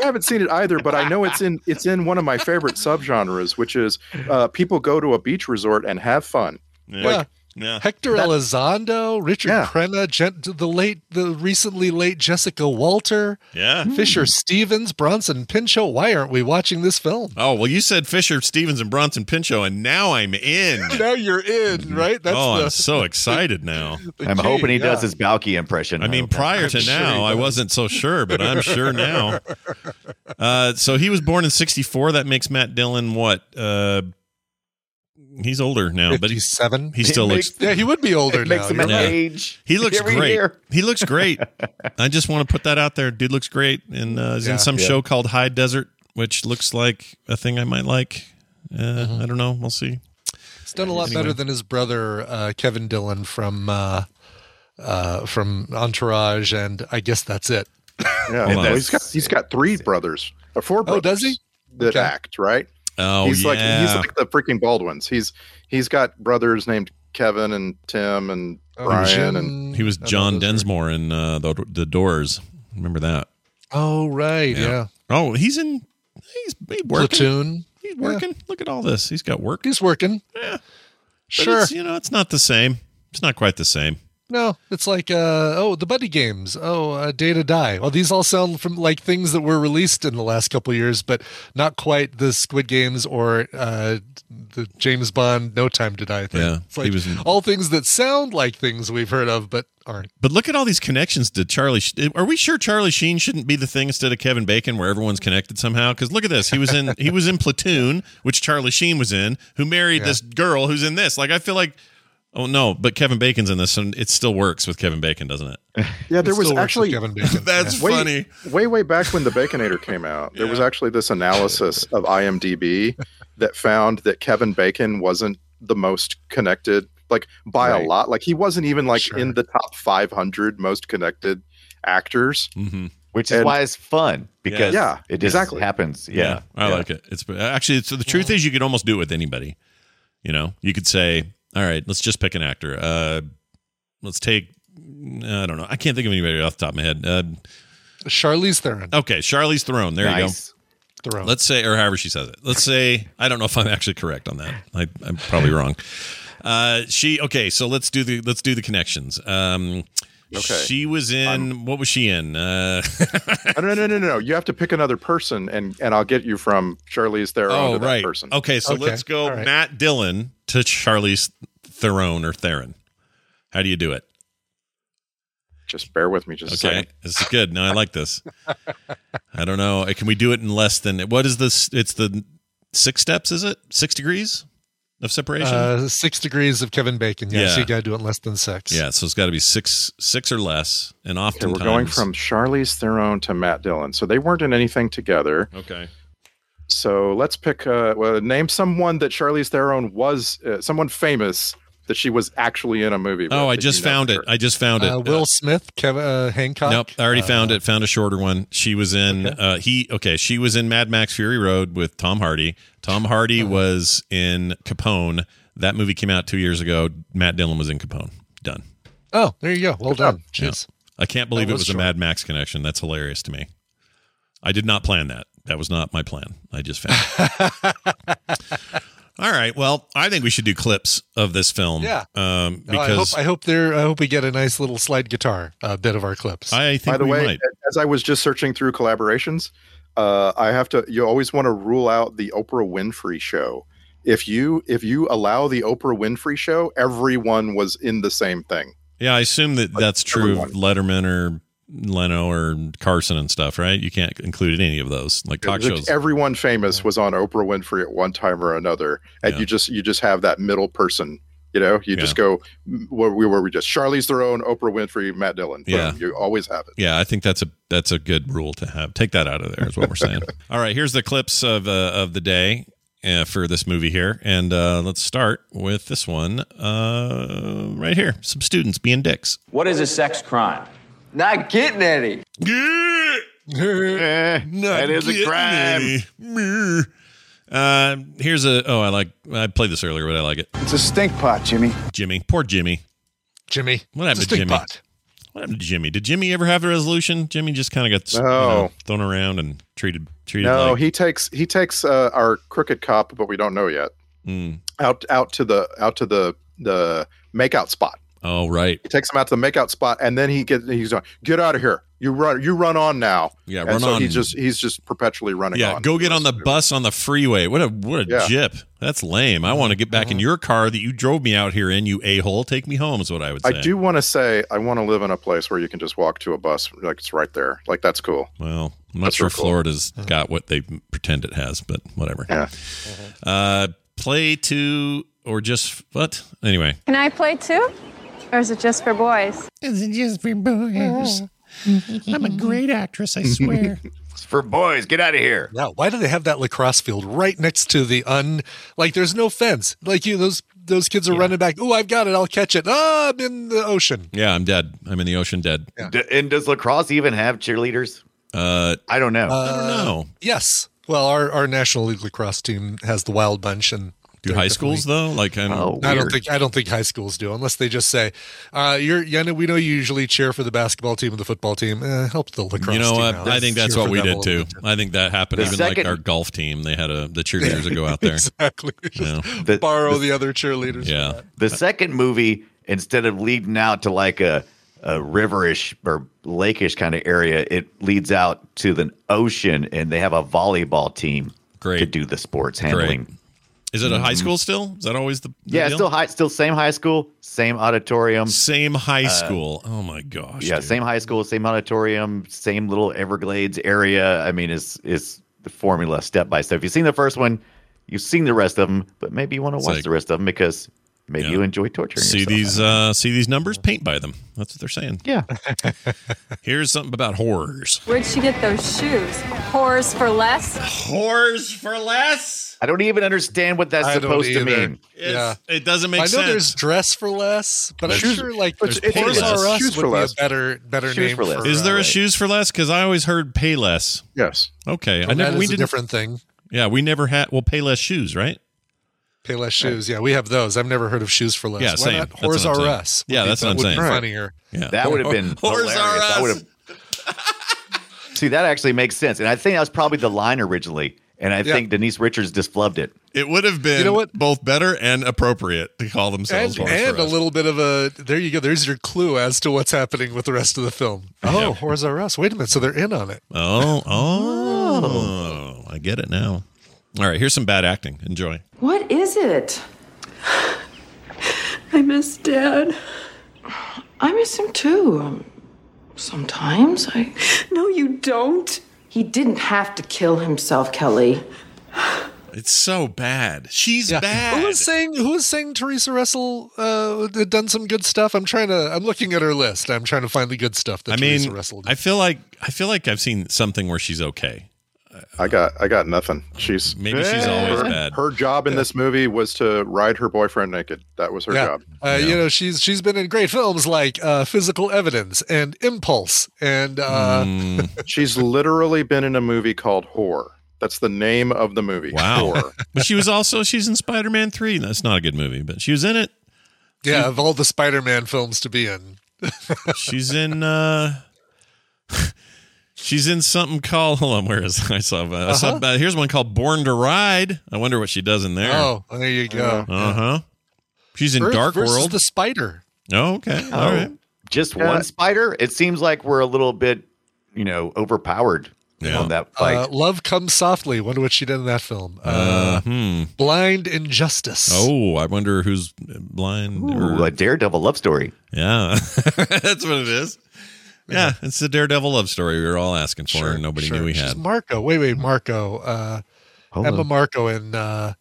H: I haven't seen it either, but I know it's in it's in one of my favorite subgenres, which is uh, people go to a beach resort and have fun.
E: yeah,
G: Like,
E: yeah.
G: Hector Elizondo, Richard
H: Yeah.
G: Crenna, Jen, the late, the recently late Jessica Walter,
E: Yeah.
G: Fisher Stevens, Bronson Pinchot. Why aren't we watching this film?
E: Oh well, you said Fisher, Stevens, and Bronson Pinchot, and now I'm in.
G: Now you're in, right? That's
E: oh,
G: the,
E: I'm so excited now.
G: the
F: I'm
G: key,
F: hoping he does
G: yeah.
F: his Balky impression.
E: I mean,
F: hope that-
E: prior to
G: sure
E: now,
G: he
E: I
G: does.
E: wasn't so sure, but I'm sure now. Uh, so he was born in '64. That makes Matt Dillon what? Uh, he's older now, but he's
G: 57.
E: he still
F: It
E: looks.
G: yeah, he would be older
F: it makes
G: now.
F: him
G: you're
F: an
E: Yeah.
G: right.
F: age.
E: He looks
F: every
E: great.
F: year.
E: He looks great. I just want to put that out there. Dude looks great, and uh, he's
G: Yeah.
E: in some show called High Desert, which looks like a thing I might like. Uh,
H: Mm-hmm.
E: I don't know. We'll see.
G: He's done a lot
E: Anyway.
G: better than his brother uh, Kevin Dillon from uh, uh, from Entourage, and I guess that's it.
H: Yeah,
E: Hold on.
H: well, he's got he's got three brothers or four brothers.
G: Oh, does he?
H: That
G: Okay.
H: act right.
E: Oh
H: he's
E: yeah,
H: like he's like the freaking Baldwins. He's he's got brothers named Kevin and Tim and
G: Oh,
H: Brian
G: Jim-
H: and
E: he was
G: I know
E: John
G: those are-
E: Densmore in uh, the The Doors. Remember that?
G: Oh, right.
E: Yeah.
G: Yeah.
E: Oh, he's in. He's, he's working.
G: Platoon.
E: He's working. Look at all this. He's got work.
G: He's working.
E: Yeah. But
G: Sure.
E: it's, you know, it's not the same. It's not quite the same.
G: No, it's like uh oh the buddy games. Oh, uh, Day to Die. Well, these all sound from like things that were released in the last couple years, but not quite the Squid Games or uh the James Bond No Time to Die thing.
E: Yeah,
G: it's
E: he
G: like
E: was in-
G: all things that sound like things we've heard of but aren't.
E: But look at all these connections to Charlie. Sh- Are we sure Charlie Sheen shouldn't be the thing instead of Kevin Bacon, where everyone's connected somehow? Because look at this. He was in he was in Platoon, which Charlie Sheen was in, who married this girl who's in this. Like I feel like Oh no, but Kevin Bacon's in this, and it still works with Kevin Bacon, doesn't it?
H: Yeah, there
G: It
H: was
G: still works with
H: actually
G: Kevin Bacon.
E: That's
H: way,
E: funny.
H: way way back when the Baconator came out, there was actually this analysis of IMDb that found that Kevin Bacon wasn't the most connected, like by
F: Right.
H: a lot. Like he wasn't even like
G: Sure.
H: in the top 500 most connected actors.
E: Mm-hmm.
F: which is
H: And-
F: why it's fun because
H: Yeah,
F: it just
H: exactly.
F: happens. Yeah,
E: I
F: yeah.
E: like it. It's actually it's, the truth is you could almost do it with anybody. You know, you could say, "All right, let's just pick an actor. Uh, let's take I don't know. I can't think of anybody off the top of my head. Uh,
G: Charlize Theron.
E: okay, Charlize Theron. There you go.
F: nice.
G: Theron.
E: Let's say, or however she says it. Let's say, I don't know if I'm actually correct on that. I, I'm probably wrong. Uh, she okay. So let's do the let's do the connections. Um,
H: Okay.
E: She was in what was she in? Uh,
H: Oh, no, no, no, no, no. You have to pick another person, and and I'll get you from Charlize Theron
E: oh
H: to that
E: right.
H: person.
E: Okay, so
G: Okay,
E: let's go
G: all right.
E: Matt Dillon to Charlize Theron or Theron. How do you do it?
H: Just bear with me, just a
E: Okay,
H: second.
E: this is good. No, I like this. I don't know. Uh, Can we do it in less than what is this? It's the six steps. Is it six degrees of separation?
G: Uh, six degrees of Kevin Bacon. Yeah,
E: Yeah.
G: so you got to do it in less than six.
E: Yeah, so it's got to be six, six or less, and
H: Okay,
E: often
H: we're going from Charlize Theron to Matt Dillon. So they weren't in anything together.
E: okay.
H: So let's pick. Uh, well, name someone that Charlize Theron was. Uh, someone famous that she was actually in a movie. with,
E: Oh, I
H: that
E: just
H: you know
E: found it.
H: for.
E: I just found it.
G: Uh, Will Smith, Kevin uh, Hancock.
E: Nope, I already
G: Uh,
E: found it. Found a shorter one. She was in uh he okay, she was in Mad Max Fury Road with Tom Hardy. Tom Hardy
G: Uh-huh.
E: was in Capone. That movie came out 2 years ago. Matt Dillon was in Capone. Done.
G: Oh, there you go. Well done. Cheers.
E: I can't believe it
G: That was
E: was a
G: Oh, short.
E: Mad Max connection. That's hilarious to me. I did not plan that. That was not my plan. I just found. it. All right. Well, I think we should do clips of this film.
G: Yeah.
E: Um,
G: No, I hope
E: because I,
G: I hope there. I hope we get a nice little slide guitar uh, bit of our clips.
E: think
H: By the
E: we
H: way,
E: might.
H: as I was just searching through collaborations, uh, I have to. You always want to rule out the Oprah Winfrey show. If you if you allow the Oprah Winfrey show, everyone was in the same thing.
E: Yeah, I assume that that's true of Letterman or Leno or Carson and stuff, right? You can't include any of those like talk
H: Like,
E: shows.
H: Everyone famous was on Oprah Winfrey at one time or another, and
E: Yeah.
H: you just you just have that middle person. You know, you just go m- where we were. We just Charlize Theron, Oprah Winfrey, Matt Dillon. Boom.
E: Yeah.
H: you always have it.
E: yeah, I think that's a that's a good rule to have. Take that out of there is what we're saying. All right, here's the clips of uh, of the day uh, for this movie here, and uh, let's start with this one uh, right here. Some students being dicks.
C: What is a sex crime? Not getting any.
F: Eh, that is a crime.
E: crime. Uh, here's a oh I like I played this earlier but I like it
B: It's a stink pot, Jimmy.
E: Jimmy poor Jimmy
G: Jimmy,
E: What happened to
G: Stink
E: Jimmy?
G: Pot.
E: What happened to Jimmy? Did Jimmy ever have a resolution? Jimmy just kind of got you
H: No.
E: know, thrown around and treated treated
H: No,
E: like
H: Oh, he takes he takes uh, our crooked cop, but we don't know yet.
E: Mm.
H: Out out to the out to the the makeout spot.
E: oh right
H: He takes him out to the makeout spot, and then he gets he's like, "Get out of here! You run you run on now."
E: Yeah,
H: and
E: run
H: so
E: on.
H: He's just he's just perpetually running.
E: yeah
H: on
E: go
H: for
E: get
H: rest
E: on the
H: of movie.
E: bus on the freeway what a what a
H: Yeah. Mm-hmm.
E: jip that's lame I want to get back in your car that you drove me out here in you a hole take me home is what I would say
H: I do want to say I want to live in a place where you can just walk to a bus, like it's right there. Like that's cool.
E: well I'm not
H: That's
E: sure
H: real cool.
E: Florida's got what they pretend it has but whatever
H: Yeah.
E: uh play to or just what anyway
I: Can I play too? Or is it just for boys?
E: is it just for boys I'm a great actress I swear
F: It's for boys. Get out of here.
G: Yeah, why do they have that lacrosse field right next to the un? Like, there's no fence. Like you, those those kids are running back. Oh, I've got it. I'll catch it. Ah, I'm in the ocean.
E: yeah I'm dead I'm in the ocean dead
F: D- and does lacrosse even have cheerleaders?
E: uh
F: I don't know.
E: I don't know.
G: Yes. Well, our our national league lacrosse team has the Wild Bunch and.
E: Do high schools though? Like I don't.
F: oh,
G: I don't
F: weird.
G: think I don't think high schools do unless they just say, uh, "You're yeah, no, we know you usually cheer for the basketball team and the football team. Eh, help the lacrosse."
E: You know
G: team
E: what?
G: out.
E: I think that's
G: Cheer
E: what
G: for
E: we
G: them a
E: did
G: little
E: too.
G: bit."
E: I think that happened.
F: The
E: Even like
F: second-
E: our golf team, they had a the cheerleaders would go out there.
G: Exactly.
E: Yeah.
G: Just borrow the other cheerleaders.
E: Yeah,
F: The second movie, instead of leading out to like a, a riverish or lakeish kind of area, it leads out to the ocean, and they have a volleyball team
E: Great.
F: to do the sports handling.
E: is it a high school still? Is that always the, the
F: Yeah,
E: deal?
F: still high, still same high school, same auditorium.
E: same high school? oh my gosh!
F: Uh, Yeah,
E: dude.
F: same high school, same auditorium, same little Everglades area. I mean, it's it's the formula step by step. If you've seen the first one, you've seen the rest of them, but maybe you want to watch
E: like-
F: the rest of them because Maybe you enjoy torturing
E: see
F: yourself.
E: these uh, see these numbers, paint by them. That's what they're saying.
F: Yeah.
E: Here's something about horrors.
I: Where'd she get those shoes? Whores for less?
E: Whores for less?
F: I don't even understand what that's
G: I don't
F: supposed to
G: either.
F: mean.
E: It's- It doesn't
G: I
E: make
G: know
E: sense.
G: there's dress for less, but I'm
E: Shoes-
G: sure like
E: There's
G: there's pay
E: Shoes for
G: for
E: less.
G: us
E: Shoes
G: would
E: for
G: be a
E: less.
G: better better
F: Shoes
G: name
F: for
G: for,
F: less.
E: is there
G: uh,
E: a shoes for less? Because I always heard pay less.
H: Yes.
E: Okay,
G: well,
E: I
G: that
E: never. We
G: is a
E: didn't.
G: different thing.
E: Yeah, we never had. Well, pay less shoes, right?
G: Pay less shoes. Yeah, we have those. I've never heard of shoes for less.
E: Yeah,
G: Why
E: same.
G: not
E: That's what
G: Whores
E: I'm
G: R
E: saying.
G: Us?
E: Yeah,
G: Would be-
E: that's what I'm
G: would be
E: saying.
G: Funnier.
E: Yeah,
F: That would have been
E: Whores
F: hilarious.
E: are
F: That would
E: us.
F: have See, that actually makes sense. And I think that was probably the line originally. And I
G: Yeah.
F: think Denise Richards just flubbed it.
E: It would have been
G: You know what?
E: both better and appropriate to call themselves
G: And,
E: whores
G: and
E: for
G: a
E: us.
G: little bit of a there you go. There's your clue as to what's happening with the rest of the film. Oh, Whores R Us. Wait a minute. So they're in on it.
E: Oh, oh, I get it now. All right, here's some bad acting. Enjoy.
J: What is it? I miss Dad. I miss him too. Um, sometimes I. No, you don't. He didn't have to kill himself, Kelly.
E: It's so bad. She's bad.
G: Who was saying who was saying Teresa Russell uh, had done some good stuff? I'm trying to I'm looking at her list. I'm trying to find the good stuff that
E: I
G: Teresa
E: mean,
G: Russell did.
E: I feel like I feel like I've seen something where she's okay.
H: I got I got nothing. She's
E: Maybe she's always bad.
H: her job in this movie was to ride her boyfriend naked. That was her
G: yeah.
H: job.
G: Uh, You know, she's she's been in great films like uh, Physical Evidence and Impulse and uh,
E: Mm,
H: She's literally been in a movie called Whore. That's the name of the movie.
E: Wow.
H: Whore.
E: but she was also she's in Spider-Man 3. That's not a good movie, but she was in it.
G: yeah, of all the Spider-Man films to be in.
E: She's in uh She's in something called hold on, where is I saw, uh, I
G: Uh-huh.
E: saw uh, here's one called Born to Ride. I wonder what she does in there.
G: Oh, there you go.
E: Uh huh. She's in
G: Earth
E: Dark
G: versus
E: World.
G: the Spider.
E: oh, okay. All right.
F: Just
H: Yeah.
F: one spider? It seems like we're a little bit, you know, overpowered
E: Yeah.
F: on that fight.
G: uh, Love Comes Softly. Wonder what she did in that film.
E: Uh,
G: Uh,
E: hmm.
G: Blind Injustice.
E: Oh, I wonder who's blind.
G: Uh,
F: Ooh,
E: or-
F: a daredevil love story.
E: yeah, that's what it is. Yeah, it's the Daredevil love story we were all asking for, and nobody
G: sure.
E: knew we
G: She's
E: had. Hmm.
G: Marco. Wait, wait, Marco. Uh,
F: Hold
G: Emma
F: on.
G: Marco in uh,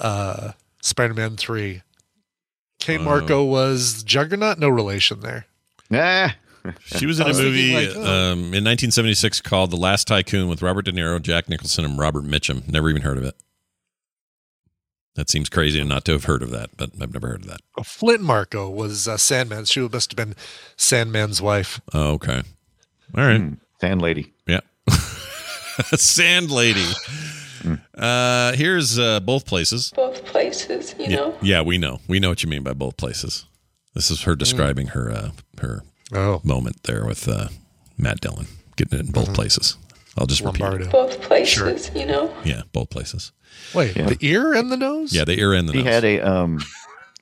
G: uh, Spider Man 3. Kate
E: Oh.
G: Marco was Juggernaut. No relation there.
F: Nah.
E: She was in
G: I
E: a
G: was
E: movie
G: thinking like, oh.
E: um, in 1976 called "The Last Tycoon" with Robert De Niro, Jack Nicholson, and Robert Mitchum. Never even heard of it. That seems crazy, and not to have heard of that, but I've never heard of that.
G: Oh, Flint Marco was uh, Sandman. She must have been Sandman's wife.
E: Oh, okay, all right.
F: Hmm. Sand lady.
E: Yeah. Sand lady.
G: Hmm.
E: Uh, here's uh, both places.
J: Both places, you
E: Yeah, yeah, we know. We know what you mean by both places. This is her
G: Hmm.
E: describing her uh, her
G: Oh,
E: moment there with uh, Matt Dillon getting it in both
G: Hmm.
E: places. I'll just repeat.
G: Lombardo.
J: Both places, you know.
E: It. Yeah, both places.
G: Wait,
F: Yeah.
G: the ear and the nose?
E: Yeah, the ear and the
F: He
E: nose.
F: had a um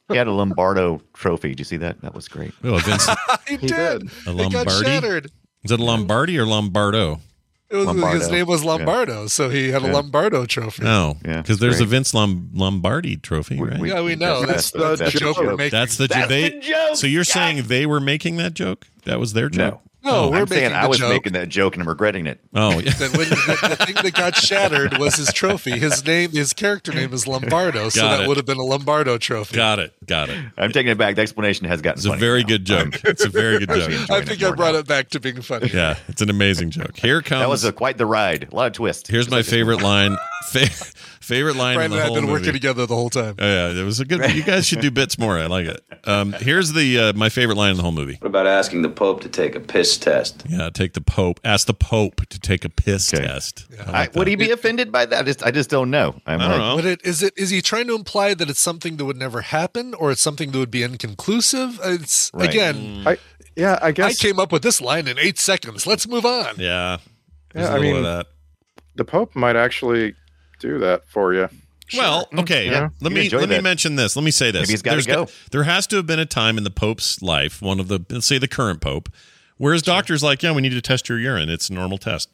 F: he had a Lombardo trophy. Did you see that? That was great.
E: oh, Vince,
G: he,
H: He
G: did.
H: did.
E: a
G: It got
E: Lombardi.
G: shattered.
E: Is it a Lombardi or Lombardo?
G: It was,
F: Lombardo.
G: His name was
F: Yeah.
G: Lombardo, so he had a Lombardo trophy.
E: No,
F: Yeah,
E: because there's a
F: great.
E: Vince Lom- Lombardi trophy,
F: We-
E: right?
G: Yeah, we know. That's,
H: the
G: that's, the joke,
H: joke.
G: we're making.
E: that's the,
F: That's
E: they-
F: the joke,
E: So you're
F: guys.
E: saying they were making that joke? That was their joke?
F: No.
G: no, we're
F: I'm
G: making
F: saying
G: the
F: I was
G: joke.
F: making that joke and I'm regretting it.
E: Oh, yeah.
G: that when the, the thing that got shattered was his trophy. His name, his character name is Lombardo, so
E: Got
G: that
E: it.
G: would have been a Lombardo trophy.
E: Got it. Got it.
F: I'm taking it back. The explanation has gotten
E: It's a very good joke. It's a very good joke.
G: I think I brought it back to being funny.
E: Yeah, it's an amazing joke. Here comes.
F: That was a, quite the ride. A lot of twists.
E: Um, here's my favorite line. Fa- favorite line in
G: Brian and
E: the
G: I have
E: whole
G: been working
E: movie.
G: together the whole time.
E: Oh, yeah, it was a good. You guys should do bits more. I like it. Um, here's the uh, my favorite line in the whole movie.
C: What about asking the Pope to take a piss test?
E: Yeah, take the Pope. Ask the Pope to take a piss
F: Okay.
E: test. I
F: I,
E: like
F: would
E: that.
F: he be offended by that? I just, I just don't know. I'm
E: I
F: like,
E: don't know.
G: But it, is it is he trying to imply that it's something that would never happen, or it's something that would be inconclusive? It's
F: Right.
G: again,
H: I yeah, I
G: I
H: guess
G: came up with this line in eight seconds. Let's move on.
E: Yeah. There's
H: Yeah,
E: a
H: I
E: little
H: mean-
E: of that.
H: the Pope might actually do that for you.
E: Well, okay.
F: Yeah.
E: Let
F: You
E: me
F: enjoy
E: let me
F: that.
E: mention this. Let me say this.
F: Maybe he's gotta
E: There's
F: go.
E: there has to have been a time in the Pope's life, one of the let's say the current Pope, where his doctor's like, "Yeah, we need to test your urine. It's a normal test."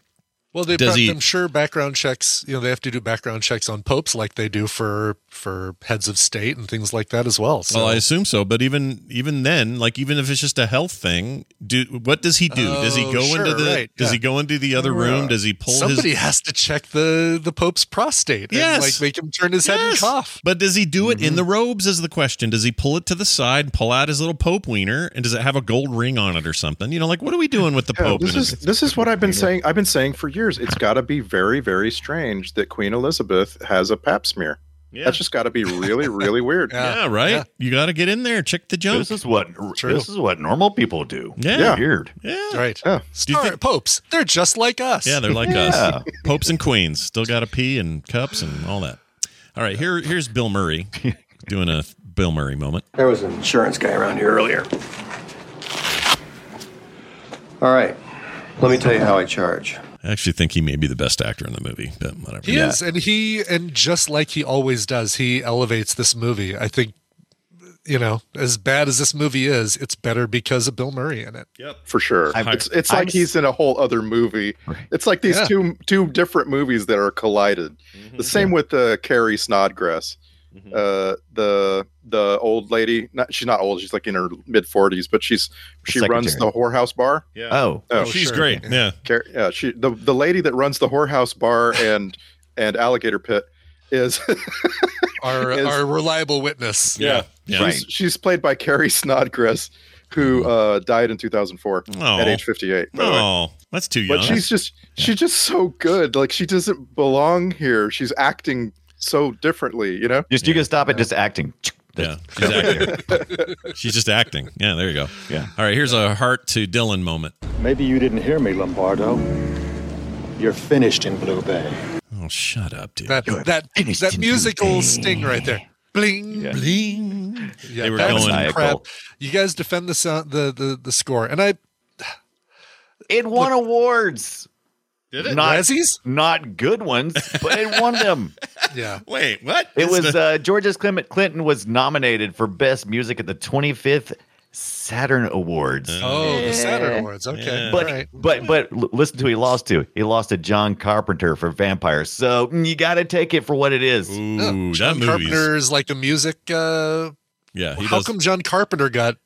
G: Well, they,
E: Does he-
G: I'm sure background checks. You know, they have to do background checks on popes like they do for for heads of state and things like that as well. So
E: Well, I assume so, but even even then, like even if it's just a health thing, do what does he do? does he
G: Oh,
E: go
G: sure,
E: into the
G: right,
E: Does
G: yeah.
E: he go into the other room? Does he pull
G: somebody
E: his?
G: has to check the the pope's prostate.
E: Yes.
G: and, like make him turn his head and cough.
E: But does he do it in the robes? Is the question? Does he pull it to the side, pull out his little pope wiener, and does it have a gold ring on it or something? You know, like what are we doing with the
H: Yeah,
E: pope?
H: this
E: and
H: is
E: his-
H: this is what I've been saying. I've been saying for years. It's got to be very, very strange that Queen Elizabeth has a pap smear.
E: Yeah.
H: That's just got to be really, really weird.
E: yeah, right. You got to get in there, check the junk.
F: This is what
E: True.
F: this is what normal people do.
E: Yeah.
F: Weird.
E: Yeah.
G: Right.
H: Yeah.
E: Do you
G: All
E: think-
G: right, popes, they're just like us.
E: Yeah, they're like
F: Yeah.
E: us. Popes and queens still got to pee and cups and all that. All right, here here's Bill Murray doing a Bill Murray moment.
K: There was an insurance guy around here earlier. All right, let me tell you how I charge.
E: I actually think he may be the best actor in the movie, but whatever.
G: He is, and he and just like he always does, he elevates this movie. I think you know, as bad as this movie is, it's better because of Bill Murray in it.
H: for sure.
F: I'm-
H: it's it's
F: I'm
H: like he's in a whole other movie. It's like these
G: Yeah.
H: two two different movies that are collided. The same with the uh, Carrie Snodgrass, uh, the the old lady. Not she's not old. She's like in her mid forties, but she's she runs the
F: secretary.
H: whorehouse bar.
E: Yeah.
F: Oh.
H: Oh,
E: she's
G: sure.
E: great. Yeah.
H: Car- yeah, she the the lady that runs the whorehouse bar and and alligator pit is
G: Our
H: Is-
G: our reliable witness.
E: Yeah. Yeah.
F: Right.
H: she's, she's played by Carrie Snodgrass, who uh, died in 2004
E: Aw.
H: at age 58. by the way.
E: Oh, that's too young.
H: But she's just she's just so good. Like she doesn't belong here. She's acting so differently, you know.
F: Just you can stop it. Just acting.
E: yeah, she's acting. she's just acting. Yeah, there you go.
F: Yeah.
E: All right, here's a heart to Dylan moment.
L: Maybe you didn't hear me, Lombardo. You're finished in Blue Bay.
E: Oh, shut up, dude.
G: That that that musical sting right there. Bling
F: Yeah.
G: bling. Yeah,
E: They were
G: that was
E: going-
G: some crap. You guys defend the sound the the, the score. And I
F: It won awards.
E: Did
F: Not
G: Razzies?
F: not good ones, but it won them.
G: Yeah.
E: Wait, what?
F: It
E: It's
F: was
E: the-
F: uh, George S. Clement Clinton was nominated for best music at the 25th Saturn Awards.
G: Oh, the Saturn Awards. Okay.
E: Yeah.
F: But,
G: all right.
F: but but l- listen to who he lost to. He lost to John Carpenter for Vampire. So mm, you got to take it for what it is.
E: ooh, that
G: John
E: movie's
G: Carpenter is like a music uh
E: yeah. He
G: How
E: does.
G: come John Carpenter got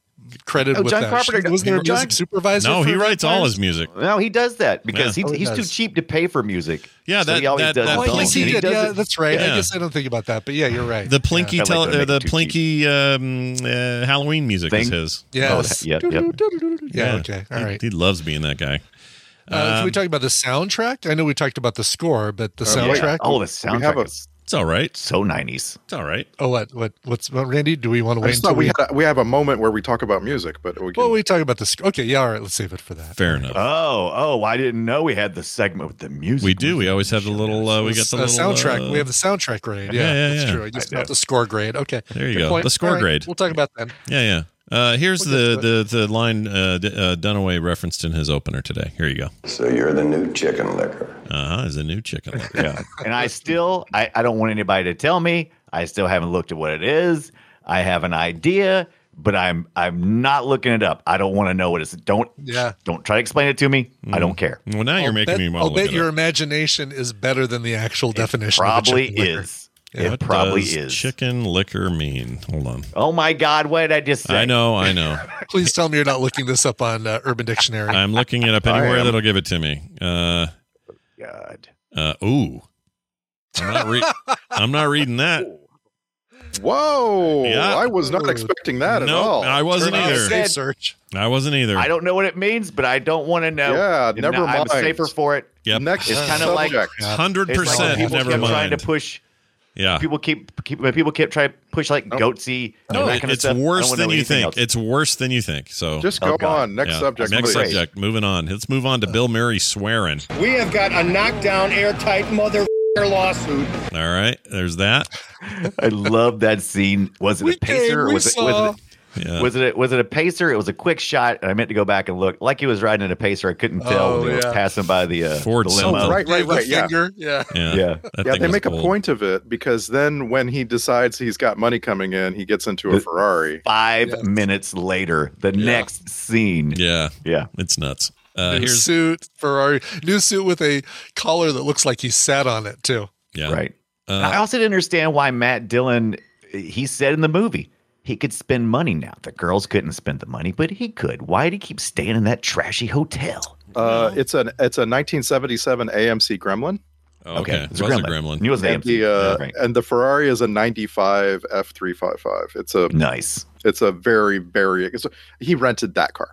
G: credited
F: Oh,
G: with
F: John
G: that?
F: Carpenter got-
G: was there a
F: John-
G: music supervisor?
E: No,
G: for
E: he writes all
G: Vampires?
E: his music.
F: No, he does that because
E: Yeah.
F: he,
G: Oh, he
F: he's
G: does.
F: too cheap to pay for music.
E: Yeah,
F: so he
E: that-
F: always
E: that-
F: does
E: that-
G: Oh,
F: his own.
G: yes, he
F: And
G: did.
F: does
G: Yeah,
F: it-
G: that's right.
E: Yeah.
G: I guess I don't think about that, but yeah, you're right.
E: The Plinky
F: I like
E: tele-
F: when they
E: uh, the
F: make it too
E: Plinky um, uh, Halloween music is
F: Thing?
E: his.
F: Oh,
G: Yes.
F: that- yep, yep.
G: Yeah, okay. All
E: He- um,
G: right.
E: He, loves being that guy.
G: Uh, can we talk about the soundtrack? I know we talked about the score, but the
F: Yeah.
G: soundtrack.
F: Oh, the
H: We have
F: soundtrack
H: a-
F: is
E: It's all right.
F: so 90s.
E: It's all right.
G: Oh, what? What? What's what, Randy? Do we want to
H: I
G: wait
H: just thought
G: until
H: we
G: we?
H: had a, we have a moment where we talk about music, but we can,
G: Well, we talk about the score. Okay, yeah, all right. Let's save it for that.
E: Fair enough.
F: Oh, oh, I didn't know we had the segment with the music.
E: we do. We always have the little. Uh, we got the
G: Uh,
E: little,
G: soundtrack.
E: uh,
G: we have the soundtrack grade. Yeah,
E: yeah, yeah,
G: that's
E: yeah.
G: true. I just
F: I
G: got
F: do.
G: the score grade. Okay,
E: There you
G: Good
E: go. The score
G: All right,
E: grade.
G: We'll talk about that.
E: Yeah, yeah. Uh, here's
G: We'll get
E: the, the the line uh, D- uh, Dunaway referenced in his opener today. Here you go.
K: So you're the new chicken licker.
E: Uh huh. Is a new chicken. licker.
F: Yeah. uh, and I still, I, I don't want anybody to tell me. I still haven't looked at what it is. I have an idea, but I'm I'm not looking it up. I don't want to know what it is. Don't
G: Yeah.
F: don't try to explain it to me. I don't care.
E: Well, now you're
G: I'll
E: making
G: bet,
E: me
G: I'll
E: want to look
G: bet
E: it
G: your
E: up.
G: imagination is better than the actual definition. of a
F: Probably
G: chicken licker.
F: is.
E: What
F: it probably
E: does
F: is.
E: Chicken liquor mean? Hold on.
F: Oh my God! What did I just say?
E: I know. I know.
G: Please tell me you're not looking this up on uh, Urban Dictionary.
E: I'm looking it up
F: I
E: anywhere
F: am.
E: that'll give it to me. Uh,
F: God.
E: uh, ooh. I'm not, re- I'm not reading that.
H: Whoa!
E: Yeah.
H: I was not expecting that at
E: Nope,
H: all.
E: I wasn't
G: Turn off
E: either.
G: safe search.
E: I wasn't either.
F: I don't know what it means, but I don't want to know.
H: Yeah,
F: And
H: never
F: I'm
H: mind.
F: safer for it.
E: Yep.
H: Next
F: It's kinda like-
H: subject.
E: Hundred
F: It's like when
E: percent.
F: people
E: Never
F: kept trying to
E: mind.
F: push.
E: Yeah.
F: People keep keep when people kept trying to push like
H: Oh.
F: goatsy. and
E: No,
F: that kind of
E: it's
F: stuff, I don't
E: worse
F: wanna know
E: than you
F: anything
E: think.
F: else.
E: It's worse than you think. So
H: Just
F: Oh,
H: go
F: God.
H: on. Next
E: yeah.
H: subject.
E: Next
H: please.
E: subject. Moving on. Let's move on to Bill Murray swearing.
M: We have got a knockdown, airtight mother lawsuit.
E: All right. There's that.
F: I love that scene. Was it
G: We
F: a pacer?
G: came,
F: or
G: we
F: was, it,
G: saw.
F: was, it,
E: Yeah.
F: was it a, was it a pacer? It was a quick shot, and I meant to go back and look. Like he was riding in a pacer, I couldn't tell
G: Oh,
F: when he was
G: yeah.
F: passing by the uh,
E: Ford
F: the
E: something.
F: limo.
H: Oh, right, right,
G: Like a
H: right. Yeah.
G: finger. Yeah.
E: Yeah.
F: Yeah.
E: That
H: Yeah,
E: thing
H: they
E: was
H: make
E: bold.
H: a point of it because then when he decides he's got money coming in, he gets into a
F: The-
H: Ferrari.
F: Five
G: Yes.
F: minutes later, the next scene.
E: Yeah.
F: Yeah.
E: It's nuts. Uh,
G: new
E: here's
G: suit Ferrari new suit with a collar that looks like he sat on it too.
E: yeah.
F: Right.
E: Uh,
F: I also didn't understand why Matt Dillon, he said in the movie, he could spend money now. The girls couldn't spend the money, but he could. Why did he keep staying in that trashy hotel?
H: Uh, it's an it's a 1977 AMC Gremlin.
E: Oh, okay.
F: It's a It was a Gremlin. Gremlin. It was
H: and
F: AMC.
H: the uh,
F: Yeah, right.
H: and the Ferrari is a 95 F355. It's a
F: nice.
H: It's a very very. It's a- he rented that car.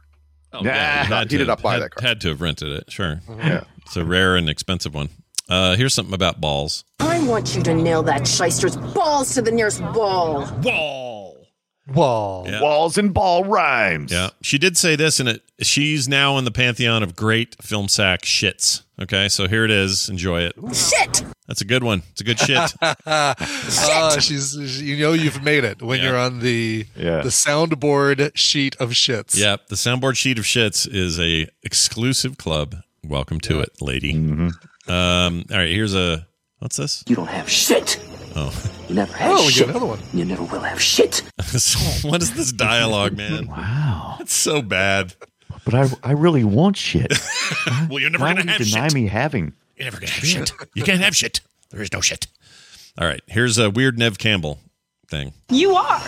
E: Oh, yeah,
H: Not-
E: had
H: he
E: to
H: did not
E: have-
H: buy
E: had,
H: that car.
E: Had to have rented it. Sure.
H: Yeah.
E: It's a rare and expensive one. Uh, here's something about balls.
N: I want you to nail that shyster's balls to the nearest wall.
E: Wall.
G: Wall.
F: Walls and ball rhymes.
E: Yeah. She did say this, and it she's now in the pantheon of great film sack shits. Okay, so here it is. Enjoy it.
N: Shit.
E: That's a good one. It's a good shit.
G: Ah, she's you know you've made it when you're on the
E: Yeah.
G: the soundboard sheet of shits.
E: Yep, the soundboard sheet of shits is a exclusive club. Welcome to it, lady.
F: Mm-hmm.
E: Um, all right, here's a what's this?
N: You don't have shit.
E: Oh,
N: You never
E: had Oh, we shit. got another
G: one.
N: You never will have shit.
E: what is this dialogue, man? Wow, it's so bad.
F: But I, I really want shit.
E: Well, you're never
F: Why
E: gonna
F: would you
E: have
F: deny
E: shit.
F: me having.
E: You're never gonna have shit. You can't have shit. There is no shit. All right, here's a weird Nev Campbell thing.
I: You are.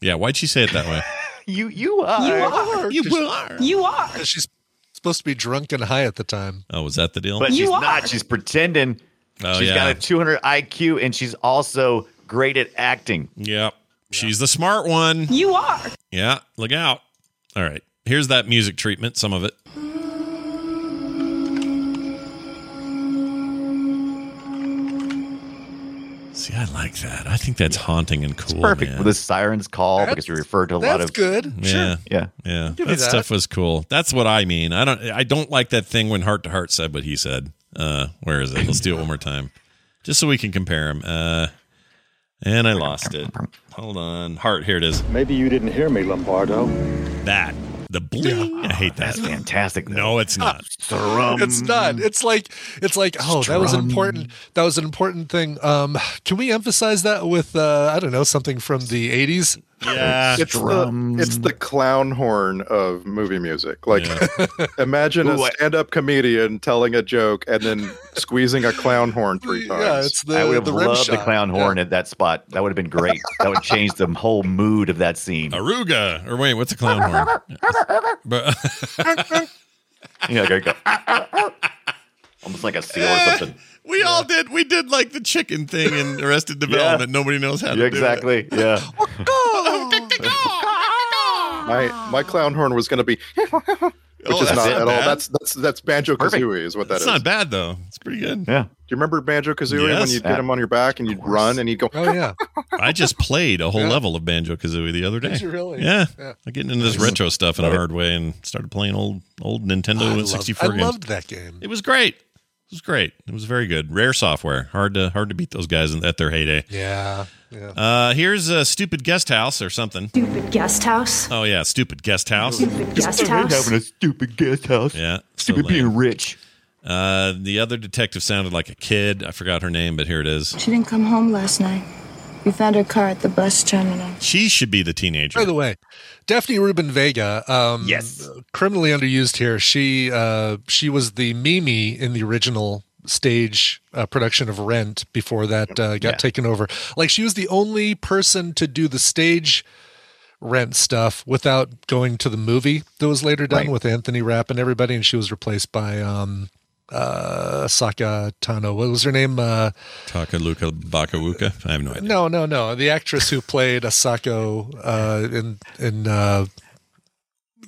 E: Yeah, why'd she say it that way?
F: You you uh, are.
I: You
G: are.
I: You are.
G: She's supposed to be drunk and high at the time.
E: Oh, was that the deal?
F: But she's not. She's pretending.
E: Oh,
F: She's got
E: yeah.
F: a 200 IQ and she's also great at acting.
E: Yep. She's the smart one.
I: You are.
E: Yeah, look out. All right, here's that music treatment. Some of it. See, I like that. I think that's haunting and cool.
F: Perfect
E: man.
F: with the siren's call because you refer to a lot
G: that's
F: of.
G: good.
E: Yeah,
F: Sure. Yeah.
E: yeah.
G: Give me
E: that
G: that.
E: stuff was cool. That's what I mean. I don't. I don't like that thing when Heart to Heart said what he said. Uh, where is it? Let's do it one more time, just so we can compare them. Uh, and I lost it. Hold on, Heart. Here it is.
L: Maybe you didn't hear me, Lombardo.
E: That the bling. I hate that.
F: That's fantastic.
E: No, it's not. Um,
G: It's not. It's like it's like oh, that was
E: Strum.
G: important. That was an important thing. Um, can we emphasize that with uh, I don't know something from the eighties?
E: Yeah.
H: it's the, it's the clown horn of movie music. Like, imagine
G: Ooh,
H: a
G: I-
H: stand-up comedian telling a joke and then
E: Mm.
H: squeezing a clown horn three times.
F: I would have loved the clown horn at that spot. That would have been great. that would change the whole mood of that scene.
E: Aruga. Or wait, what's a clown horn? But-
F: Yeah, there you go. Almost like a seal or something.
E: we all did. We did like the chicken thing in Arrested Development. Nobody knows how to
F: Yeah,
E: do
F: exactly. Yeah.
H: My my clown horn was going to be, which is
E: Oh, that's
H: not
E: it,
H: at all.
E: man.
H: That's that's that's banjo kazooie
E: Perfect.
H: is what that
E: That's
H: is.
E: not bad though. It's pretty good.
F: Yeah.
H: Do you remember banjo kazooie when
E: Yes.
H: you'd get him on your back and you'd run and he'd go?
G: Oh yeah.
E: I just played a whole
H: Yeah.
E: level of Banjo Kazooie the other day.
G: Did you really?
E: Yeah.
G: Yeah.
E: I'm getting into this
G: Nice.
E: retro stuff in a hard way and started playing old old Nintendo
G: I, loved,
E: 64
G: I
E: games.
G: loved that game.
E: It was great. It was great. It was very good. Rare software. Hard to hard to beat those guys in- at their heyday.
G: Yeah. Yeah.
E: Uh, here's a stupid guest house or something.
O: Stupid guest house.
E: Oh yeah, stupid guest house.
O: Stupid guest house.
F: a stupid guest house.
E: Yeah,
F: Stupid being rich.
E: Uh, the other detective sounded like a kid. I forgot her name, but here it is.
P: She didn't come home last night. We found her car at the bus terminal.
E: She should be the teenager.
G: By the way, Daphne Rubin Vega, um,
E: Yes.
G: criminally underused here. She uh, she was the Mimi in the original stage uh, production of Rent before that uh, got
F: Yeah.
G: taken over. Like she was the only person to do the stage Rent stuff without going to the movie that was later done
F: Right.
G: with Anthony Rapp and everybody, and she was replaced by. Um, uh Saka Tano. What was her name? Uh
E: Takaluka Bakawuka. I have no idea.
G: no, no, no. The actress who played Asako uh, in in uh,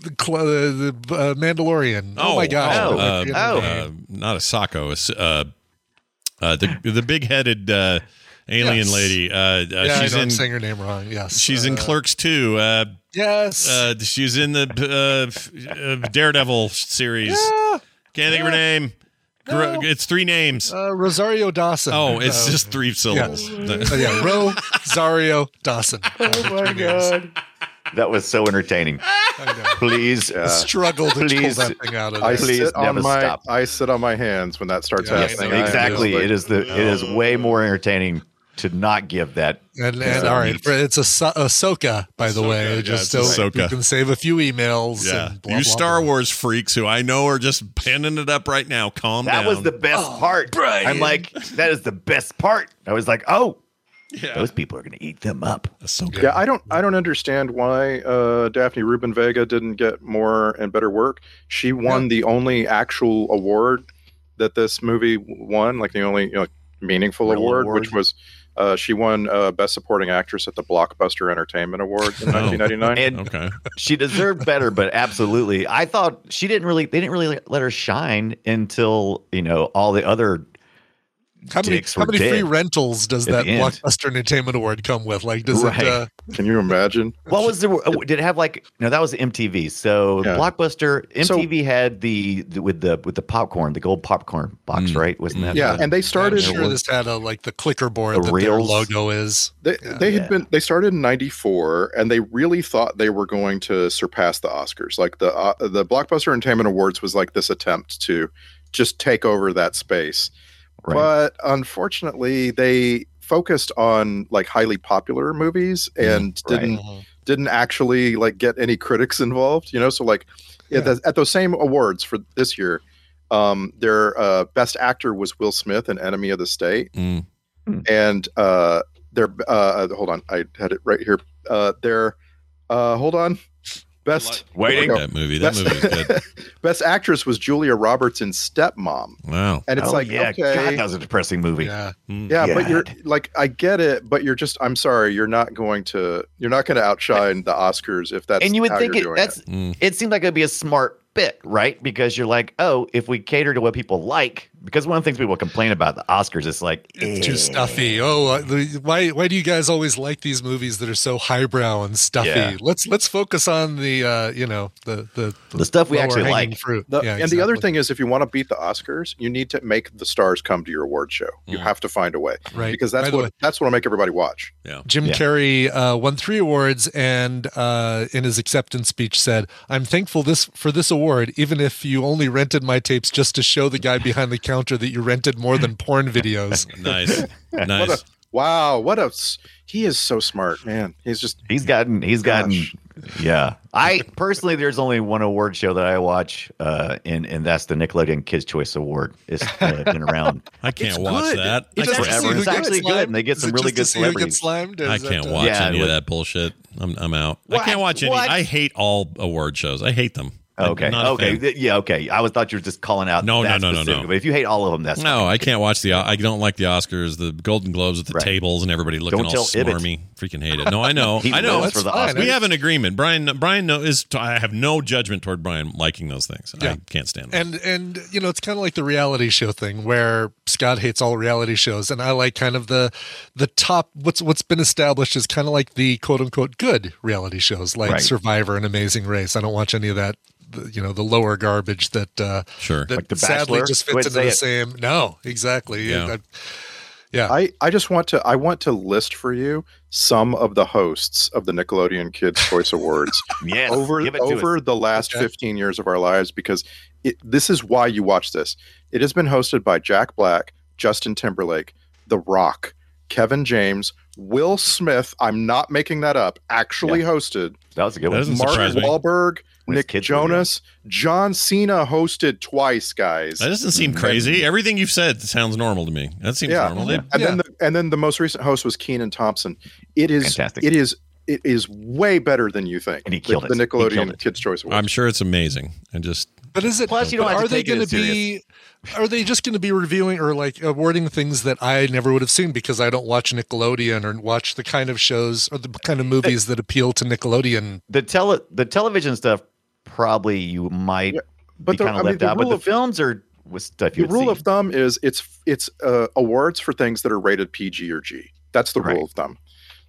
G: the, cl- uh, the uh, Mandalorian. Oh, my gosh!
E: Oh,
G: I
E: uh,
G: forget her name.
E: uh, not a Sako. a s- Uh, uh, the the big headed uh, alien
G: Yes.
E: lady. Uh, uh,
G: yeah,
E: she's
G: I know I'm
E: in
G: saying her name wrong. Yes,
E: she's in
G: Uh,
E: Clerks too. Uh,
G: Yes.
E: Uh, she's in the uh, f- uh, Daredevil series. Can't think of her name. Gro- It's three names.
G: Uh, Rosario Dawson.
E: Oh, it's
G: Uh,
E: just three syllables.
G: Oh, yeah, Rosario Dawson. Oh my god!
F: That was so entertaining. Please. Uh,
G: Struggled to pull
F: please,
G: that thing out of
H: I
F: Please
H: sit
F: never
H: on my
F: stop.
H: I sit on my hands when that starts
F: Yes,
H: happening. I am just
F: exactly.
H: like-
F: It is the. It is way more entertaining to not give that.
G: And, and all right, for- it's a, so- a Soka, by the way.
E: it's
G: just
E: a
G: so
E: Ahsoka.
G: you can save a few emails.
E: Yeah,
G: and blah,
E: you
G: blah,
E: Star Wars freaks who I know are just panning it up right now. Calm
F: That
E: down.
F: was the best part. I'm like, that is the best part. I was like, oh, those people are going to eat them up.
H: Yeah, I don't I don't understand why uh, Daphne Rubin Vega didn't get more and better work. She won the only actual award that this movie won, like the only you know, meaningful
F: Real
H: award,
F: award.
H: which was uh, she won uh, Best Supporting Actress at the Blockbuster Entertainment Awards in
E: Oh,
H: 1999.
F: And she deserved better, but absolutely. I thought she didn't really, they didn't really let her shine until, you know, all the other
G: How many,
F: dicks
G: how
F: were
G: many free
F: dead.
G: rentals does
F: at
G: that
F: the end.
G: Blockbuster Entertainment Award come with? Like, does
F: Right.
G: it? Uh,
H: Can you imagine?
F: What was the? oh, Did it have like? No, that was MTV. So
G: Yeah.
F: Blockbuster,
H: So-
F: MTV had the, the- with the with the popcorn, the gold popcorn box, right? Wasn't that?
H: Mm. Yeah,
F: the-
H: and they started.
F: There was-
G: had a like the clicker board
F: The that their reels.
G: logo is.
H: They they had been they started in '94, and they really thought they were going to surpass Uh, the Oscars. Like the uh, the Blockbuster Entertainment Awards was like this attempt to just take over that space. But unfortunately, they focused on like highly popular movies and
F: right.
H: didn't didn't actually like get any critics involved. You know, so like at, the, at those same awards for this year, um, their uh, best actor was Will Smith in Enemy of the State and uh their uh hold on i had it right here uh their uh hold on best there
E: Waiting.
H: we go.
E: That movie. That movie
H: best,
E: was good.
H: best actress was julia roberts in stepmom
E: Wow.
H: and it's
F: Oh,
H: like
F: yeah,
H: okay
F: God, that was a depressing movie.
G: Yeah,
H: yeah, but you're like I get it, but you're just I'm sorry, you're not going to you're not going to outshine the Oscars if that's
F: and you would
H: how
F: think
H: you're
F: it,
H: doing
F: that's
E: Mm,
F: it seemed like it'd be a smart bit, right? Because you're like, oh, if we cater to what people like, because one of the things people complain about the Oscars is like eh,
G: It's too stuffy. Oh, uh, the- why why do you guys always like these movies that are so highbrow and stuffy?
F: Yeah.
G: Let's let's focus on the uh, you know the the,
F: The stuff we actually
G: lower-hanging
F: like.
G: Fruit.
H: The-
G: Yeah,
H: and the other
G: exactly.
H: thing is, if you want to beat the Oscars, you need to make the stars come to your award show. You have to find a way,
G: Right.
H: Because that's
G: By the
H: what
G: way-
H: that's what'll make everybody watch.
E: Yeah.
G: Jim Carrey uh, won three awards, and uh, in his acceptance speech said, "I'm thankful this for this award, even if you only rented my tapes just to show the guy behind the counter that you rented more than porn videos."
E: nice. Nice.
H: What a, wow, what a s- he is so smart, man. He's just
F: he's gotten he's gotten yeah. I personally, there's only one award show that I watch, uh, and and that's the Nickelodeon Kids Choice Award. It's uh, been around.
E: I can't watch that. I
F: It's
E: can't-
F: forever. It's actually good, and they get
G: Is
F: some
G: it
F: really
G: just to
F: good
G: see who
F: celebrities.
G: gets slimed? Is
E: I
G: that,
E: can't
G: uh,
E: watch
F: Yeah,
E: any of
F: what-
E: that bullshit. I'm I'm out. I can't watch any.
F: What?
E: I hate all award shows. I hate them. I'm
F: Okay.
E: not a
F: Okay.
E: fan.
F: Th- Yeah. Okay. I was thought you were just calling out.
E: No, no,
F: that
E: no, no, no.
F: specific, But if you hate all of them, that's
E: No, I can't watch the. I don't like the Oscars, the Golden Globes with the tables and everybody looking
F: Don't
E: all
F: tell Ibbot.
E: smarmy. Freaking hate it. No, I know.
F: He
E: I know.
F: lives for the That's fine. Oscars.
E: We have an agreement. Brian. Brian no, is. I have no judgment toward Brian liking those things. I can't stand them.
G: and and you know it's kind of like the reality show thing where Scott hates all reality shows and I like kind of the the top what's what's been established is kind of like the quote unquote good reality shows like
F: Right.
G: Survivor and Amazing Race. I don't watch any of that the, you know the lower garbage that uh
E: Sure.
G: that
F: Like The
G: sadly
F: Bachelor?
G: just
F: Wait,
G: fits into
F: say
G: the
F: it.
G: same. No, exactly.
E: Yeah.
G: I- yeah.
H: I, I just want to I want to list for you some of the hosts of the Nickelodeon Kids Choice Awards
F: Yes,
H: over
F: give it to
H: over
F: us.
H: the last 15 years of our lives because it, this is why you watch this. It has been hosted by Jack Black, Justin Timberlake, The Rock, Kevin James, Will Smith, I'm not making that up, actually
F: Yeah.
H: hosted.
F: That was a good
E: That
F: one.
E: doesn't
H: Mark
E: surprise me.
H: Wahlberg,
F: When his
H: Nick
F: kids were young.
H: Jonas, John Cena hosted twice,
F: Oh,
H: guys.
E: That doesn't
F: Mm-hmm.
E: seem crazy. Everything you've said sounds normal to me. That seems normal. They-
H: And then the, and then the most recent host was Keenan Thompson. It is
F: Fantastic.
H: it is it is way better than you think.
F: And he
H: The-
F: killed
H: the,
F: it. He
H: Nickelodeon
F: killed it.
H: Kids Choice Awards.
E: I'm sure it's amazing. And just
G: But is it?
F: Plus, you don't
G: but
F: have to
G: are they
F: take it
G: going to
F: as
G: be? Are they just going to be reviewing or like awarding things that I never would have seen because I don't watch Nickelodeon or watch the kind of shows or the kind of movies that appeal to Nickelodeon?
F: The tele the television stuff probably you might
H: but
F: be
H: the-
F: kind
H: I
F: of
H: mean,
F: left
H: the
F: out, but
H: rule
F: the
H: of-
F: films are with stuff
H: The
F: you would
H: rule
F: see.
H: of thumb is it's it's uh, awards for things that are rated PG or G. That's the rule of thumb.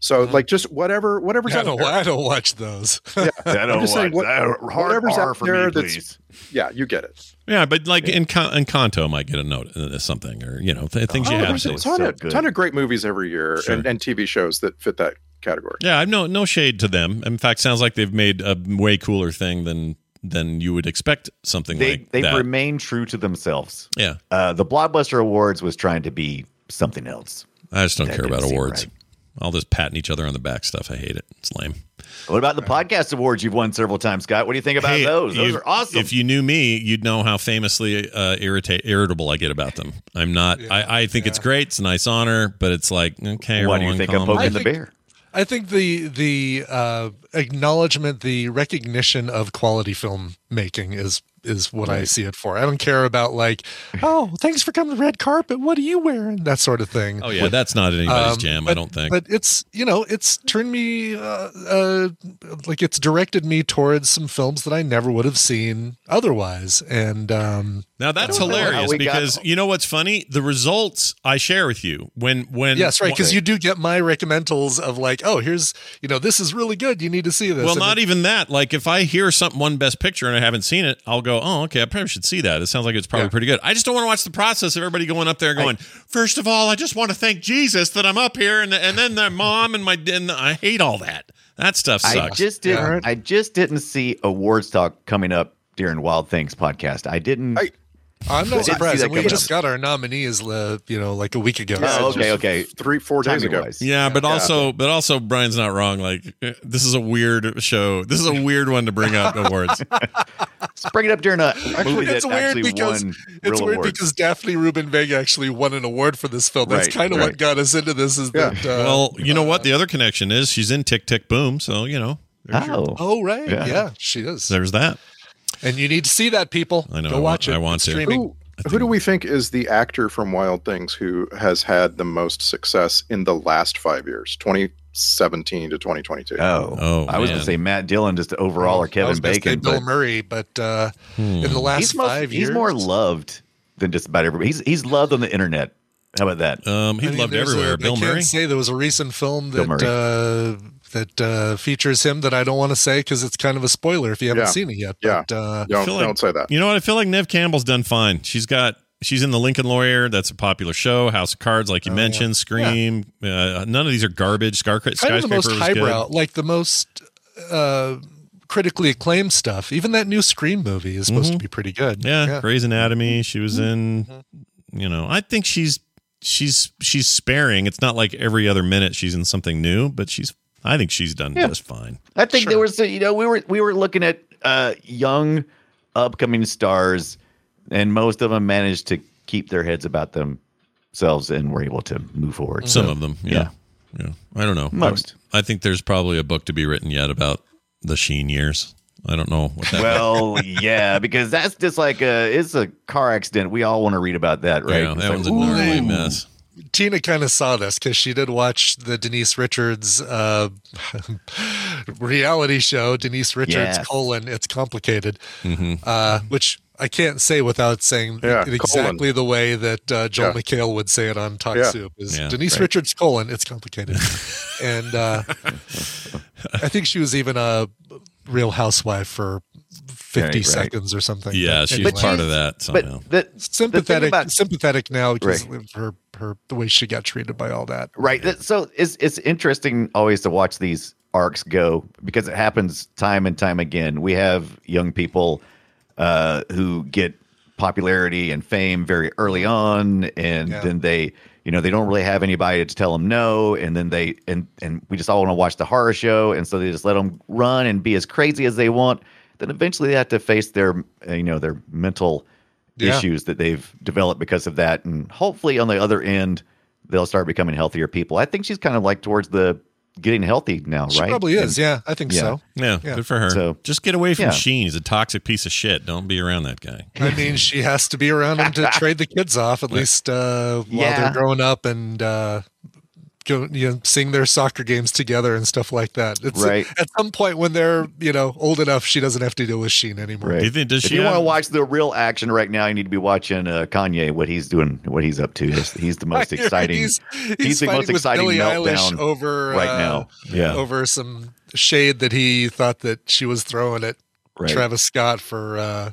H: So like just whatever whatever's
G: I
H: out
G: don't.
H: there.
G: I don't watch those.
F: I
H: I'm just saying what- whatever's out there that's yeah, you get it.
E: yeah, but like in Encanto might get a note uh, something or you know th- things you
H: Oh,
E: have
H: there's a
E: to.
H: ton, of, ton of great movies every year
E: Sure.
H: and, and TV shows that fit that category.
E: Yeah, I've no no shade to them. In fact, sounds like they've made a way cooler thing than than you would expect something
F: they
E: like
F: they've
E: that.
F: remained true to themselves.
E: yeah.
F: Uh, the Blockbuster Awards was trying to be something else.
E: I just don't
F: That
E: care
F: didn't
E: about
F: seem
E: awards.
F: right.
E: All this patting each other on the back stuff. I hate it. It's lame.
F: What about the podcast awards you've won several times, Scott? What do you think about
E: Hey,
F: those? Those
E: you-
F: are awesome.
E: If you knew me, you'd know how famously uh, irritate, irritable I get about them. I'm not. I, I think it's great. It's a nice honor, but it's like okay.
F: Why do you
E: everyone
F: think I'm
E: calm
F: poking
E: down.
F: the bear?
G: I think the the uh, acknowledgement, the recognition of quality film making is is what I
F: Right.
G: see it for. I don't care about like, oh, thanks for coming to red carpet. What are you wearing? That sort of thing.
E: Oh yeah, that's not anybody's
G: Um,
E: jam. I
G: but-
E: don't think.
G: But it's you know it's turned me uh, uh, like it's directed me towards some films that I never would have seen otherwise. And um,
E: Now that's
G: I don't know how
E: hilarious
G: we got-
E: because you know what's funny? The results I share with you when when
G: yes, right, because you do get my recommendals of like, oh, here's you know this is really good. You need to see this.
E: Well,
G: And
E: not even that. Like if I hear something one best picture and I haven't seen it, I'll go, "Oh, okay, I probably should see that. It sounds like it's probably pretty good." I just don't want to watch the process of everybody going up there and going, first of all, I just want to thank Jesus that I'm up here and and then their mom and my and I hate all that. That stuff sucks.
F: I just didn't. I just didn't see awards talk coming up during Wild Things podcast. I didn't. I,
G: I'm not
F: didn't see
G: surprised.
F: that
G: And We
F: coming
G: just got our nominees, uh, you know, like a week ago.
F: Yeah, Oh, okay, okay.
H: Three, four days ago.
F: Timing-wise.
E: Yeah, but also, but also, Brian's not wrong. Like, eh, this is a weird show. This is a weird one to bring up in awards.
F: Let's bring it up during a movie that
G: it's weird
F: actually
G: because
F: won
G: it's
F: real
G: weird
F: awards.
G: because Daphne Rubin Vega actually won an award for this film. That's
F: Right,
G: kind of
F: right.
G: what got us into this. Is that uh,
E: well, you know what? The other connection is she's in Tick Tick Boom, so you know. there's your-
F: Oh.
G: oh right,
E: Yeah.
G: yeah. she is,
E: There's that.
G: and you need to see that, people.
E: I know. I
G: Go
E: want-
G: watch it.
E: I want
G: It's
E: to.
G: Streaming.
H: Who, who do we think is the actor from Wild Things who has had the most success in the last five years, 2017 to 2022?
F: Oh,
E: oh
F: I was going
H: man.
F: to say Matt Dillon just overall or
G: I was
F: Kevin
G: gonna say
F: Bacon.
G: Bill
F: but
G: Murray, but uh,
E: Hmm.
G: in the last
F: he's, most-
G: five years,
F: he's more loved than just about everybody. He's he's loved on the internet. How about that?
E: Um,
G: I mean, there's A, I can't say there was a recent film
F: Bill
G: that uh, that uh, features him that I don't want to say because it's kind of a spoiler if you haven't
E: Yeah.
G: seen it yet.
H: Yeah.
G: But, uh,
E: I feel like- You know what? I feel like Nev Campbell's done fine. She's got she's in the Lincoln Lawyer. That's a popular show. House of Cards, like you mentioned. Scream. Uh, none of these are garbage. Scar-
G: kind
E: skyscraper
G: of the most
E: was
G: highbrow,
E: good.
G: like the most uh, critically acclaimed stuff. Even that new Scream movie is supposed
E: Mhm.
G: to be pretty good.
E: Yeah, Grey's Anatomy. She was in. You know, I think she's she's she's sparing. It's not like every other minute she's in something new, but she's. I think she's done
F: Yeah.
E: just fine.
F: I think there was, uh, you know, we were we were looking at uh, young, upcoming stars, and most of them managed to keep their heads about themselves and were able to move forward.
E: Some
F: So,
E: of them, yeah. yeah, I don't know.
F: Most.
E: I, I think there's probably a book to be written yet about the Sheen years. I don't know what that
F: well, yeah, because that's just like a it's a car accident. We all want to read about that, right?
E: Yeah,
F: It's
E: that
F: like,
E: one's a gnarly
F: ooh.
E: mess.
G: Tina kind of saw this because she did watch the Denise Richards uh, reality show, Denise Richards
F: Yes.
G: colon It's Complicated,
E: Mm-hmm.
G: uh, which I can't say without saying
H: Yeah,
G: it exactly
H: colon.
G: the way that uh, Joel
H: Yeah.
G: McHale would say it on Talk
H: Yeah.
G: Soup. Is
H: Yeah,
G: Denise
H: right.
G: Richards colon It's Complicated, and uh, I think she was even a Real Housewife for
E: Yeah,
G: fifty
E: right.
G: seconds or something.
E: Yeah,
G: But
E: she's
G: anyway.
E: part of that somehow.
F: But the- the thing
G: sympathetic,
F: about-
G: sympathetic now because of her, her the way she got treated by all that.
F: Right. That- So it's it's interesting always to watch these arcs go because it happens time and time again. We have young people uh, who get popularity and fame very early on, and
G: Yeah.
F: then they you know they don't really have anybody to tell them no, and then they and and we just all want to watch the horror show, and so they just let them run and be as crazy as they want. Then eventually they have to face their uh, you know their mental
G: Yeah.
F: issues that they've developed because of that. And hopefully on the other end, they'll start becoming healthier people. I think she's kind of like towards the getting healthy now,
G: She
F: right?
G: probably
F: And-
G: is. yeah, I think so.
E: Yeah, good for her.
F: So-
E: just get away from
F: Yeah.
E: Sheen. He's a toxic piece of shit. Don't be around that guy.
G: I mean, she has to be around him to trade the kids off at least uh, while
F: Yeah.
G: they're growing up and uh, go, you know, seeing their soccer games together and stuff like that. It's
F: Right.
G: at some point when they're you know old enough, she doesn't have to deal with Sheen anymore.
F: Right.
E: does
F: if
E: she
F: you want to
G: um,
E: have-
F: watch the real action right now, you need to be watching uh, Kanye, what he's doing, what he's up to. He's, he's the most
G: Right,
F: exciting.
G: He's, he's,
F: the
G: fighting
F: most
G: with
F: exciting
G: Billie
F: meltdown
G: Eilish over
F: right
G: uh,
F: now. Yeah.
G: over some shade that he thought that she was throwing at
F: Right.
G: Travis Scott for. Uh,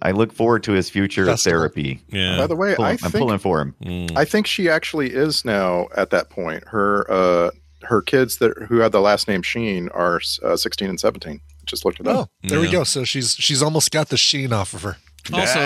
F: I look forward to his future
G: Festival.
F: therapy.
E: Yeah.
H: By the way, I
F: I'm
H: think-
F: pulling for him.
E: Mm.
H: I think she actually is now at that point. Her uh, her kids that who have the last name Sheen are uh, 16 and 17. Just looked it up.
G: oh, there we go. So she's she's almost got the sheen off of her.
E: Also,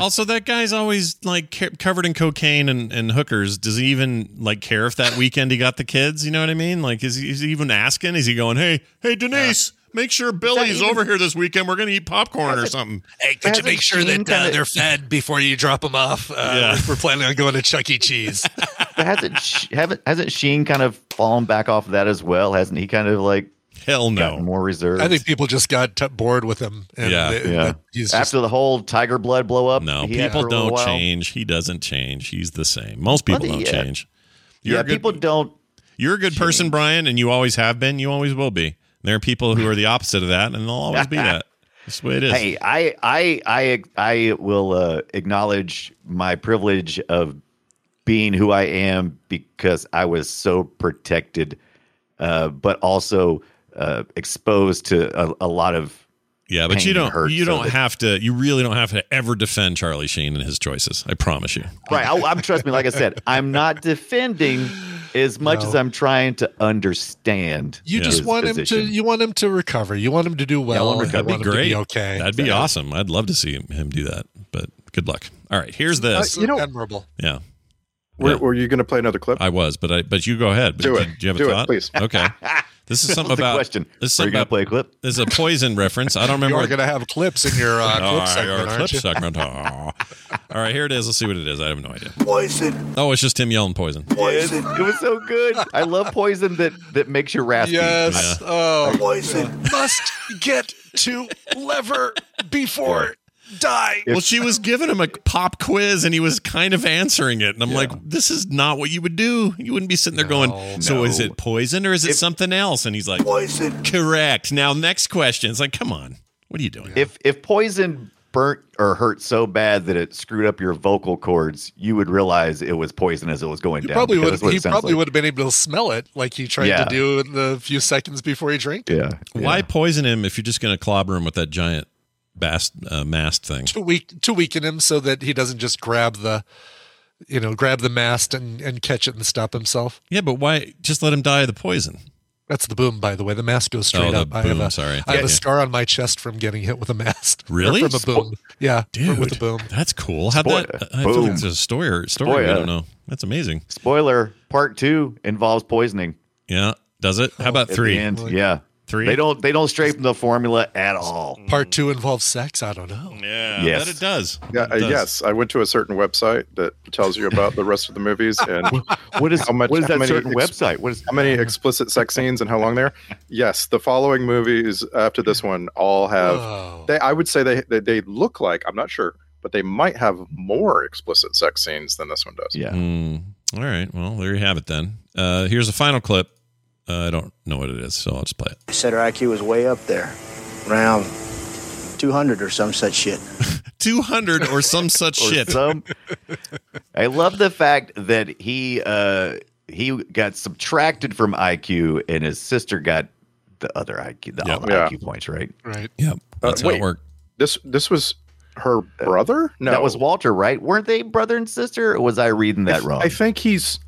E: also that guy's always like ca- covered in cocaine and, and hookers. Does he even like care if that weekend he got the kids? You know what I mean? Like, is he, is he even asking? Is he going, hey, hey, Denise, make sure Billy's
Q: even-
E: over here this weekend. We're gonna eat popcorn or
G: Hasn't-
E: something.
G: Hey, could you make sure that uh, they're fed before you drop them off? Uh,
F: Yeah.
G: We're planning on going to Chuck E. Cheese.
F: But hasn't Sh- haven't hasn't Sheen kind of fallen back off of that as well? Hasn't he kind of like
E: hell no
F: more reserved?
G: I think people just got t- bored with him. And they-
F: yeah.
G: that He's
F: After
G: just,
F: the whole Tiger Blood blow up,
E: No,
F: he had
E: people
F: for a little
E: don't
F: while.
E: change. He doesn't change. He's the same. Most
F: Well,
E: people
F: they-
E: don't
F: yeah.
E: change.
F: Yeah, people don't.
E: You're a good person, Brian, and you always have been. You always will be. There are people who are the opposite of that, and they'll always be that. That's the way it is.
F: Hey, I I I I will uh, acknowledge my privilege of being who I am because I was so protected, uh, but also uh, exposed to a, a lot of
E: Yeah, but you
F: pain
E: don't.
F: and hurt,
E: you
F: so
E: don't
F: that-
E: have to. You really don't have to ever defend Charlie Sheen and his choices. I promise you.
F: right. I, I'm trust me. Like I said, I'm not defending as much
G: No.
F: as I'm trying to understand.
G: you just
F: his
G: want him to.
F: position.
G: You want him to recover. You want him to do well.
F: want him to
G: you
F: recover.
G: want him to be okay.
E: That'd be awesome. I'd love to see him do that. But good luck. All right, here's this.
G: Uh, you know, admirable.
E: yeah,
H: Were, were you going to play another clip?
E: I was, but I. But you go ahead.
H: Do
E: But
H: it.
E: Do, you have
H: Do
E: a
H: it,
E: thought?
H: please.
E: Okay. This is
F: That
E: something
F: was the
E: about
F: question.
E: This is
F: Are
E: something
F: you gonna
E: about
F: play a clip.
E: This is a poison reference. I don't remember.
G: You're
E: what-
G: going to have clips in your uh,
E: Oh, All
G: clip
E: right,
G: segment,
E: our
G: aren't
E: clip
G: you?
E: segment. Oh. All right, here it is. Let's see what it is. I have no idea.
F: Poison.
E: Oh, it's just him yelling poison.
F: Poison. It was so good. I love poison that that makes you raspy.
G: Yes.
E: Yeah.
G: Oh,
F: Poison.
G: must get to lever before die.
E: Well, she was giving him a pop quiz and he was kind of answering it. And I'm like, this is not what you would do. You wouldn't be sitting there going, so
F: No.
E: is it poison or is it something else? And he's like, poison. Correct. Now, next question. It's like, come on. What are you doing?
F: If if poison burnt or hurt so bad that it screwed up your vocal cords, you would realize it was poison as it was going
G: You
F: down.
G: probably
F: because that's
G: would.
F: what
G: He
F: it sounds
G: probably
F: like.
G: would have been able to smell it, like he tried
F: Yeah.
G: to do in the few seconds before he drank.
F: Yeah.
E: Why poison him if you're just going to clobber him with that giant bast, uh, mast thing?
G: to weak to weaken him so that he doesn't just grab the you know grab the mast and and catch it and stop himself
E: Yeah, but why just let him die of the poison?
G: that's the boom by the way the mast goes straight
E: Oh, the
G: up i have
E: boom,
G: a,
E: sorry.
G: I have
E: Yeah.
G: a scar on my chest from getting hit with a mast Or
E: Really?
G: from a boom yeah
E: Dude,
G: with a boom
E: that's cool. How'd that?
F: Spoiler.
E: I feel like
F: Boom.
E: it's a story. or- Story. I
F: Spoiler.
E: don't know. That's amazing.
F: Spoiler: Part two involves poisoning.
E: Yeah. Does it? How about
F: At
E: three?
F: The end. Yeah.
E: Three?
F: They don't. They don't stray from the formula at all.
G: part two involves sex i don't know
E: Yeah.
F: Yes.
E: That it does.
H: Yeah,
E: That
H: uh,
E: it does.
H: yes. I went to a certain website that tells you about the rest of the movies and
F: What is?
H: how much
F: what is
H: how
F: that
H: many
F: certain
H: ex-
F: website? What is?
H: how many explicit sex scenes and how long they're yes the following movies after this one all have
G: Oh.
H: they i would say they, they they look like i'm not sure but they might have more explicit sex scenes than this one does
F: Yeah.
E: Mm, all right. Well, there you have it then. Uh, here's a final clip. Uh, I don't know what it is, so I'll just play it.
R: They said her IQ was way up there, around 200 or some such shit.
E: 200 or some such
F: or
E: shit.
F: some. I love the fact that he uh he got subtracted from IQ and his sister got the other IQ, the all the
H: Yeah.
F: IQ points, right?
G: right
E: Yep. That's how it
H: wait.
E: worked.
H: this this was her brother no
F: That was Walter, right? Weren't they brother and sister? Or was I reading that wrong?
H: i think he's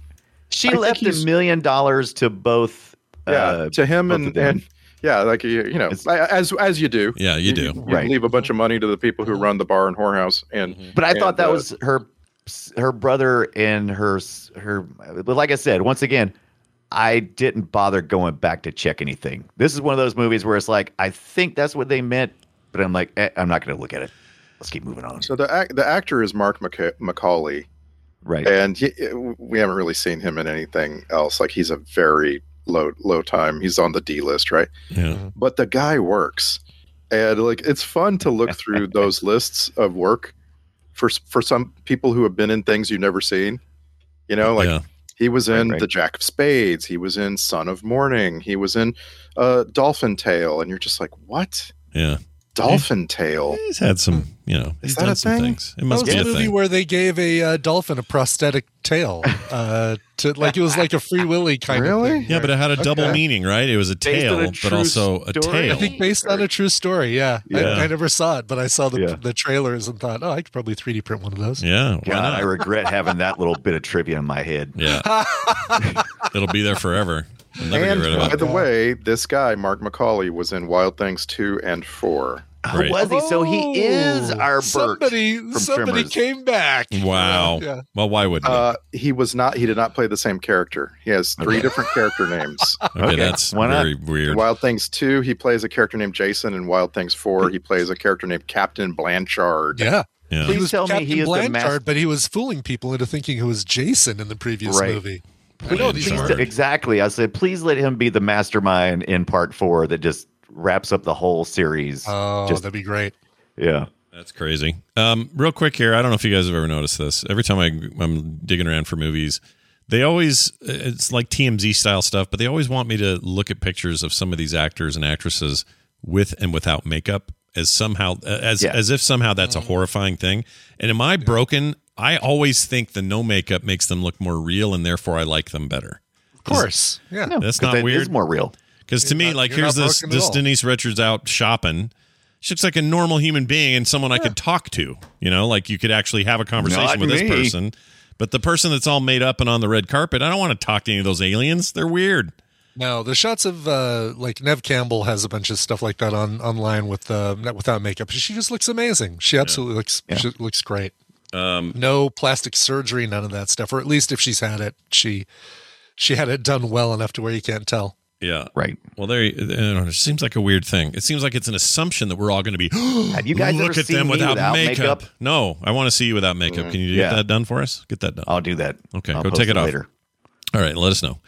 F: she
H: I think
F: left a
H: he's-
F: million dollars to both.
H: yeah
F: uh,
H: to him
F: both of
H: and,
F: them.
H: and yeah like you, you know as as you do
E: Yeah, you do.
H: you
F: Right.
H: leave a bunch of money to the people
G: Uh-huh.
H: who run the bar and whorehouse and
G: Mm-hmm.
F: But I
H: and,
F: thought that
H: uh,
F: was her her brother and her s- her but like I said, once again, I didn't bother going back to check anything. This is one of those movies where it's like I think that's what they meant, but I'm like eh, I'm not going to look at it. Let's keep moving on.
H: so the ac- the actor is mark McC- macaulay
F: Right.
B: eh,
H: and he, we haven't really seen him in anything else. Like he's a very low low time. He's on the D list, right?
E: Yeah.
H: But the guy works, and like it's fun to look through those lists of work for s- for some people who have been in things you've never seen. You know, like
E: yeah.
H: he was in
F: right.
H: the Jack of Spades. He was in Son of Morning. He was in uh, Dolphin Tale, and you're just like, what?
E: Yeah.
H: Dolphin Tale?
E: He's had some, you know, he's
H: that
E: done
H: a
E: some
H: thing?
E: things. It
G: that was
E: must be
G: the
E: a
G: movie
E: thing.
G: where they gave a uh, dolphin a prosthetic tail uh to like it was like a free willy kind of
H: Really?
G: thing
E: Yeah, but it had a double
H: Okay.
E: meaning, right? It was a
F: Based on a
E: tail, but
F: true
E: also a
F: story.
G: I
E: tail.
G: think based on a true story, yeah.
F: Yeah.
G: I, I never saw it, but I saw the
F: Yeah.
G: the trailers and thought, oh, I could probably 3D print one of those.
E: yeah. Why
F: God, I
E: not?
F: regret having that little bit of trivia in my head.
E: Yeah. It'll be there forever. I'll never get
H: And
E: rid of
H: by
E: it.
H: the way, this guy Mark Macaulay was in Wild Things two and four.
F: Who was he? So he is our Bert
G: Oh, somebody.
F: from
G: somebody
F: Tremors.
G: came back.
E: Wow.
G: Yeah.
E: Well, why would
H: uh, he was not? He did not play the same character. He has three different character names.
E: Okay, that's very weird.
H: In Wild Things Two, he plays a character named Jason. In Wild Things Four, he plays a character named Captain Blanchard.
G: Yeah.
H: He
G: He
H: was
G: was Captain Blanchard,
H: master-
G: but he was fooling people into thinking it was Jason in the previous
F: Right.
G: movie.
F: Please- please- exactly. I said, please let him be the mastermind in part four that just wraps up the whole series.
G: Oh,
F: Just-
G: that'd be great.
F: yeah.
E: That's crazy. Um, real quick here, I don't know if you guys have ever noticed this. Every time I, I'm digging around for movies, they always it's like TMZ style stuff, but they always want me to look at pictures of some of these actors and actresses with and without makeup as somehow as
F: Yeah.
E: as if somehow that's a horrifying thing. And am I broken? I always think the no makeup makes them look more real, and therefore I like them better.
G: Of course. Yeah.
E: That's not weird.
F: more real.
E: Because to
G: You're
E: me,
G: not-
E: like,
G: you're
E: here's
G: not
E: this
G: broken at
E: this
G: all.
E: Denise Richards out shopping. She looks like a normal human being and someone I could talk to. You know, like you could actually have a conversation
F: Not
E: with
F: me.
E: this person. But the person that's all made up and on the red carpet, I don't want to talk to any of those aliens. They're weird.
G: No, the shots of uh, like Nev Campbell has a bunch of stuff like that on online with uh, not- without makeup. She just looks amazing. She absolutely looks she looks great.
E: Um,
G: no plastic surgery, none of that stuff, or at least if she's had it, she she had it done well enough to where you can't tell.
E: Yeah.
F: Right.
E: Well, there. I don't know, It seems like a weird thing. It seems like it's an assumption that we're all going to be.
F: Have you guys
E: look
F: ever
E: at
F: seen
E: them
F: me
E: without,
F: without
E: makeup?
F: makeup?
E: No, I want to see you without makeup. Can you
F: Yeah.
E: get that done for us? Get that done.
F: I'll do that.
E: Okay,
F: I'll
E: go
F: post
E: take it,
F: it
E: off.
F: later.
E: All right, let us know.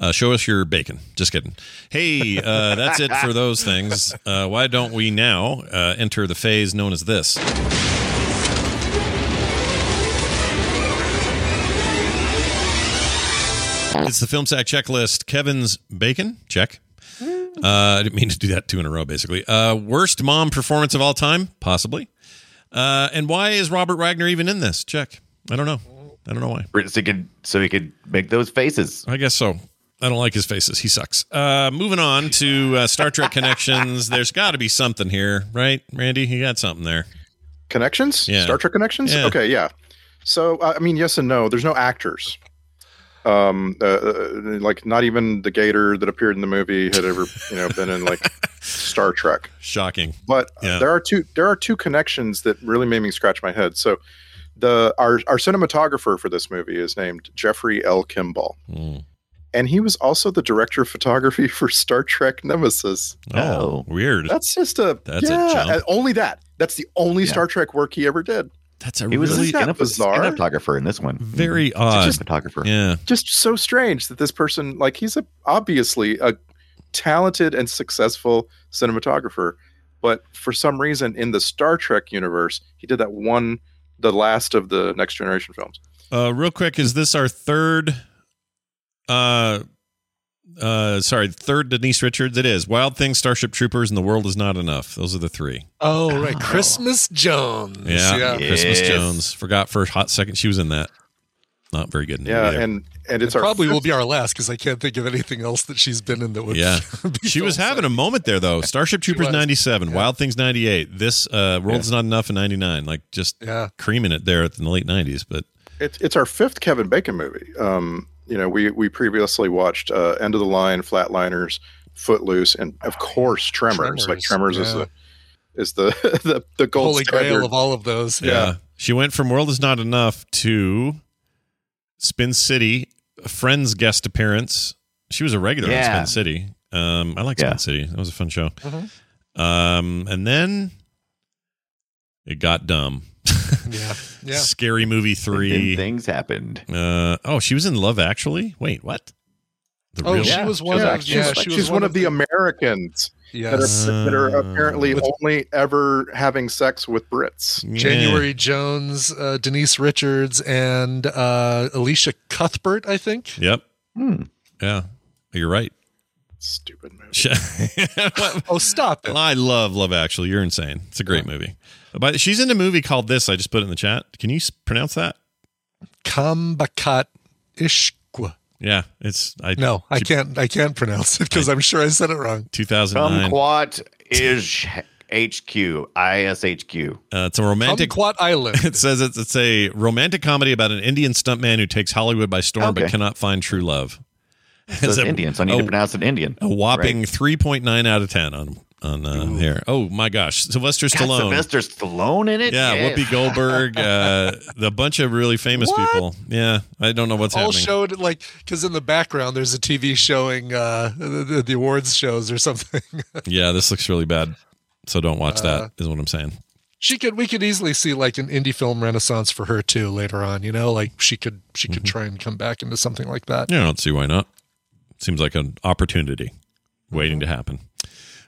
E: Uh, show us your bacon. Just kidding. Hey, uh, that's it for those things. Uh, why don't we now uh, enter the phase known as this? It's the film sack checklist. Kevin's bacon check. Uh, I didn't mean to do that two in a row. Basically, uh, worst mom performance of all time, possibly. Uh, and why is Robert Wagner even in this? Check. I don't know. I don't know why.
F: So he could so he could make those faces.
E: I guess so. I don't like his faces. He sucks. Uh, moving on to uh, Star Trek connections. There's got to be something here, right, Randy? You got something there.
H: Connections?
E: Yeah.
H: Star Trek connections?
E: Yeah.
H: Okay, yeah. So uh, I I mean, yes and no. There's no actors. Um, uh, uh, like not even the Gator that appeared in the movie had ever, you know, been in like Star Trek.
E: Shocking.
H: But uh,
E: Yeah.
H: there are two there are two connections that really made me scratch my head. So the our our cinematographer for this movie is named Jeffrey L. Kimball,
E: Hmm.
H: and he was also the director of photography for Star Trek Nemesis.
E: Oh, weird.
H: That's just a
E: That's a
H: yeah,
E: jump.
F: Oh.
H: uh, only that. That's the only Star Trek work he ever did.
E: That's a
F: He was
E: really
F: a skin-
H: bizarre?
F: cinematographer in this one.
E: very
F: Mhm.
E: odd
F: Just a photographer.
E: Yeah.
H: Just so strange that this person, like, he's a, obviously a talented and successful cinematographer, but for some reason in the Star Trek universe, he did that one, the last of the Next Generation films.
E: Uh, real quick, is this our third? Uh, uh, sorry, third Denise Richards. It is Wild Things, Starship Troopers, and The World Is Not Enough. Those are the three.
G: Oh right, Christmas Jones.
E: Yeah, Christmas
G: Yes.
E: Jones. Forgot for a hot second she was in that. Not very good. In
H: Yeah,
E: that either.
H: and and it's our
G: Probably will
H: fifth-
G: be our last because I can't think of anything else that she's been in that would.
E: Yeah. she was having a moment there though. Starship Troopers
G: was.
E: 97, Wild Things 98. This uh World's Not Enough in 99, like just
H: Yeah.
E: creaming it there at the late 90s, but
H: It's it's our fifth Kevin Bacon movie. Um, you know, we we previously watched uh, End of the Line, Flatliners, Footloose, and of course Tremors. Like
G: Oh, Tremors,
H: Tremors is
G: yeah.
H: the is the the, the gold
G: Holy grail
H: standard.
G: of all of those.
E: yeah. She went from World Is Not Enough to Spin City, a friend's guest appearance. She was a regular
F: Yeah.
E: on Spin City. Um I like
F: Yeah.
E: Spin City. That was a fun show.
G: Mhm.
E: Um and then it got dumb.
G: Yeah. Yeah.
E: Scary Movie
F: Then
E: 3.
F: things happened.
E: Uh, oh, she was in Love Actually. Wait, what? The
G: Oh, she was one of-
H: she's,
G: yeah, she
H: she's
G: was
H: one,
G: one
H: of
G: of
H: the Americans that,
G: Yes.
H: are, that are
E: Uh,
H: apparently only ever having sex with Brits.
E: Mm-hmm.
G: January Jones, uh, Denise Richards, and uh, Alicia Cuthbert, I think.
E: Yep.
F: Hmm.
E: Yeah, you're right.
H: Stupid
E: movie.
G: oh, stop it.
E: I love Love Actually. You're insane. It's a great movie. But she's in a movie called This. I just put it in the chat. Can you s- pronounce that?
G: Kambakat Ishqua.
E: Yeah, it's I
G: No, I can't. I can't pronounce it because I'm sure I said it wrong.
E: 2009.
F: Kumquat is HQ. ISHQ.
E: Uh, it's a romantic.
G: Kumquat Island.
E: It says it's, it's a romantic comedy about an Indian stuntman who takes Hollywood by storm but
F: Okay.
E: cannot find true love.
F: So it's
E: a-
F: Indian, so I need
E: a-
F: to pronounce it Indian.
E: A whopping 3.9 out of 10 on on uh, there. Oh my gosh, Sylvester
F: Got
E: Stallone.
F: Sylvester Stallone in it.
E: Yeah,
F: Yes.
E: Whoopi Goldberg, uh, the bunch of really famous
G: What?
E: people. Yeah, I don't know what's
G: all
E: happening.
G: showed like because in the background there's a TV showing uh, the, the awards shows or something.
E: yeah, this looks really bad. So don't watch
G: Uh,
E: that. Is what I'm saying.
G: she could we could easily see like an indie film renaissance for her too later on. You know, like she could she could try and come back into something like that.
E: Yeah, I don't see why not. Seems like an opportunity waiting to happen.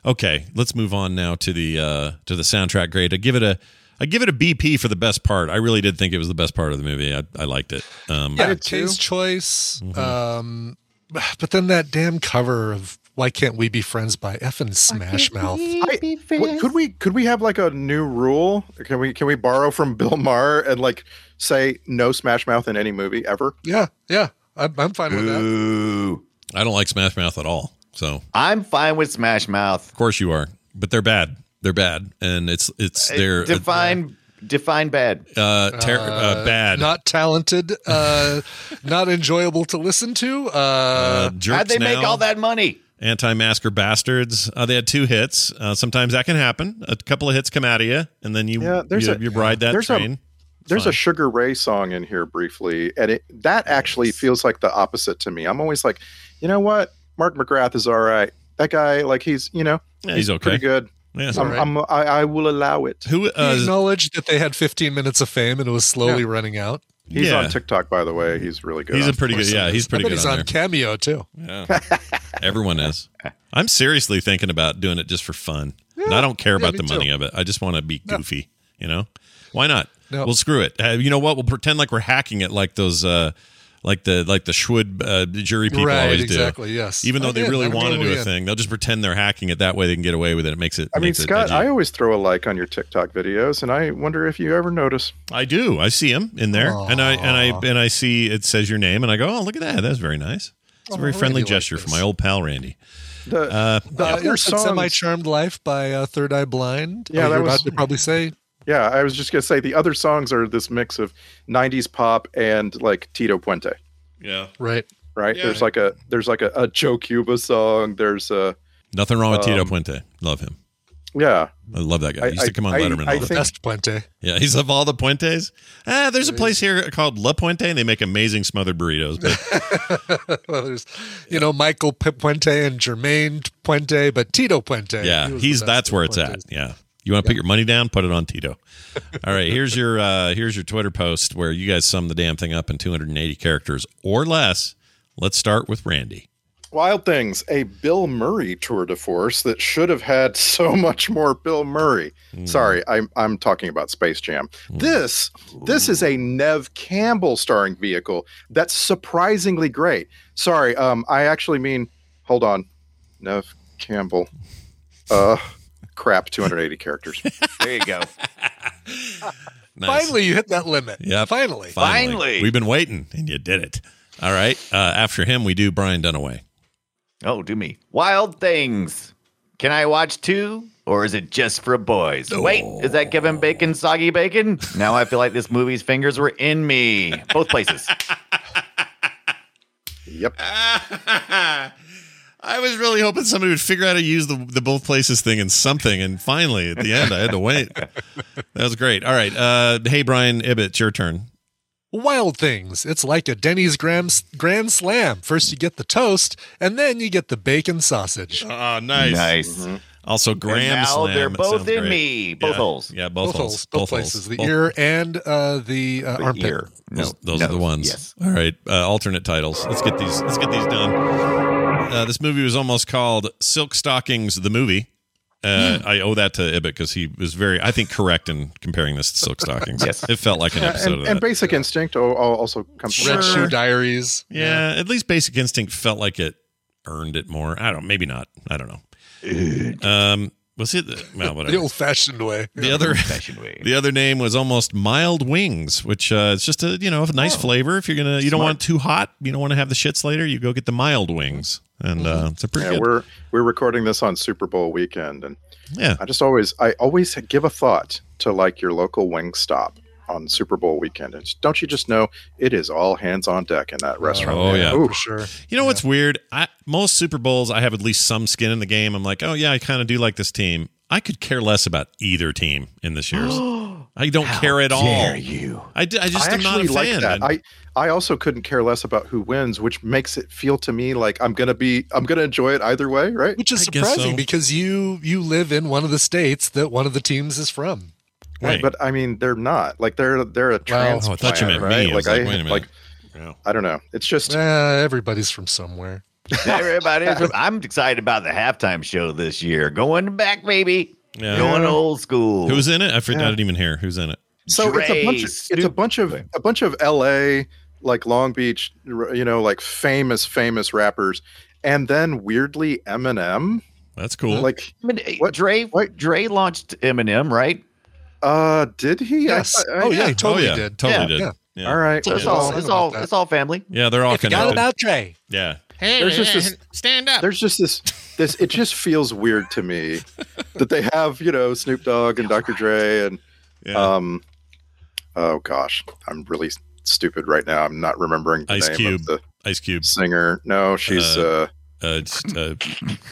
E: Okay, let's move on now to the uh, to the soundtrack grade. I give it a I give it a BP for the best part. I really did think it was the best part of the movie. I, I liked it. Um,
G: yeah, Taste Choice. Um, but then that damn cover of "Why Can't We Be Friends" by effing Smash Mouth.
H: I- what- could we could we have like a new rule? Can we can we borrow from Bill Maher and like say no Smash Mouth in any movie ever?
G: Yeah, yeah, I'm, I'm fine with that.
E: I don't like Smash Mouth at all. So
F: I'm fine with Smash Mouth.
E: Of course you are, but they're bad. They're bad, and it's it's their
F: define define bad.
E: uh, ter- uh, bad.
G: not talented, uh, not enjoyable to listen to. Uh,
E: jerks How'd they make now. all that
F: money?
E: anti-masker bastards. Uh, they had two hits. Uh, sometimes that can happen. A couple of hits come out of you, and then you
H: Yeah, there's
E: you,
H: a-
E: you ride that
H: there's a-
E: train.
H: There's
E: Fine.
H: a Sugar Ray song in here briefly, and it that actually feels like the opposite to me. I'm always like, you know what, Mark McGrath is all right. That guy, like he's you know
E: Yeah, he's okay.
H: pretty good.
E: Yeah.
H: I'm, I'm, I, I will allow it.
E: Who uh,
G: he acknowledged that they had 15 minutes of fame and it was slowly
H: Yeah.
G: running out.
H: He's
E: Yeah.
H: on TikTok, by the way. He's really good.
E: He's a
H: on
E: pretty good-
H: TikTok.
E: yeah, he's pretty
G: I bet
E: good
G: he's
E: on
G: on,
E: there.
G: Cameo too.
E: Yeah. Everyone is. I'm seriously thinking about doing it just for fun. and I don't care
G: Yeah,
E: about
G: me
E: the
G: too.
E: money of it. I just want to be goofy. You know, why not?
G: No.
E: Well, screw it. Uh, you know what? We'll pretend like we're hacking it, like those, uh, like the like the Schwood uh, jury people
G: Right,
E: always do.
G: exactly, yes.
E: Even though
G: I'm
E: they
G: in.
E: really
G: I'm
E: want to do
G: totally
E: a
G: in.
E: thing, they'll just pretend they're hacking it. That way, they can get away with it. It makes it.
H: I mean,
E: makes it
H: Scott,
E: edgy.
H: I always throw a like on your TikTok videos, and I wonder if you ever notice.
E: I do. I see him in there, and I and I and I see it says your name, and I go, "Oh, look at that! That's very nice. It's a
G: Oh,
E: very friendly
G: Randy liked
E: gesture from my old pal Randy."
H: The-
E: uh,
G: Uh,
H: Yeah.
G: yeah,
H: Your
G: that's Semi
H: songs-
G: Charmed Life by uh, Third Eye Blind.
H: Yeah, that
G: Oh, you're about
H: was-
G: to probably say.
H: Yeah, I was just gonna say the other songs are this mix of '90s pop and like Tito Puente,
E: yeah,
G: Right.
H: right?
E: Yeah.
H: There's like a there's like a, a Joe Cuba song. There's a
E: nothing wrong with Tito
H: Um,
E: Puente. Love him.
H: yeah.
E: I love that guy.
H: I-
E: he used to
H: I-
E: come on
H: I-
E: Letterman.
H: I
E: all the
H: think-
E: time.
G: Best Puente.
E: Yeah, he's of all the puentes. Ah, there's a place here called La Puente, and they make amazing smothered burritos. But
G: well, there's, you know, Michael P- Puente and Jermaine Puente, but Tito Puente.
E: yeah,
G: he was the
E: he's
G: best
E: that's
G: of
E: where it's at.
G: Puentes.
E: Yeah, you want to put your money down, put it on Tito. All right, here's your uh, here's your Twitter post where you guys sum the damn thing up in 280 characters or less. Let's start with Randy.
H: Wild Things, a Bill Murray tour de force that should have had so much more Bill Murray.
E: Hmm.
H: Sorry, I'm I'm talking about Space Jam. This this is a Nev Campbell starring vehicle that's surprisingly great. Sorry, um, I actually mean, hold on, Nev Campbell. Uh, crap, 280 characters.
F: There you go.
E: Nice.
G: Finally, you hit that limit.
E: Yeah,
G: Finally.
F: Finally.
E: we've been waiting, and you did it. All right. Uh, after him, we do Brian Dunaway.
F: Oh, do me. Wild Things. Can I watch two? Or is it just for boys? Wait, is that Kevin Bacon soggy bacon? Now I feel like this movie's fingers were in me. Both places.
H: Yep.
E: I was really hoping somebody would figure out how to use the, the both places thing in something, and finally at the end, I had to wait. That was great. All right, uh, hey Brian Ibbett, it's your turn.
G: Wild Things. It's like a Denny's grand, grand slam. First, you get the toast, and then you get the bacon sausage.
E: Oh, nice,
F: Nice.
H: Mm-hmm.
E: Also, Graham
F: And now
E: Slam.
F: they're
E: That
F: both
E: sounds
F: in
E: great.
F: me. Both
E: yeah.
F: holes.
E: Yeah, both, holes.
G: holes, both, places,
E: holes.
G: the
E: Both-
G: ear and uh, the uh, armpit.
F: Here.
E: Those,
F: No,
E: those
F: no,
E: are the ones.
F: Yes.
E: All right, uh, alternate titles. Let's get these. Let's get these done. Uh, this movie was almost called Silk Stockings, the movie. Uh, I owe that to Ibbett because he was very, I think, correct in comparing this to Silk Stockings.
F: Yes.
E: it felt like an
H: Yeah,
E: episode
H: and,
E: of that.
H: and Basic Instinct al- al- also comes
G: Red
H: from-
G: Shoe Diaries.
E: yeah, at least Basic Instinct felt like it earned it more. I don't. Maybe not. I don't know. Um, was it? Well,
G: The
E: whatever.
G: old fashioned way.
E: The other
F: Fashion way.
E: the other name was almost mild wings, which uh, it's just a you know a nice
G: Oh.
E: flavor. If you're gonna you don't want it too hot, you don't want to have the shits later. You go get the mild wings, and
G: Mm-hmm.
E: uh, it's a pretty
H: Yeah,
E: good.
H: we're we're recording this on Super Bowl weekend, and
E: Yeah.
H: I just always I always give a thought to like your local wing stop on Super Bowl weekend. And don't you just know it is all hands on deck in that restaurant?
E: Oh, yeah.
H: Ooh.
E: For sure. You know what's weird? I most Super Bowls I have at least some skin in the game. I'm like, oh yeah, I kind of do like this team. I could care less about either team in this year's. I don't care at all.
F: dare you.
E: I, d- I just am not a
H: actually like
E: fan.
H: that.
E: man.
H: I I also couldn't care less about who wins, which makes it feel to me like I'm gonna be I'm gonna enjoy it either way, right?
G: Which is surprising because you you live in one of the states that one of the teams is from.
H: Right. But I mean, they're not like they're they're a transplant.
G: Oh, I thought you meant me.
H: right?
G: I was like, wait a minute. Eh.
H: like I don't know. It's just
G: everybody's from somewhere.
F: Everybody, I'm excited about the halftime show this year. Going back, baby.
E: Yeah.
F: Going old school.
E: Who's in it? I forgot.
H: Yeah.
E: I didn't even hear who's in it.
H: so it's a bunch. Of, it's a bunch of a bunch of L.A. like Long Beach, you know, like famous famous rappers, and then weirdly Eminem.
E: That's cool.
H: Like
F: I mean, what Dre? What Dre launched Eminem, right?
H: Uh, did he? I
G: Yes.
H: thought- uh, I-
G: Oh, yeah, he totally
E: yeah,
G: did.
E: Totally
G: Yeah,
E: did.
G: yeah.
E: Yeah.
H: All right.
F: So it's all it's all it's all family.
E: Yeah, they're all
G: forgot
E: connected.
G: about Trey.
E: Yeah.
F: Hey,
H: There's just this-
F: stand up.
H: There's just this this it just feels weird to me that they have, you know, Snoop Dogg and Dr. Dre and um oh gosh, I'm really stupid right now. I'm not remembering the
E: Ice
H: name
E: Cube.
H: of the
E: Ice Cube.
H: singer. No, she's uh,
E: Uh, just, uh,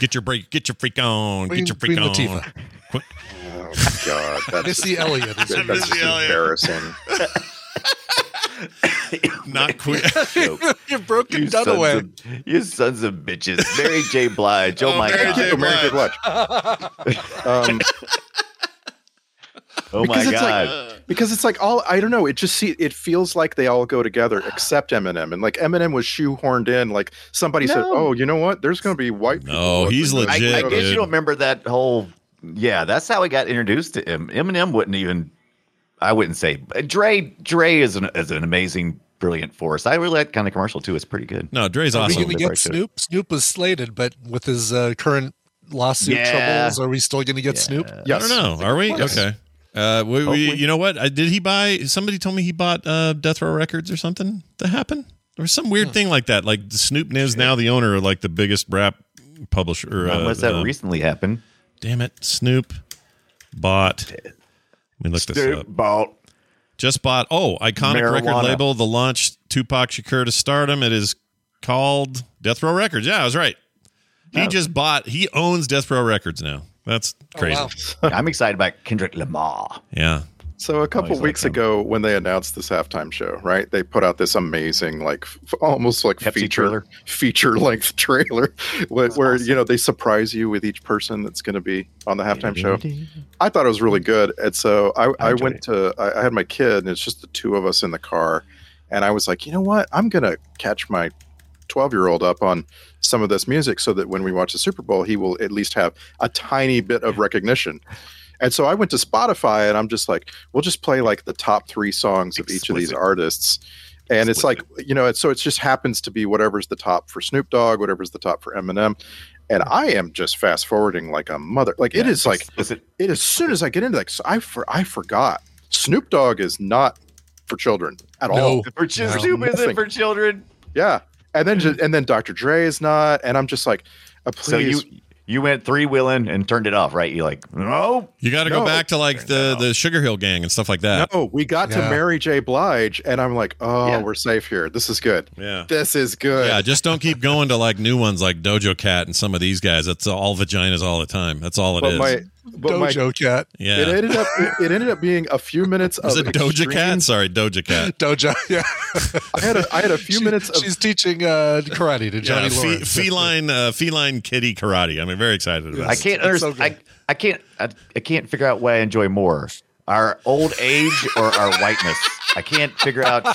E: get your break. Get your freak on.
G: Queen-
E: get your freak
G: Queen
E: on.
G: Latifah.
E: Quick.
H: oh my god, that's
G: Missy
H: just-
G: Elliott is
H: That's
G: in it.
H: just
E: Missy Elliott.
H: embarrassing.
E: Not quick.
G: you broke
F: You
G: it done
F: sons,
G: away.
F: of, you sons of bitches. Mary J. Blige. Oh,
E: Oh,
F: my
E: Mary
F: God.
E: J.
H: Oh, Mary J. Blige. Um,
F: Oh my
H: because it's
F: God.
H: Like, because it's like all I don't know. It just see it feels like they all go together except Eminem, and like Eminem was shoehorned in. Like somebody said,
F: No.
H: "Oh, you know what? There's going to be white."
E: No, Oh, he's
F: I,
E: legit.
F: I guess
E: dude.
F: you don't remember that whole. Yeah, that's how I got introduced to him. Eminem wouldn't even. I wouldn't say Dre. Dre is an is an amazing, brilliant force. I really like kind of commercial too. It's pretty good.
E: No, Dre's
G: Are we
E: awesome.
G: going to get Snoop? Snoop was slated, but with his uh, current lawsuit
F: Yeah.
G: troubles, are we still going to get Snoop? Oh,
E: I don't know. Are we?
G: Yes.
E: Okay. Uh, we, we,
F: Hopefully.
E: you know what? I, did he buy? Somebody told me he bought uh, Death Row Records or something. That happened. There was some weird thing like that. Like Snoop is now the owner of like the biggest rap publisher. uh,
F: Unless that
E: uh,
F: recently happened.
E: damn it, Snoop bought. Let me look this up.
F: bought.
E: Just bought. Oh, iconic record
F: Marijuana.
E: label. The launch Tupac Shakur to stardom. It is called Death Row Records. Yeah, I was right. He just bought. He owns Death Row Records now. That's
H: Oh,
E: crazy.
F: I'm excited about Kendrick Lamar.
E: Yeah.
H: So a couple
F: like
H: weeks
F: him.
H: ago, when they announced this halftime show, right? They put out this amazing, like f- almost like
F: Pepsi
H: feature
F: trailer.
H: feature length trailer, where, where you know they surprise you with each person that's going to be on the halftime show.
F: Mm-hmm.
H: I thought it was really good, and so I, I, went to I, I had my kid, and it's just the two of us in the car, and I was like, you know what, I'm gonna catch my 12 year old up on some of this music so that when we watch the Super Bowl, he will at least have a tiny bit of recognition. And so I went to Spotify and I'm just like, we'll just play like the top three songs of each of these artists. And it's like, you know, it's so it just happens to be whatever's the top for Snoop Dogg, whatever's the top for Eminem. And I am just fast forwarding like a mother. Like it is like,
F: Is it
H: it as soon as I get into that, 'cause I, for, I forgot Snoop Dogg is not for children at all.
F: for children? Is it
H: Nothing.
F: for children?
H: Yeah, and then ju- and then Dr. Dre is not, and I'm just like, uh, please.
F: So you you went three wheeling and turned it off, right? You like no.
E: You got to
H: No.
E: go back to like the the Sugar Hill Gang and stuff like that.
H: no, we got to
G: Yeah.
H: Mary J. Blige, and I'm like, oh,
F: Yeah.
H: we're safe here. This is good.
E: Yeah.
H: This is good.
E: Yeah, just don't keep going to like new ones like Dojo Cat and some of these guys. That's all vaginas all the time. That's all it
H: but
E: is.
H: my but my
G: Dojo cat.
E: yeah.
H: it ended up it ended up being a few minutes of
E: Is it Doja
H: extreme-
E: Cat? Sorry, Doja Cat.
G: Dojo. Yeah.
H: I had a, I had a few minutes of
G: She's teaching uh, karate to Johnny
E: Yeah,
G: yeah,
E: fe- feline, uh, feline kitty karate. I'm very excited about.
F: I
E: it.
F: can't
G: it's so
F: understand. I, I can't. I, I can't figure out what I enjoy more: our old age or our whiteness. I can't figure out.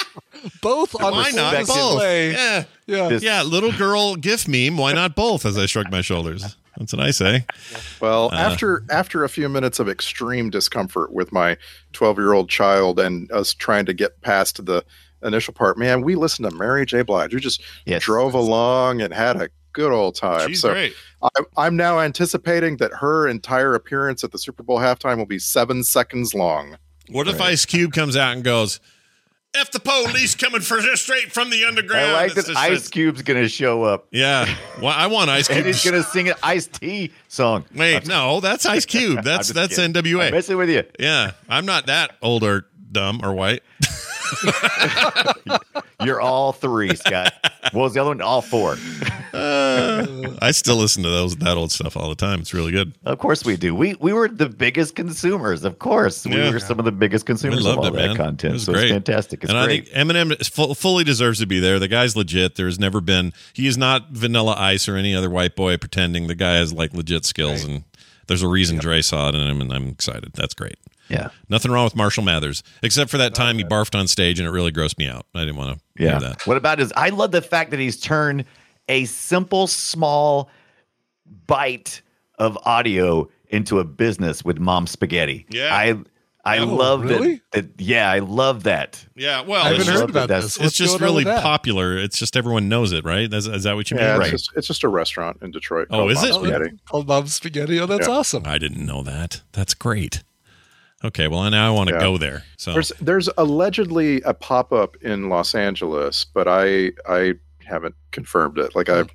G: Both on
E: Why
G: the
E: not
G: same
E: both?
G: display.
E: Yeah,
G: Yeah.
F: This-
E: yeah. Little girl gif meme. Why not both? As I shrug my shoulders. That's what I say. Uh.
H: well after after a few minutes of extreme discomfort with my 12 year old child and us trying to get past the initial part. Man, we listened to Mary J. Blige. We just
F: Yes.
H: drove along and had a good old time.
E: She's
H: so
E: great.
H: I'm, I'm now anticipating that her entire appearance at the Super Bowl halftime will be seven seconds long.
E: What if Ice Cube comes out and goes, "F the police coming for straight from the underground"?
F: I like
E: It's
F: that
E: just-
F: Ice Cube's gonna show up
E: Yeah, well, I want Ice Cube.
F: and
E: to
F: he's gonna sing an Ice T song.
E: Wait, no, that's Ice Cube.
F: I'm
E: That's
F: just
E: that's
F: kidding. I'm
E: NWA.
F: messing with you.
E: Yeah, I'm not that older dumb or white.
F: You're all three, Scott. What was the other one? All four.
E: I still listen to those that old stuff all the time. It's really good.
F: Of course we do. We we were the biggest consumers. Of course, we
E: Yeah.
F: were some of the biggest consumers
E: we loved
F: of all
E: it,
F: that
E: man.
F: content.
E: It was
F: so
E: great.
F: it's fantastic. It's
E: and
F: great.
E: I think Eminem is fu- fully deserves to be there. The guy's legit. There has never been. He is not Vanilla Ice or any other white boy pretending. The guy has like legit skills, and there's a reason Dre saw it in him, and I'm excited. That's great.
F: Yeah.
E: Nothing wrong with Marshall Mathers, except for that time he barfed on stage, and it really grossed me out. I didn't want to
F: yeah.
E: hear that.
F: What about his? I love the fact that he's turned a simple, small bite of audio into a business with mom spaghetti.
E: Yeah.
F: I I
E: Oh,
F: love that-
E: really?
F: that, Yeah, I love that.
E: Yeah, well,
F: I
E: it's
F: haven't
E: just-
F: heard about this.
E: It's
F: What's
E: just
F: going on
E: really
F: with that?
E: popular. It's just everyone knows it, right? Is, is that what you
H: Yeah,
E: mean?
H: it's, just, it's just a restaurant in Detroit.
E: Oh,
H: called
E: is
H: Mom's
E: it?
H: Spaghetti.
G: Called Mom's Spaghetti. Oh, that's
H: Yeah.
G: awesome.
E: I didn't know that. That's great. Okay, well now I want to
H: Yeah.
E: go there. So
H: There's there's allegedly a pop up in Los Angeles, but I I haven't confirmed it. Like I've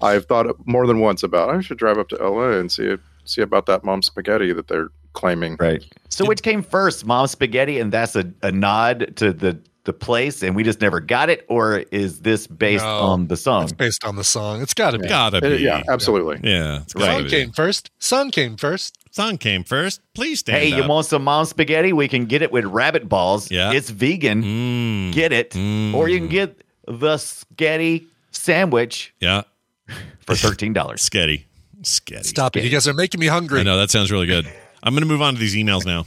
H: I've thought more than once about I should drive up to LA and see see about that mom spaghetti that they're claiming.
F: Right. So which came first, Mom Spaghetti, and that's a, a nod to the the place, and we just never got it, or is this based
G: No.
F: on the song?
G: It's based on the song. It's got to be.
E: gotta be.
H: Yeah, absolutely.
E: Yeah, it's gotta
G: Song
E: be.
G: came first. Song came first.
E: Song came first. Please stand
F: Hey, you
E: up.
F: want some mom spaghetti? We can get it with rabbit balls. Yeah. It's vegan.
E: Mm.
F: Get it. Or you can get the spaghetti sandwich
E: yeah.
F: for $13.
E: Sketty. Sketty.
G: Stop it. You guys are making me hungry.
E: I know that sounds really good. I'm going to move on to these emails now.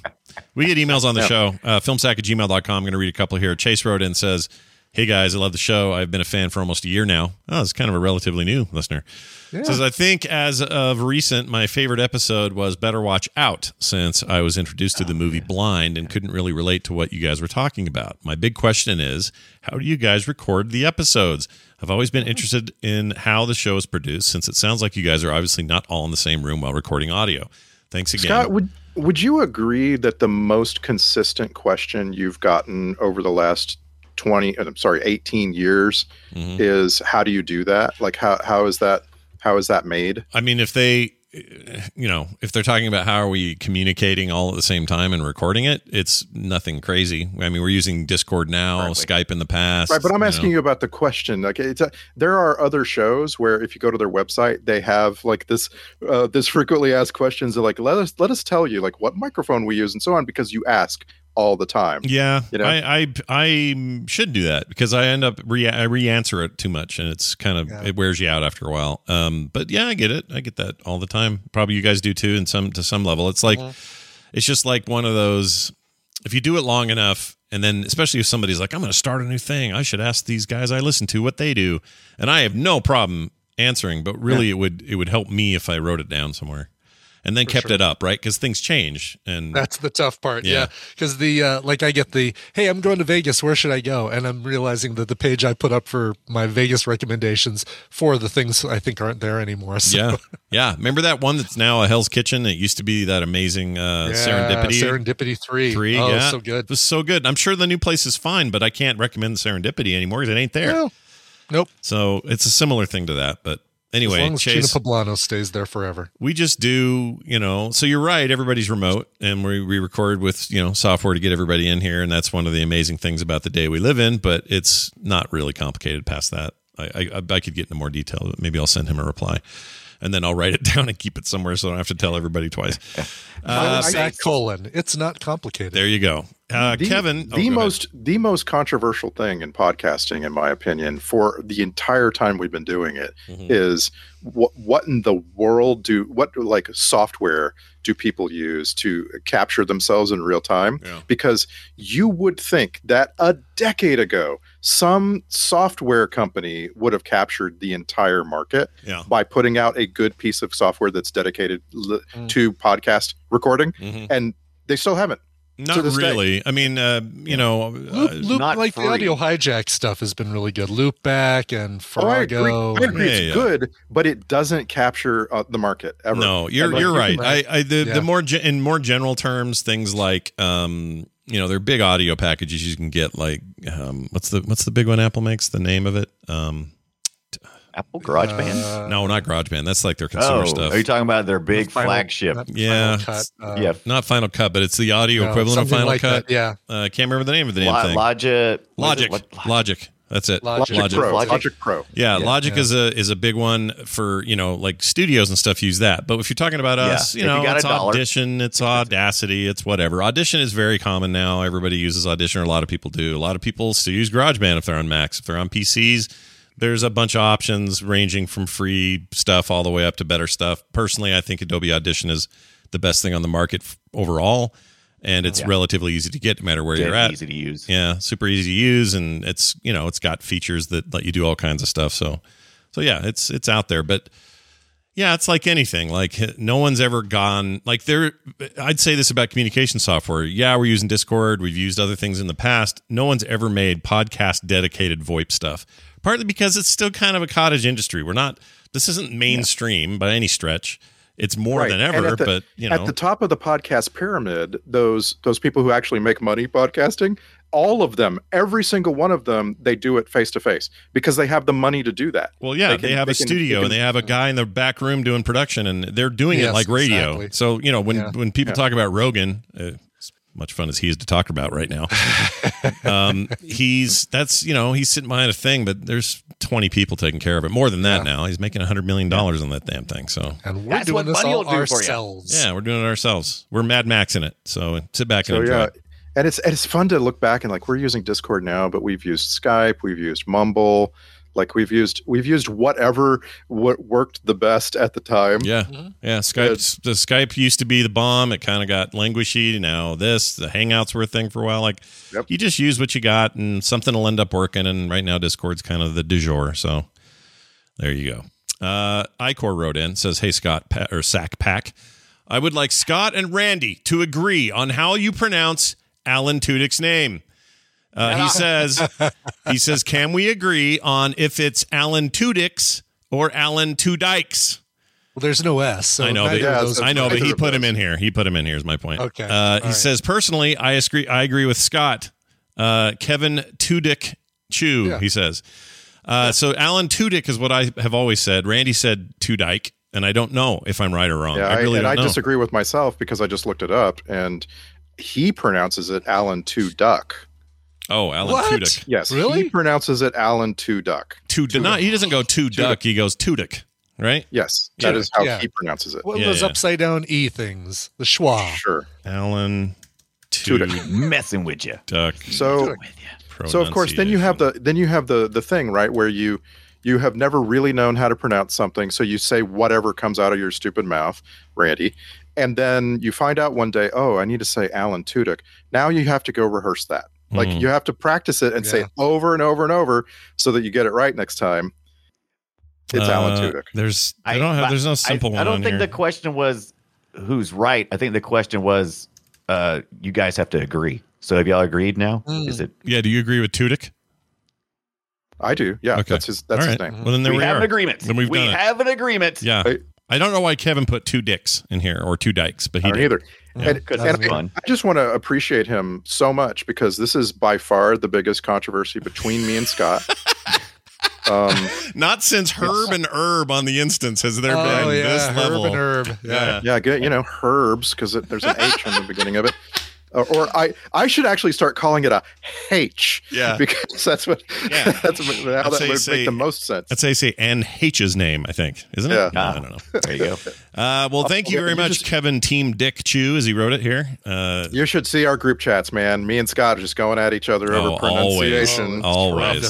E: We get emails on the
G: Yeah.
E: show. Uh, filmsack at gmail.com. I'm going to read a couple here. Chase wrote in says, Hey guys, I love the show. I've been a fan for almost a year now. Oh, it's kind of a relatively new listener.
G: Yeah.
E: Says, I think as of recent, my favorite episode was Better Watch Out since I was introduced
H: Oh,
E: to the movie blind and couldn't really relate to what you guys were talking about. My big question is, how do you guys record the episodes? I've always
H: Mm-hmm.
E: been interested in how the show is produced since it sounds like you guys are obviously not all in the same room while recording audio. Thanks again.
H: Scott, Uh, would would you agree that the most consistent question you've gotten over the last twenty, I'm sorry, eighteen years, is how do you do that? Like how how is that how is that made?
E: I mean, if they, you know, if they're talking about how are we communicating all at the same time and recording it, it's nothing crazy. I mean, we're using Discord now, Skype in the past.
H: Right, but I'm
E: you
H: asking
E: know.
H: you about the question. Like, it's a, there are other shows where if you go to their website, they have like this uh, this frequently asked questions. They're like, let us let us tell you like what microphone we use and so on because you ask all the time.
E: Yeah,
H: you know?
E: I, I I should do that because I end up re I re-answer it too much and it's kind of it wears you out after a while. Um, but yeah, I get it. I get that all the time. Probably you guys do too, and some to some level. It's like
H: Mm-hmm.
E: it's just like one of those. If you do it long enough, and then especially if somebody's like, "I'm going to start a new thing," I should ask these guys I listen to what they do, and I have no problem answering. But really, it would it would help me if I wrote it down somewhere. And then kept it up, right? Because things change, and
G: That's the tough part.
E: Yeah.
G: Yeah. Because the, uh, like, I get the, hey, I'm going to Vegas. Where should I go? And I'm realizing that the page I put up for my Vegas recommendations for the things I think aren't there anymore. So.
E: Yeah, yeah. Remember that one that's now a Hell's Kitchen? It used to be that amazing uh,
G: Yeah,
E: Serendipity.
G: Serendipity 3.
E: Three,
G: Oh,
E: yeah,
G: so good.
E: It was so good. I'm sure the new place is fine, but I can't recommend Serendipity anymore because it ain't there.
G: No. Nope.
E: So it's a similar thing to that. But anyway,
G: as long as
E: Chase,
G: Gina Poblano stays there forever.
E: we just do, you know. So you're right. Everybody's remote, and we, we record with you know software to get everybody in here, and that's one of the amazing things about the day we live in. But it's not really complicated past that. I I, I could get into more detail, but maybe I'll send him a reply, and then I'll write it down and keep it somewhere so I don't have to tell everybody twice. Uh,
G: Find that colon. It's not complicated.
E: there you go, uh,
H: The-
E: Kevin. oh,
H: the
E: go ahead.
H: most the most controversial thing in podcasting, in my opinion, for the entire time we've been doing it, is what what in the world do what like software do people use to capture themselves in real time? Because you would think that a decade ago, some software company would have captured the entire market
E: Yeah.
H: by putting out a good piece of software that's dedicated li- to podcast recording, and they still haven't.
E: Mm-hmm. Not
H: to this day.
E: really. I mean, uh, you know, uh,
G: Loop, like the audio hijack stuff has been really good. Loop back and
H: Oh, I
G: Fargo.
H: agree. I agree.
E: Yeah, yeah.
H: It's good, but it doesn't capture uh, the market ever.
E: No, you're
H: Ever.
E: you're right. I, I the,
H: Yeah.
E: the more ge- in more general terms, things like um, you know, there are big audio packages you can get. Like um, what's the what's the big one Apple makes? The name of it? Um, t-
F: Apple Garage Band?
E: no, not GarageBand. That's like their consumer
F: Uh, Oh,
E: stuff.
F: Are you talking about their big
E: Final-
F: flagship?
E: not Yeah. Final Cut, uh, Yeah. Not Final Cut, but it's the audio
F: No,
E: equivalent of
F: something
E: Final
F: like
E: Cut.
F: that, yeah.
E: Uh, I can't remember the name of the damn
F: Lo-
E: thing.
F: Logic.
E: Logic.
F: what-
E: Logic. That's it.
F: Logic Pro. Logic Logic Pro.
E: Yeah,
F: Yeah.
E: Logic
F: Yeah.
E: is a is a big one for you know like studios and stuff use that. But if you're talking about
F: Yeah.
E: us,
F: If
E: you
F: you
E: know,
F: got a
E: it's
F: dollar.
E: Audition, it's Audacity, it's whatever. Audition is very common now. Everybody uses Audition, or a lot of people do. A lot of people still use GarageBand if they're on Macs. If they're on PCs, there's a bunch of options ranging from free stuff all the way up to better stuff. Personally, I think Adobe Audition is the best thing on the market f- overall, and it's
F: Yeah.
E: relatively easy to get no matter where
F: Dead
E: you're at.
F: easy to use.
E: Yeah, super easy to use, and it's you know it's got features that let you do all kinds of stuff. So, so yeah, it's it's out there, but yeah, it's like anything. Like no one's ever gone like there. I'd say this about communication software. Yeah, we're using Discord. We've used other things in the past. No one's ever made podcast dedicated VoIP stuff. Partly because it's still kind of a cottage industry. We're not. This isn't mainstream by any stretch. It's more
H: Right.
E: than
H: And
E: ever.
H: at the-
E: but you know,
H: at the top of the podcast pyramid, those those people who actually make money podcasting, all of them, every single one of them, they do it face to face because they have the money to do that.
E: Well, yeah, they, have a studio and they have a guy in the back room doing production, and they're doing it
H: Yes,
E: like radio.
H: exactly.
E: So you know when
H: Yeah.
E: when people
H: Yeah.
E: talk about Rogan, uh, as much fun as he is to talk about right now, um, he's that's you know he's sitting behind a thing, but there's 20 people taking care of it. More than that now, he's making 100 million dollars on that damn thing. So
G: And
F: That's what money will do for you.
E: Yeah, we're doing it ourselves. We're Mad Maxing it. So sit back
H: So
E: and enjoy.
H: yeah,
E: it.
H: and it's and it's fun to look back and like we're using Discord now, but we've used Skype, we've used Mumble, like we've used we've used whatever what worked the best at the time.
E: Yeah, yeah. Skype. The Skype used to be the bomb. It kind of got languishy. Now this, the Hangouts were a thing for a while. Like you just use what you got, and something will end up working. And right now, Discord's kind of the du jour. So there you go. Uh, Icor wrote in says, "Hey Scott pa- or Sack Pack, I would like Scott and Randy to agree on how you pronounce Alan Tudyk's name." Uh, he says, "He says, can we agree on if it's Alan Tudyk's or Alan Tudykes?"
G: Well, there's no S. So
E: I know,
G: neither
E: but,
G: of those are
E: I know, but
G: correct.
E: he put him in here. He put him in here. Is my point.
G: Okay.
E: Uh, he
G: All right.
E: says personally, I agree. I agree with Scott. Uh, Kevin Tudick Chew.
G: Yeah.
E: He says. Uh, So Alan Tudyk is what I have always said. Randy said Tudyk, and I don't know if I'm right or wrong.
H: Yeah,
E: I
H: I
E: really
H: and
E: don't
H: I
E: know.
H: disagree with myself because I just looked it up and he pronounces it Alan Two Duck.
E: Oh, Alan Tudyk.
H: Yes, He pronounces it Alan Two Duck.
E: Two not, he doesn't go two duck. He goes Tudyk. Right.
H: Yes, that is how
G: Yeah.
H: he pronounces it.
G: What are those upside down E things? The schwa.
H: Sure.
E: Alan
H: Tudyk.
F: messing with you.
E: Duck.
H: So, so of course, then you have the then you have the the thing right where you you have never really known how to pronounce something, so you say whatever comes out of your stupid mouth, Randy, and then you find out one day, oh, I need to say Alan Tudyk. Now you have to go rehearse that. Like
E: Mhm.
H: you have to practice it and say
E: Yeah.
H: it over and over and over so that you get it right next time. It's Alan
E: Uh,
H: Tudyk.
E: There's I don't have. There's no
F: I-
E: simple
F: I,
E: one.
F: don't
E: on
F: think
E: here.
F: the question was who's right. I think the question was uh, you guys have to agree. So have y'all agreed now? Is it?
E: Yeah. Do you agree with Tudyk?
H: I do. Yeah.
E: Okay.
H: That's his. That's
E: All
H: his
E: right.
H: name.
E: Well, then there
F: we,
E: we,
F: have
E: are.
F: an agreement.
E: Then we've
F: we
E: done it.
F: have an agreement.
E: Yeah. I, don't know why Kevin put two dicks in here or two dykes, but he
H: I don't
E: did.
H: either.
E: Yeah.
H: And, and I, I just want to appreciate him so much because this is by far the biggest controversy between me and Scott. um,
E: Not since Herb and Herb on the instance has there
G: Oh,
E: been
G: yeah,
E: this
G: Herb
E: level.
G: and Herb.
E: Yeah.
H: yeah, good. You know, herbs because there's an H on the beginning of it. Or, or I, I should actually start calling it a H.
E: Yeah.
H: because that's what that's what- how
E: I'd
H: that
E: say-
H: would
E: say-
H: make the most sense.
E: I'd say say Anne H's name, I think, isn't it?
H: Yeah.
E: I don't know.
F: There you go.
E: Uh, well, thank you very much, Kevin Team Dick Chew, as he wrote it here. Uh,
H: You should see our group chats, man. Me and Scott are just going at each other
E: Oh,
H: over
E: always,
H: pronunciation.
E: always,
G: Oh,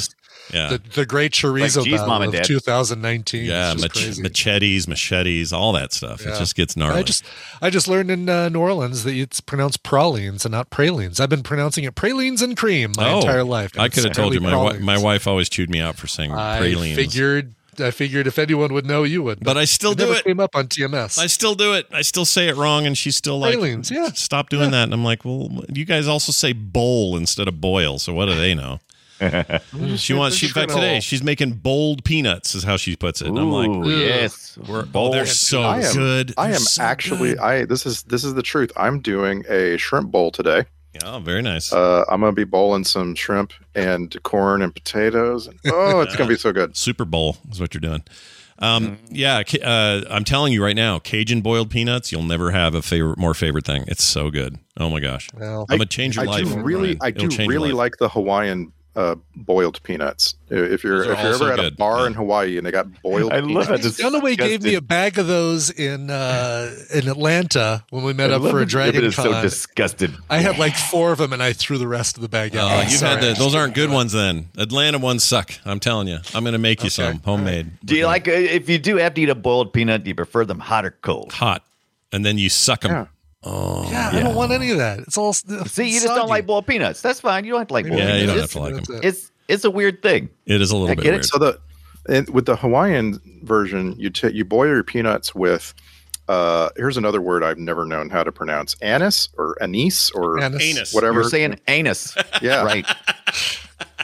G: The,
E: yeah,
G: the great chorizo
H: Like, geez,
G: battle
H: Mom and
G: of
H: Dad.
G: 2019.
E: yeah,
G: It's just
E: mach-
G: crazy.
E: machetes, machetes, all that stuff. It
G: Yeah.
E: just gets gnarly.
G: I just, I just learned in uh, New Orleans that it's pronounced pralines and not pralines. I've been pronouncing it pralines and cream my
E: Oh,
G: entire life. and
E: I
G: it's
E: could have told you. My
G: apparently
E: wi- my wife always chewed me out for saying
G: pralines. I
E: pralines.
G: figured, I figured if anyone would know, you would.
E: But I still do
G: never
E: it.
G: Came up on TMS.
E: I still do it. I still say it wrong, and she's still like,
G: Pralines, yeah.
E: stop doing that. And I'm like, well, you guys also say bowl instead of boil, so what do they know?
F: Hmm.
E: she wants. She in fact today. She's making bold peanuts, is how she puts it. And I'm like,
F: Ooh,
E: "Ugh,
F: yes.
E: we're, oh,
F: Bold
E: they're so
H: I am,
E: good.
H: I
E: They're
H: am
E: so
H: actually
E: good.
H: I this is this is the truth. I'm doing a shrimp bowl today.
E: Oh, very nice.
H: Uh, I'm gonna be bowling some shrimp and corn and potatoes. Oh, it's gonna be so good. Mm-hmm.
E: Super Bowl is what you're doing. Um, yeah, ca- uh, I'm telling you right now, Cajun boiled peanuts. You'll never have a favorite, more favorite thing. It's so good. Oh my gosh, I'm gonna change your
H: I
E: life.
H: Do really,
E: Ryan.
H: I
E: It'll
H: do
E: change your
H: really
E: life.
H: like the Hawaiian uh, boiled peanuts. If you're
E: Those are
H: if you're
E: also
H: ever at a
E: good.
H: bar in Hawaii and they got boiled,
F: I love
H: peanuts,
F: it.
G: Dunaway gave me a bag of those in uh, in Atlanta when we met
F: I
G: up
F: love
G: for
F: it.
G: a
F: It
G: Dragon
F: is so
G: Con.
F: disgusted.
G: I had like four of them, and I threw the rest of the bag out.
E: Oh,
G: I'm
E: you've
G: sorry.
E: had the, those aren't good ones then. Atlanta ones suck. I'm telling you. I'm gonna make you some homemade.
F: Do you like uh, if you do have to eat a boiled peanut? Do you prefer them hot or cold?
E: Hot, and then you suck them. Oh,
G: yeah, I don't want any of that. It's all see. You
F: See, you just don't like boiled peanuts. That's fine. You don't have to like boiled
E: Yeah,
F: peanuts.
E: you don't
F: It's-
E: have to like 'em.
F: It's it's a weird thing.
E: It is a little
F: I
E: bit
F: get it.
E: weird.
H: So the and with the Hawaiian version, you ta you boil your peanuts with. Uh, here's another word I've never known how to pronounce: anise or anise or
F: Anise. Anus.
H: Whatever
F: You're saying anus.
H: Yeah,
F: right.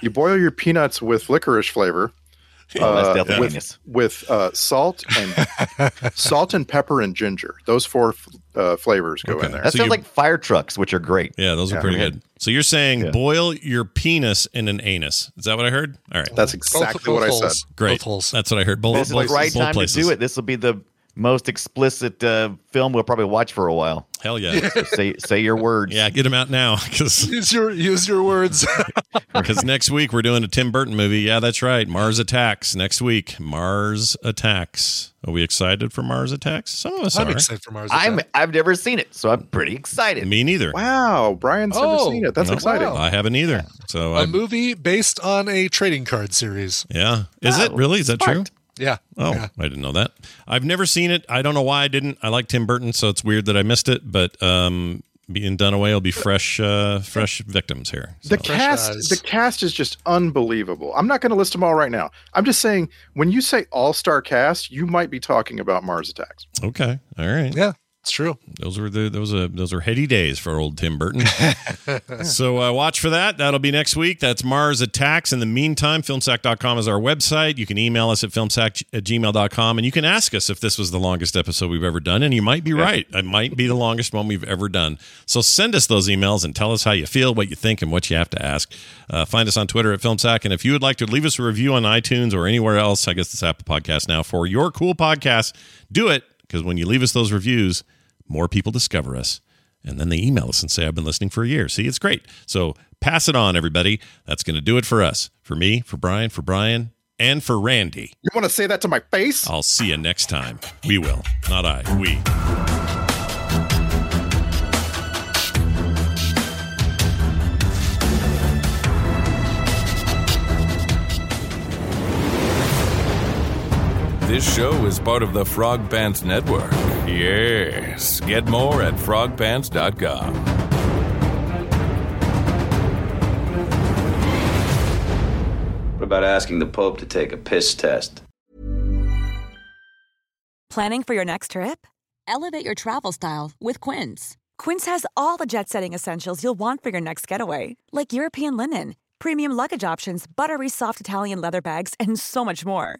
H: You boil your peanuts with licorice flavor. uh,
F: Oh, that's definitely
H: with,
F: anus.
H: with uh, salt and salt and pepper and ginger. Those four f- uh, flavors go in there.
F: That sounds like fire trucks, which are great.
E: Yeah, those are
F: Yeah.
E: pretty
F: Yeah.
E: good. So you're saying boil your penis in an anus? Is that what I heard? All right,
H: that's exactly what I said.
E: Great, that's what I heard. Both,
F: this
E: both,
F: is the right
E: both
F: time
E: places.
F: to do it. This will be the most explicit uh, film we'll probably watch for a while.
E: Hell yeah.
F: So say say your words.
E: Yeah, get them out now because
G: Use your use your words.
E: next week we're doing a Tim Burton movie. Yeah, that's right. Mars Attacks next week. Mars Attacks. Are we excited for Mars Attacks? Some of us
G: I'm
E: are.
G: excited for Mars.
F: I'm I've never seen it, so I'm pretty excited.
E: Me neither.
H: Wow, Brian's
G: Oh.
H: never seen it. That's
E: No,
H: exciting.
E: I haven't either. So
G: a
E: I,
G: movie based on a trading card series.
E: yeah, is
H: Oh,
E: it really? Is that true?
G: Yeah.
E: Oh,
G: Yeah.
E: I didn't know that. I've never seen it. I don't know why I didn't. I like Tim Burton, so it's weird that I missed it. But um, being done away will be fresh, uh, fresh victims here.
H: The cast, the cast is just unbelievable. I'm not going to list them all right now. I'm just saying, when you say all-star cast, you might be talking about Mars Attacks.
E: Okay, all right.
G: Yeah, it's true.
E: Those were the those are those are heady days for old Tim Burton. so uh, watch for that. That'll be next week. That's Mars Attacks. In the meantime, filmsack.com is our website. You can email us at filmsack at gmail.com and you can ask us if this was the longest episode we've ever done. And you might be right. It might be the longest one we've ever done. So send us those emails and tell us how you feel, what you think, and what you have to ask. Uh, find us on Twitter at filmsack. And if you would like to leave us a review on iTunes or anywhere else, I guess it's Apple Podcast now, for your cool podcast, do it. Because when you leave us those reviews, more people discover us and then they email us and say i've been listening for a year see it's great so pass it on everybody that's going to do it for us for me for brian for brian and for randy
H: You want to say that to my face?
E: i'll see you next time we will not i we
Q: This show is part of the Frog Pants Network. Yes. Get more at frogpants.com.
C: What about asking the Pope to take a piss test?
S: Planning for your next trip? Elevate your travel style with Quince. Quince has all the jet setting essentials you'll want for your next getaway, like European linen, premium luggage options, buttery soft Italian leather bags, and so much more.